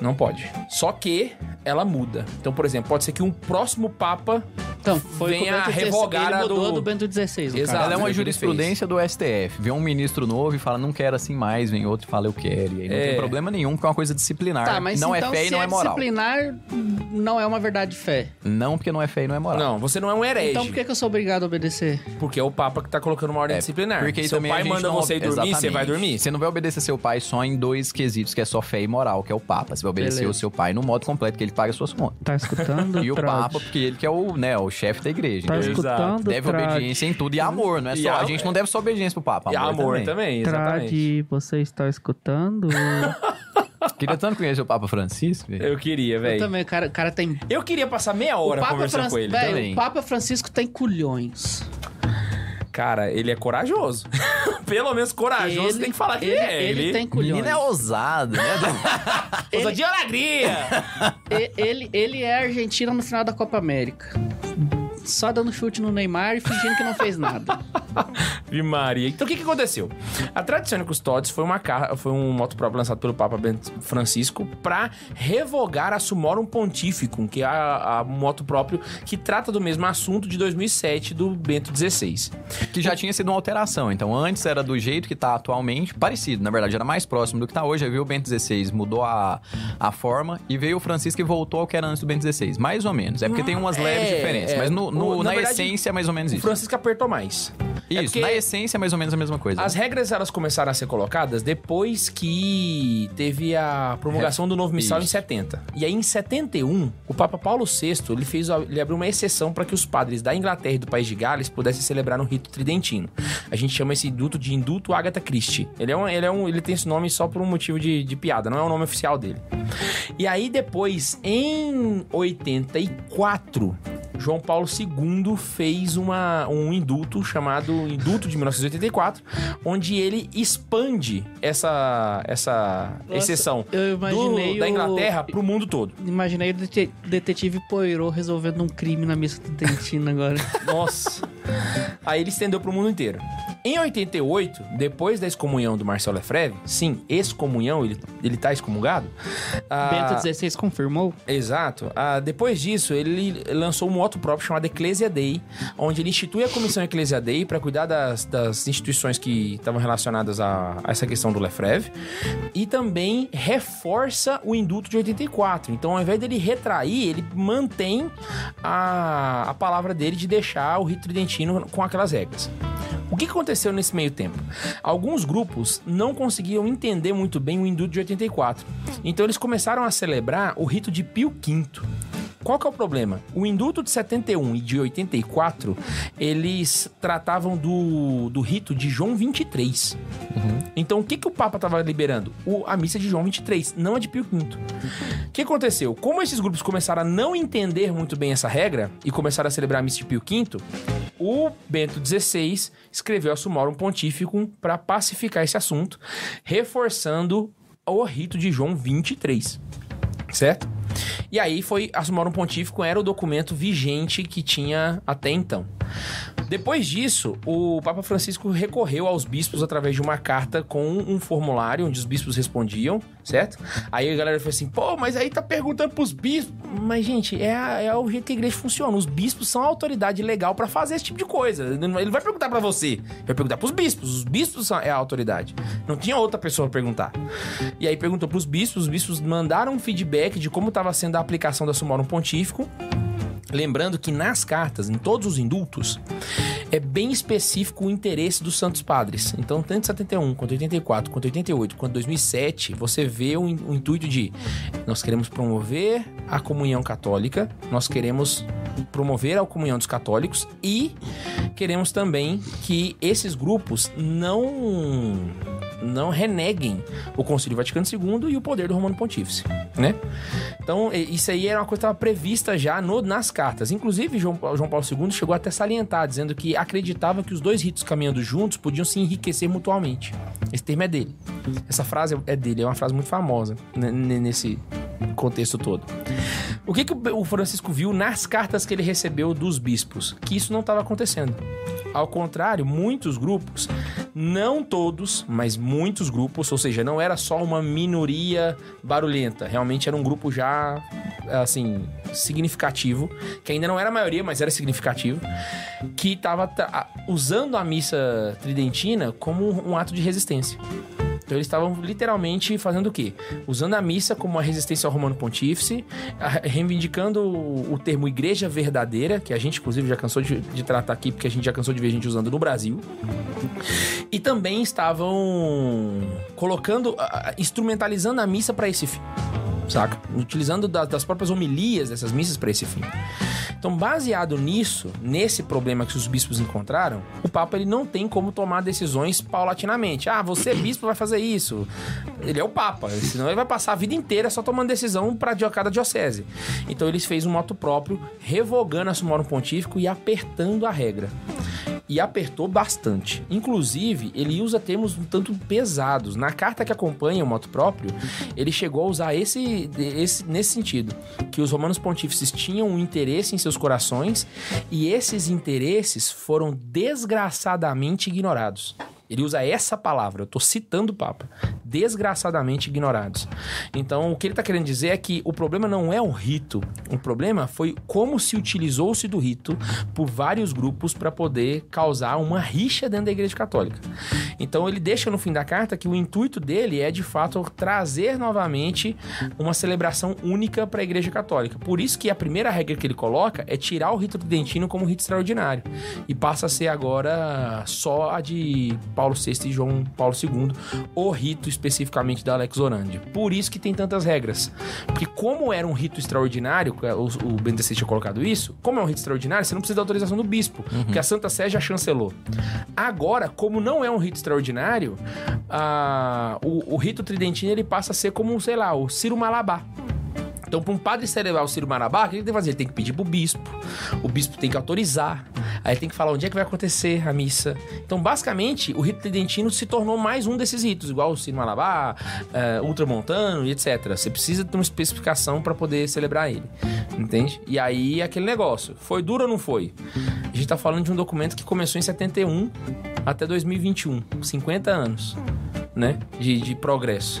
Speaker 2: Não pode. Só que ela muda. Então, por exemplo, pode ser que um próximo Papa
Speaker 3: Então, foi
Speaker 2: Vem
Speaker 3: o
Speaker 2: a
Speaker 3: que o Bento XVI
Speaker 2: revogada
Speaker 3: ele mudou
Speaker 2: do-
Speaker 3: do, Bento XVI.
Speaker 2: Exato.
Speaker 3: no caso.
Speaker 5: Ela é uma
Speaker 2: Tá. Ele fez.
Speaker 5: jurisprudência do STF. Vem um ministro novo e fala, não quero assim mais. Vem outro e fala, eu quero. E aí não
Speaker 2: É.
Speaker 5: tem problema nenhum, porque é uma coisa disciplinar.
Speaker 3: Tá, mas
Speaker 5: não
Speaker 3: então,
Speaker 5: é fé e
Speaker 3: se
Speaker 5: não é moral.
Speaker 3: disciplinar, não é uma verdade de fé.
Speaker 5: Não, porque não é fé e não é moral.
Speaker 2: Não, você não é um herege.
Speaker 3: Então por que, que eu sou obrigado a obedecer?
Speaker 2: Porque é o Papa que tá colocando uma ordem
Speaker 5: É,
Speaker 2: disciplinar.
Speaker 5: Porque aí
Speaker 2: Seu
Speaker 5: também a
Speaker 2: pai
Speaker 5: gente
Speaker 2: manda
Speaker 5: não-
Speaker 2: você ir dormir, você
Speaker 5: Exatamente.
Speaker 2: vai dormir?
Speaker 5: Você não vai obedecer seu pai só em dois quesitos, que é só fé e moral, que é o Papa. Você vai obedecer
Speaker 3: Beleza.
Speaker 5: o seu pai no modo completo, que ele paga suas contas.
Speaker 3: Tá escutando?
Speaker 5: *laughs* E o
Speaker 3: Trad?
Speaker 5: Papa, porque ele que é o, né, o chefe da igreja.
Speaker 3: Tá
Speaker 5: então ele
Speaker 3: escutando?
Speaker 5: deve
Speaker 3: Trad?
Speaker 5: obediência em tudo e amor, não é
Speaker 2: E
Speaker 5: só. A
Speaker 2: amor.
Speaker 5: gente não deve só obediência pro Papa.
Speaker 2: e
Speaker 5: Amor,
Speaker 2: amor
Speaker 5: também.
Speaker 2: também, exatamente.
Speaker 3: Trad, você está
Speaker 5: *laughs*
Speaker 3: escutando?
Speaker 5: Queria tanto conhecer o Papa Francisco. velho.
Speaker 2: Eu queria,
Speaker 3: eu
Speaker 2: velho.
Speaker 3: também, o cara, o cara tem
Speaker 2: Eu queria passar meia hora conversando
Speaker 3: Fran-
Speaker 2: com ele.
Speaker 3: Véi,
Speaker 5: também.
Speaker 3: o Papa Francisco tem culhões.
Speaker 2: Cara, ele é corajoso. *laughs* Pelo menos
Speaker 5: Ah,
Speaker 2: corajoso tem que falar que ele, é.
Speaker 3: Ele, tem
Speaker 5: O
Speaker 3: culhões.
Speaker 5: menino é ousado,
Speaker 2: *laughs*
Speaker 5: né?
Speaker 2: Usa de alegria. *laughs*
Speaker 3: E- ele, ele é argentino no final da Copa América. Só dando chute no Neymar e fingindo que não fez nada.
Speaker 5: *laughs*
Speaker 2: Ave Maria. Então o que, que aconteceu? A Tradizione Custodes foi, uma ca- foi um moto-próprio lançado pelo Papa Bento Francisco para revogar a Sumorum Pontificum, que é a, a moto próprio que trata do mesmo assunto de 2007 do Bento XVI.
Speaker 5: que já tinha sido uma alteração. Então, antes era do jeito que tá atualmente, parecido, na verdade, era mais próximo do que tá hoje. Aí veio o Bento XVI, mudou a, a forma, e veio o Francisco e voltou ao que era antes do Bento XVI. Mais ou menos. É porque tem umas
Speaker 2: É,
Speaker 5: leves diferenças,
Speaker 2: é.
Speaker 5: mas no, no-
Speaker 2: O- na
Speaker 5: na,
Speaker 2: verdade,
Speaker 5: essência é mais ou menos
Speaker 2: O
Speaker 5: isso.
Speaker 2: Francisco apertou mais. é
Speaker 5: Isso,
Speaker 2: porque-
Speaker 5: na essência é mais ou menos a mesma coisa.
Speaker 2: As regras elas começaram a ser colocadas depois que teve a promulgação do novo missal em
Speaker 5: Isso.
Speaker 2: 70. E aí em 71, o Papa Paulo VI, ele fez ele abriu uma exceção para que os padres da Inglaterra e do País de Gales pudessem celebrar no rito tridentino. A gente chama esse induto de induto Agatha Christie. Ele é um ele é um ele tem esse nome só por um motivo de, de piada, não é o nome oficial dele. E aí depois em 84, João Paulo II fez uma, um indulto chamado Indulto de 1984, onde ele expande essa, essa
Speaker 3: Nossa,
Speaker 2: exceção
Speaker 3: Eu
Speaker 2: do-
Speaker 3: imaginei.
Speaker 2: da
Speaker 3: o-
Speaker 2: Inglaterra pro mundo todo.
Speaker 3: Imaginei o dete- detetive Poirot resolvendo um crime na missa do Dentino agora.
Speaker 2: Nossa. Aí ele estendeu pro mundo inteiro. Em 88, depois da excomunhão do Marcelo Efreve, sim, excomunhão, ele, ele tá excomungado. *laughs* ah,
Speaker 3: Bento XVI confirmou?
Speaker 2: Exato. Ah, depois disso, ele lançou um moto próprio chamado Ecclesia Dei, onde ele institui a comissão Ecclesia Dei para cuidar das, das instituições que estavam relacionadas a, a essa questão do Lefreve e também reforça o indulto de 84. Então, ao invés dele retrair, ele mantém a, a palavra dele de deixar o rito tridentino com aquelas regras. O que aconteceu nesse meio tempo? Alguns grupos não conseguiam entender muito bem o indulto de 84. Então eles começaram a celebrar o rito de Pio V. Qual que é o problema? O indulto de 71 e de 84, eles tratavam do, do rito de João 23. Então, o que, que o Papa estava liberando? O- a missa de João 23, não a de Pio V. O que aconteceu? Como esses grupos começaram a não entender muito bem essa regra e começaram a celebrar a missa de Pio V, o Bento XVI escreveu a Sumorum Pontificum para pacificar esse assunto, reforçando o rito de João 23 certo? E aí foi a Sumorum Pontificum era o documento vigente que tinha até então. Depois disso, o Papa Francisco recorreu aos bispos através de uma carta com um formulário onde os bispos respondiam, certo? Aí a galera falou assim: pô, mas aí tá perguntando pros bispos. Mas, gente, é, a- é o jeito que a igreja funciona. Os bispos são a autoridade legal pra fazer esse tipo de coisa. Ele não ele não vai perguntar pra você, ele vai perguntar pros bispos. Os bispos são, é a autoridade. Não tinha outra pessoa pra perguntar. E aí perguntou pros bispos, os bispos mandaram um feedback de como estava sendo a aplicação da Sumorum Pontífico. Lembrando que nas cartas, em todos os indultos, é bem específico o interesse dos santos padres. Então, tanto 71, quanto 84, quanto 88, quanto 2007, você vê o, in- o intuito de nós queremos promover a comunhão católica, nós queremos promover a comunhão dos católicos e queremos também que esses grupos não não reneguem o Concílio Vaticano II e o poder do Romano Pontífice, né? Então, e- isso aí era uma coisa que estava prevista já no- nas cartas. Inclusive, João, Pa- João Paulo II chegou até a salientar, dizendo que acreditava que os dois ritos caminhando juntos podiam se enriquecer mutuamente. Esse termo é dele. Essa frase é dele, é uma frase muito famosa né, n- nesse contexto todo. O que, que o o Francisco viu nas cartas que ele recebeu dos bispos? Que isso não estava acontecendo. Ao contrário, muitos grupos Não todos, mas muitos grupos, ou seja, não era só uma minoria barulhenta. Realmente era um grupo já, assim, significativo, que ainda não era a maioria, mas era significativo, que estava usando a missa tridentina como um ato de resistência. Então eles estavam literalmente fazendo o quê? Usando a missa como uma resistência ao Romano Pontífice, a- reivindicando o, o termo igreja verdadeira, que a gente inclusive já cansou de, de tratar aqui, porque a gente já cansou de ver gente usando no Brasil. E também estavam colocando, a- a- instrumentalizando a missa para esse fim. Saca? Utilizando da- das próprias homilias dessas missas para esse fim. Então, baseado nisso, nesse problema que os bispos encontraram, o Papa ele não tem como tomar decisões paulatinamente. Ah, você bispo vai fazer isso. Ele é o Papa, senão ele vai passar a vida inteira só tomando decisão para cada diocese. Então, ele fez um moto próprio, revogando a Sumorum Pontífico e apertando a regra. E apertou bastante. Inclusive, ele usa termos um tanto pesados. Na carta que acompanha o moto próprio, ele chegou a usar esse, esse nesse sentido que os romanos pontífices tinham um interesse em seus corações e esses interesses foram desgraçadamente ignorados. Ele usa essa palavra, eu tô citando o Papa. Desgraçadamente ignorados. Então, o que ele tá querendo dizer é que o problema não é o rito. O problema foi como se utilizou-se do rito por vários grupos para poder causar uma rixa dentro da Igreja Católica. Então, ele deixa no fim da carta que o intuito dele é, de fato, trazer novamente uma celebração única para a Igreja Católica. Por isso que a primeira regra que ele coloca é tirar o rito tridentino como rito extraordinário e passa a ser agora só a de Paulo VI e João Paulo II, o rito especificamente da Alex Orandi. Por isso que tem tantas regras. Porque como era um rito extraordinário, é o, o Bento XVI tinha colocado isso, como é um rito extraordinário, você não precisa da autorização do bispo, porque a Santa Sé já chancelou. Agora, como não é um rito extraordinário, ah, o, o rito tridentino ele passa a ser como, sei lá, o Ciro Malabá. Então, para um padre celebrar o Ciro Marabá, o que ele tem que fazer? Ele tem que pedir pro bispo. O bispo tem que autorizar. Aí tem que falar onde é que vai acontecer a missa. Então, basicamente, o rito tridentino se tornou mais um desses ritos, igual o Ciro Marabá, eh, ultramontano e etc. Você precisa ter uma especificação para poder celebrar ele. Entende? E aí, aquele negócio. Foi duro ou não foi? A gente tá falando de um documento que começou em 71 até 2021. 50 um, anos, né? De, de progresso.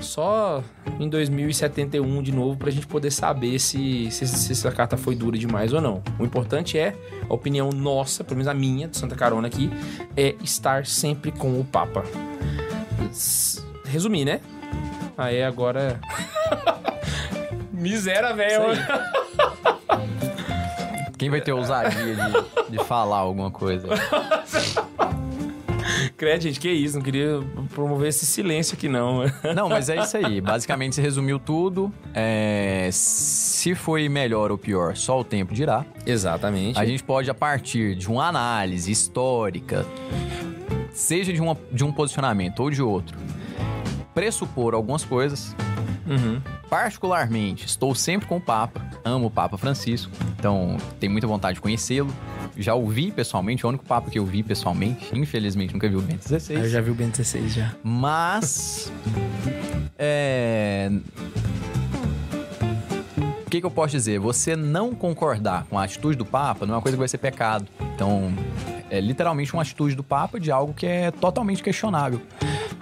Speaker 2: Só em 2071 de novo pra gente poder saber se, se, se essa carta foi dura demais ou não. O importante é, a opinião nossa, pelo menos a minha, do Santa Carona aqui, é estar sempre com o Papa. S- Resumir, né? Aí agora. *laughs* Miséria, velho.
Speaker 5: Quem vai ter ousadia de, de falar alguma coisa?
Speaker 2: Credo, gente, que isso. Não queria promover esse silêncio aqui, não.
Speaker 5: Não, mas é isso aí. Basicamente, se resumiu tudo. É, se foi melhor ou pior, só o tempo dirá.
Speaker 2: Exatamente.
Speaker 5: A gente pode, a partir de uma análise histórica, seja de, uma, de um posicionamento ou de outro, pressupor algumas coisas.
Speaker 2: Uhum.
Speaker 5: Particularmente, estou sempre com o Papa, amo o Papa Francisco, então tenho muita vontade de conhecê-lo. Já o vi pessoalmente, é o único Papa que eu vi pessoalmente, infelizmente nunca vi o Bento XVI.
Speaker 2: É, já vi o Ben 16 já.
Speaker 5: Mas. é. O que, que eu posso dizer? Você não concordar com a atitude do Papa não é uma coisa que vai ser pecado. Então, é literalmente uma atitude do Papa de algo que é totalmente questionável.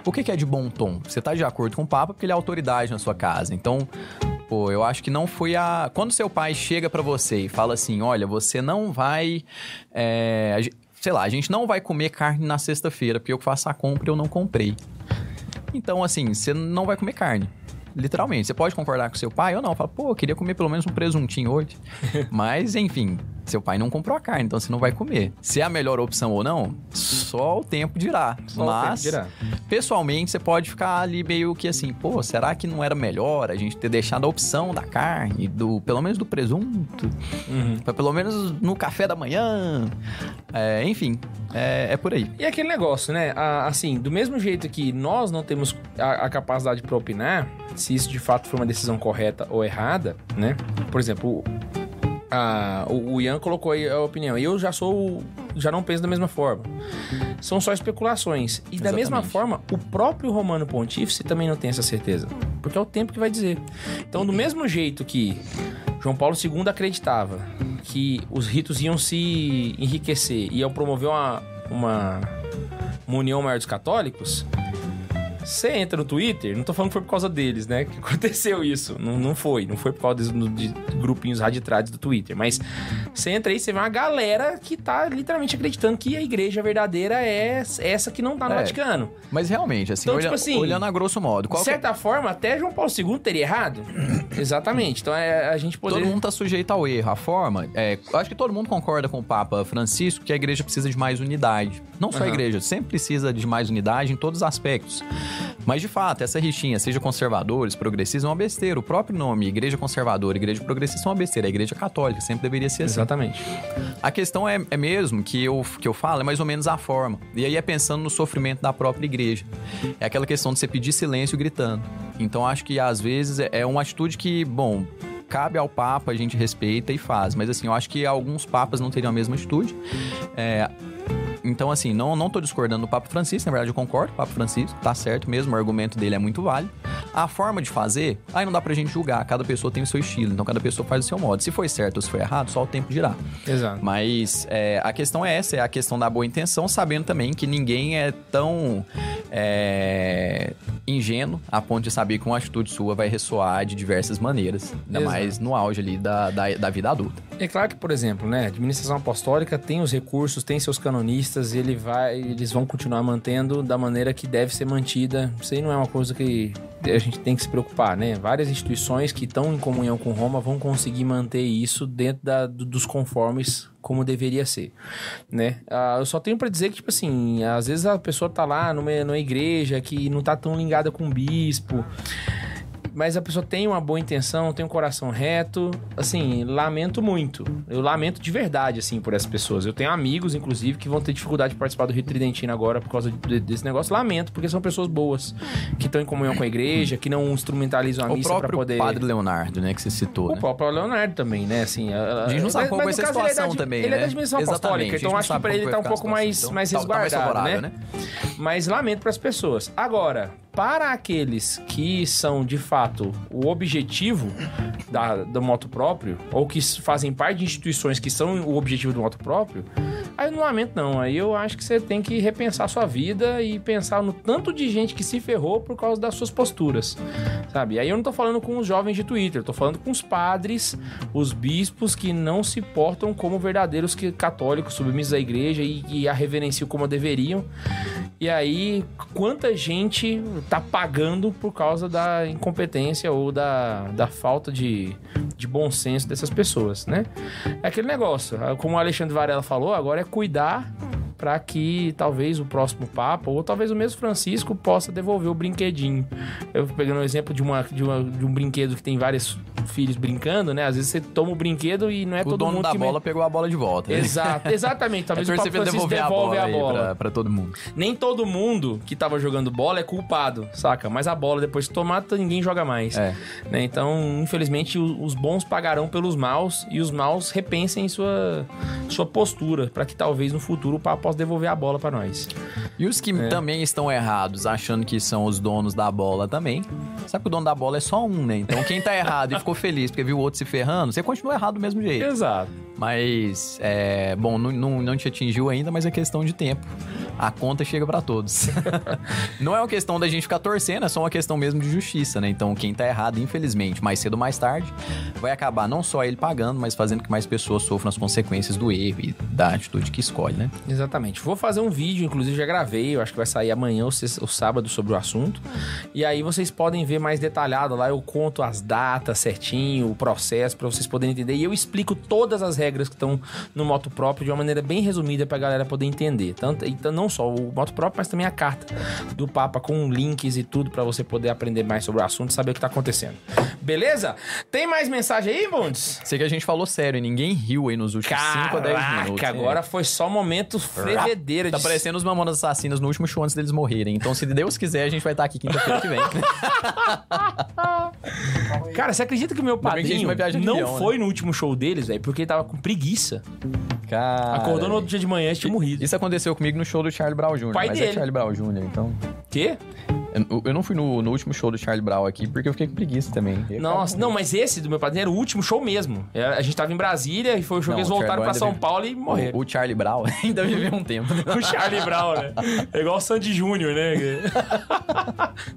Speaker 5: Por que, que é de bom tom? Você tá de acordo com o Papa porque ele é autoridade na sua casa. Então, pô, eu acho que não foi a. Quando seu pai chega pra você e fala assim: olha, você não vai. é, a gen- Sei lá, a gente não vai comer carne na sexta-feira, porque eu que faço a compra e eu não comprei. Então, assim, você não vai comer carne. Literalmente, você pode concordar com seu pai ou não. Fala, pô, eu queria comer pelo menos um presuntinho hoje. *laughs* Mas, enfim, seu pai não comprou a carne, então você não vai comer. Se é a melhor opção ou não, só o tempo dirá. Mas, pessoalmente, você pode ficar ali meio que assim, pô, será que não era melhor a gente ter deixado a opção da carne, do pelo menos do presunto?
Speaker 2: Uhum.
Speaker 5: Pra Pelo menos no café da manhã. É, enfim, é, é por aí.
Speaker 2: E aquele negócio, né? A- assim, do mesmo jeito que nós não temos a, a capacidade para opinar se isso de fato foi uma decisão correta ou errada, né? Por exemplo, o- a- o, o Ian colocou aí a opinião. Eu já sou. Já não penso da mesma forma. São só especulações. E da mesma
Speaker 5: Exatamente.
Speaker 2: forma, o próprio Romano Pontífice também não tem essa certeza. Porque é o tempo que vai dizer. Então, do mesmo jeito que João Paulo II acreditava que os ritos iam se enriquecer, iam promover uma, uma uma união maior dos católicos, você entra no Twitter, não tô falando que foi por causa deles, né? Que *laughs* aconteceu isso. Não, não foi. Não foi por causa des- no- de, grupinhos raditrades do Twitter. Mas você entra aí, você vê uma galera que tá literalmente acreditando que a igreja verdadeira é essa que não tá no
Speaker 5: É.
Speaker 2: Vaticano.
Speaker 5: Mas realmente, assim,
Speaker 2: Então,
Speaker 5: olha-
Speaker 2: tipo assim,
Speaker 5: olhando a grosso modo, qual
Speaker 2: de
Speaker 5: que é-
Speaker 2: certa forma, até João Paulo II teria
Speaker 5: *clears throat*
Speaker 2: errado. Exatamente. Então é, a gente poder...
Speaker 5: Todo mundo tá sujeito ao erro. A forma, é, eu acho que todo mundo concorda com o Papa Francisco que a igreja precisa de mais unidade. Não só a
Speaker 2: Aham.
Speaker 5: igreja, sempre precisa de mais unidade em todos os aspectos. Mas de fato, essa rixinha, seja conservadores, progressistas, é uma besteira. O próprio nome, igreja conservadora, igreja progressista, é uma besteira. A igreja católica sempre deveria ser assim.
Speaker 2: Exatamente.
Speaker 5: A questão é, é mesmo que eu, que eu falo, é mais ou menos a forma. E aí é pensando no sofrimento da própria igreja. É aquela questão de você pedir silêncio gritando. Então acho que às vezes é- é uma atitude que, bom, cabe ao Papa, a gente respeita e faz. Mas assim, eu acho que alguns papas não teriam a mesma atitude. É, Então, assim, não, não tô discordando do Papa Francisco, na verdade eu concordo com o Papa Francisco, tá certo mesmo, o argumento dele é muito válido. A forma de fazer, aí não dá pra gente julgar, cada pessoa tem o seu estilo, então cada pessoa faz o seu modo. Se foi certo ou se foi errado, só o tempo dirá.
Speaker 2: Exato.
Speaker 5: Mas é, a questão é essa, é a questão da boa intenção, sabendo também que ninguém é tão é, ingênuo a ponto de saber que uma atitude sua vai ressoar de diversas maneiras. Ainda
Speaker 2: Exato.
Speaker 5: mais no auge ali da, da, da vida adulta.
Speaker 2: É claro que, por exemplo, né, a administração apostólica tem os recursos, tem seus canonistas e ele vai, eles vão continuar mantendo da maneira que deve ser mantida. Isso aí não é uma coisa que a gente tem que se preocupar, né? Várias instituições que estão em comunhão com Roma vão conseguir manter isso dentro da- do- dos conformes como deveria ser, né? Ah, eu só tenho pra dizer que, tipo assim, às vezes a pessoa tá lá numa, numa igreja que não tá tão ligada com o bispo, mas a pessoa tem uma boa intenção, tem um coração reto. Assim, lamento muito. Eu lamento de verdade, assim, por essas pessoas. Eu tenho amigos, inclusive, que vão ter dificuldade de participar do Rio Tridentino agora por causa de- desse negócio. Lamento, porque são pessoas boas, que estão em comunhão com a igreja, que não instrumentalizam a
Speaker 5: o
Speaker 2: missa pra
Speaker 5: próprio
Speaker 2: poder.
Speaker 5: padre Leonardo, né, que você citou,
Speaker 2: O
Speaker 5: né?
Speaker 2: próprio Leonardo também, né? Assim, a,
Speaker 5: A gente não sabe
Speaker 2: mas-
Speaker 5: como vai
Speaker 2: mas
Speaker 5: ser
Speaker 2: no
Speaker 5: a
Speaker 2: caso, ele é da-
Speaker 5: situação também,
Speaker 2: Ele
Speaker 5: né?
Speaker 2: é da dimensão
Speaker 5: Exatamente,
Speaker 2: apostólica,
Speaker 5: a gente
Speaker 2: então
Speaker 5: não
Speaker 2: acho que
Speaker 5: sabe
Speaker 2: pra
Speaker 5: como é
Speaker 2: ele
Speaker 5: vai
Speaker 2: tá um
Speaker 5: ficar a
Speaker 2: pouco mais,
Speaker 5: situação.
Speaker 2: mais
Speaker 5: Então, tá mais
Speaker 2: resguardado,
Speaker 5: favorável,
Speaker 2: né? Mas lamento para as pessoas. Agora, para aqueles que são de fato o objetivo da, do moto próprio, ou que s- fazem parte de instituições que são o objetivo do moto próprio, aí eu não lamento, não. Aí eu acho que você tem que repensar a sua vida e pensar no tanto de gente que se ferrou por causa das suas posturas, sabe? Aí eu não tô falando com os jovens de Twitter, eu tô falando com os padres os bispos que não se portam como verdadeiros que- católicos submissos à igreja e, e a reverenciam como deveriam. E aí, quanta gente tá pagando por causa da incompetência ou da, da falta de, de bom senso dessas pessoas, né? É aquele negócio, ah, como o Alexandre Varela falou, agora é cuidar para que talvez o próximo Papa ou talvez o mesmo Francisco possa devolver o brinquedinho. Eu pegando o exemplo de, uma, de, uma- de um brinquedo que tem vários filhos brincando, né? Às vezes você toma o brinquedo e não é
Speaker 5: o
Speaker 2: todo
Speaker 5: dono
Speaker 2: mundo
Speaker 5: da
Speaker 2: que...
Speaker 5: bola pegou a bola de volta. né? *laughs*
Speaker 2: Exato, exatamente.
Speaker 5: É
Speaker 2: Talvez o Papa
Speaker 5: torcer pra ele
Speaker 2: Francisco
Speaker 5: devolver a
Speaker 2: devolve
Speaker 5: bola,
Speaker 2: a bola.
Speaker 5: Aí pra, pra todo mundo.
Speaker 2: Nem todo mundo que tava jogando bola é culpado, saca? Mas a bola, depois de tomar, t- ninguém joga mais.
Speaker 5: É.
Speaker 2: né? Então, infelizmente, o- os bons pagarão pelos maus e os maus repensem sua, sua postura para que talvez no futuro o Papa possa devolver a bola para nós.
Speaker 5: E os que também estão errados, achando que são os donos da bola também. Sabe que o dono da bola é só um, né? Então quem tá errado e ficou feliz porque viu o outro se ferrando, você continua errado do mesmo jeito.
Speaker 2: Exato.
Speaker 5: Mas, é, bom, não, não, não te atingiu ainda, mas é questão de tempo. A conta chega pra todos. *laughs* não é uma questão da gente ficar torcendo, é só uma questão mesmo de justiça, né? Então, quem tá errado, infelizmente, mais cedo ou mais tarde, vai acabar não só ele pagando, mas fazendo que mais pessoas sofram as consequências do erro e da atitude que escolhe, né?
Speaker 2: Exatamente. Vou fazer um vídeo, inclusive já gravei, eu acho que vai sair amanhã ou, sexta- ou sábado sobre o assunto. E aí vocês podem ver mais detalhado lá, eu conto as datas certinho, o processo para vocês poderem entender e eu explico todas as regras que estão no moto próprio de uma maneira bem resumida pra galera poder entender. Tanto então não só o moto próprio, mas também a carta do Papa com links e tudo pra você poder aprender mais sobre o assunto, e saber o que tá acontecendo. Beleza? Tem mais mensagem aí, Bundes?
Speaker 5: Sei que a gente falou sério, e ninguém riu aí nos últimos 5 a 10 minutos.
Speaker 2: Caraca, agora foi só momento
Speaker 5: É.
Speaker 2: frevedeira
Speaker 5: Tá
Speaker 2: de
Speaker 5: parecendo os Mamonas Assassinas no último show antes deles morrerem. Então, se Deus quiser, a gente vai estar aqui
Speaker 2: *laughs*
Speaker 5: quinta-feira que vem.
Speaker 2: Cara, você acredita que o meu
Speaker 5: Ainda bem que a gente
Speaker 2: padrinho
Speaker 5: vai viajar de
Speaker 2: não
Speaker 5: avião, né?
Speaker 2: foi no último show deles, velho? Porque ele tava com preguiça.
Speaker 5: Cara,
Speaker 2: Acordou no outro dia de manhã e tinha morrido.
Speaker 5: Isso aconteceu comigo no show do Charlie Brown Jr.
Speaker 2: Pai
Speaker 5: mas é
Speaker 2: dele.
Speaker 5: Charlie Brown Jr., então.
Speaker 2: O quê?
Speaker 5: Eu, eu não fui no, no último show do Charlie Brown aqui porque eu fiquei com preguiça também. Eu
Speaker 2: Nossa,
Speaker 5: ficava-
Speaker 2: não, mas esse do meu padrinho era o último show mesmo. É, A gente tava em Brasília e foi o show
Speaker 5: Não,
Speaker 2: que eles
Speaker 5: o Charlie
Speaker 2: voltaram pra
Speaker 5: Brown
Speaker 2: São
Speaker 5: ainda
Speaker 2: Paulo e
Speaker 5: O,
Speaker 2: morreram.
Speaker 5: o Charlie Brown *laughs* ainda viveu um tempo. *laughs*
Speaker 2: O Charlie Brown, né? É igual o Sandy Júnior, né?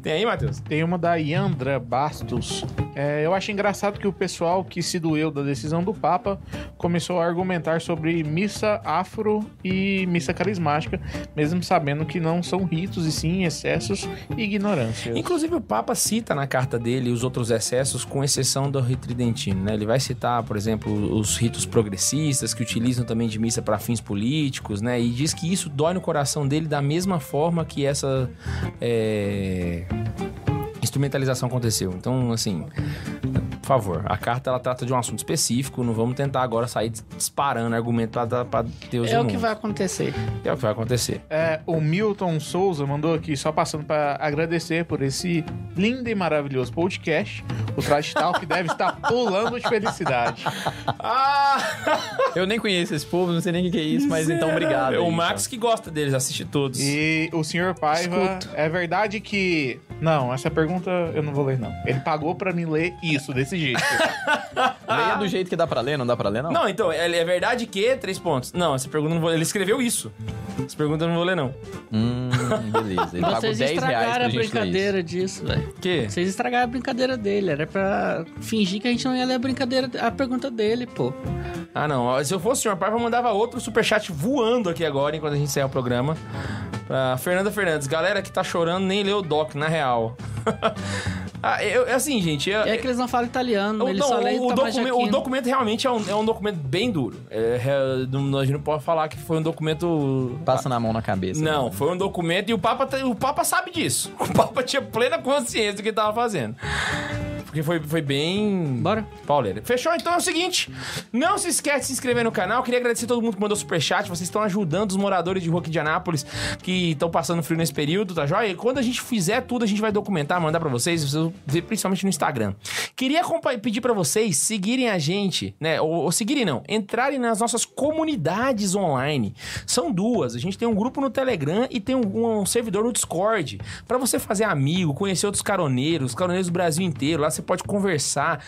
Speaker 2: Tem aí, Matheus?
Speaker 4: Tem uma da Yandra Bastos. É, eu acho engraçado que o pessoal que se doeu da decisão do Papa começou a argumentar sobre missa afro e missa carismática, mesmo sabendo que não são ritos e sim excessos e ignorância.
Speaker 2: Inclusive, o Papa cita na carta dele os outros excessos, com exceção do tridentino, né? Ele vai citar, por exemplo, os ritos progressistas, que utilizam também de missa para fins políticos, né? E diz que isso dói no coração dele da mesma forma que essa é, instrumentalização aconteceu. Então, assim, por favor, a carta ela trata de um assunto específico, não vamos tentar agora sair disparando argumento para Deus
Speaker 3: É
Speaker 2: e
Speaker 3: o que
Speaker 2: mundo.
Speaker 3: vai acontecer.
Speaker 2: É o que vai acontecer.
Speaker 4: É, o Milton Souza mandou aqui, só passando pra agradecer por esse lindo e maravilhoso podcast. O Trash Talk deve estar pulando de felicidade.
Speaker 3: Ah!
Speaker 5: Eu nem conheço esse povo, não sei nem o que que é isso, mas então obrigado.
Speaker 2: É
Speaker 5: aí,
Speaker 2: o
Speaker 5: então.
Speaker 2: Max que gosta deles, assiste todos.
Speaker 4: E o senhor Paiva, é verdade que. Não, essa pergunta eu não vou ler, não. Ele pagou pra me ler isso desse jeito.
Speaker 5: Leia do jeito que dá pra ler, não dá pra ler, não?
Speaker 2: Ah! Não, então, é, é verdade que... Três pontos. Não, essa pergunta eu não vou... Ele escreveu isso. Essa pergunta eu não vou ler, não.
Speaker 5: Hum, beleza. Ele pagou
Speaker 3: Vocês
Speaker 5: 10 reais
Speaker 3: estragaram
Speaker 5: pra
Speaker 3: a
Speaker 5: gente ler isso.
Speaker 3: brincadeira disso, velho.
Speaker 2: Que?
Speaker 3: Vocês estragaram a brincadeira dele. Era pra fingir que a gente não ia ler a brincadeira, a pergunta dele, pô.
Speaker 2: Ah, não. ó, Se eu fosse o senhor Paiva, eu mandava outro superchat voando aqui agora, enquanto a gente sair o programa. Pra Fernanda Fernandes. Galera que tá chorando nem leu o doc, na real. *laughs* ah, eu, é assim, gente... eu-
Speaker 3: É que eles não falam italiano,
Speaker 2: eu-
Speaker 3: eles
Speaker 2: não,
Speaker 3: só leem
Speaker 2: o,
Speaker 5: tá
Speaker 2: o
Speaker 3: Tomás
Speaker 2: documen- o
Speaker 3: Jaquino.
Speaker 2: documento realmente é um, é um documento bem duro. É, é, não- a gente não pode falar que foi um documento
Speaker 5: Passa na mão na cabeça. né?
Speaker 2: Não, foi um documento e o Papa, tá- o Papa sabe disso. *laughs* O Papa tinha plena consciência do que estava fazendo. Porque foi, foi bem.
Speaker 3: Bora.
Speaker 2: Pauleira. Fechou? Então é o seguinte: não se esquece de se inscrever no canal. Queria agradecer a todo mundo que mandou superchat. Vocês estão ajudando os moradores de rua aqui de Anápolis que estão passando frio nesse período, tá joia? E quando a gente fizer tudo, a gente vai documentar, mandar pra vocês, vocês vão ver principalmente no Instagram. Queria acompa- pedir pra vocês seguirem a gente, né? Ou, ou seguirem não, entrarem nas nossas comunidades online. São duas. A gente tem um grupo no Telegram e tem um, um servidor no Discord pra você fazer amigo, conhecer outros caroneiros, caroneiros do Brasil inteiro. Lá você pode conversar.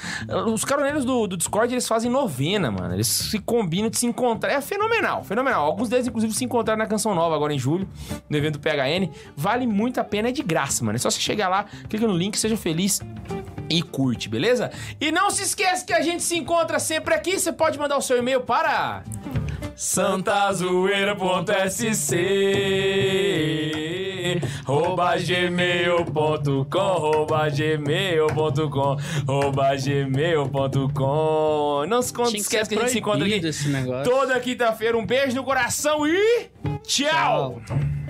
Speaker 2: Os caroneiros do, do Discord, eles fazem novena, mano. Eles se combinam de se encontrar. É fenomenal, fenomenal. Alguns deles, inclusive, se encontraram na Canção Nova agora em julho, no evento PHN. Vale muito a pena, é de graça, mano. É só você chegar lá, clica no link, seja feliz e curte, beleza? E não se esquece que a gente se encontra sempre aqui. Você pode mandar o seu e-mail para santazoeira.sc rouba gmail.com rouba gmail.com rouba gmail.com Não se con-
Speaker 3: Tinha que
Speaker 2: esquece
Speaker 3: ser
Speaker 2: que a gente se encontra
Speaker 3: proibido
Speaker 2: aqui
Speaker 3: Esse negócio.
Speaker 2: toda quinta-feira. Um beijo no coração e tchau.
Speaker 3: Tchau.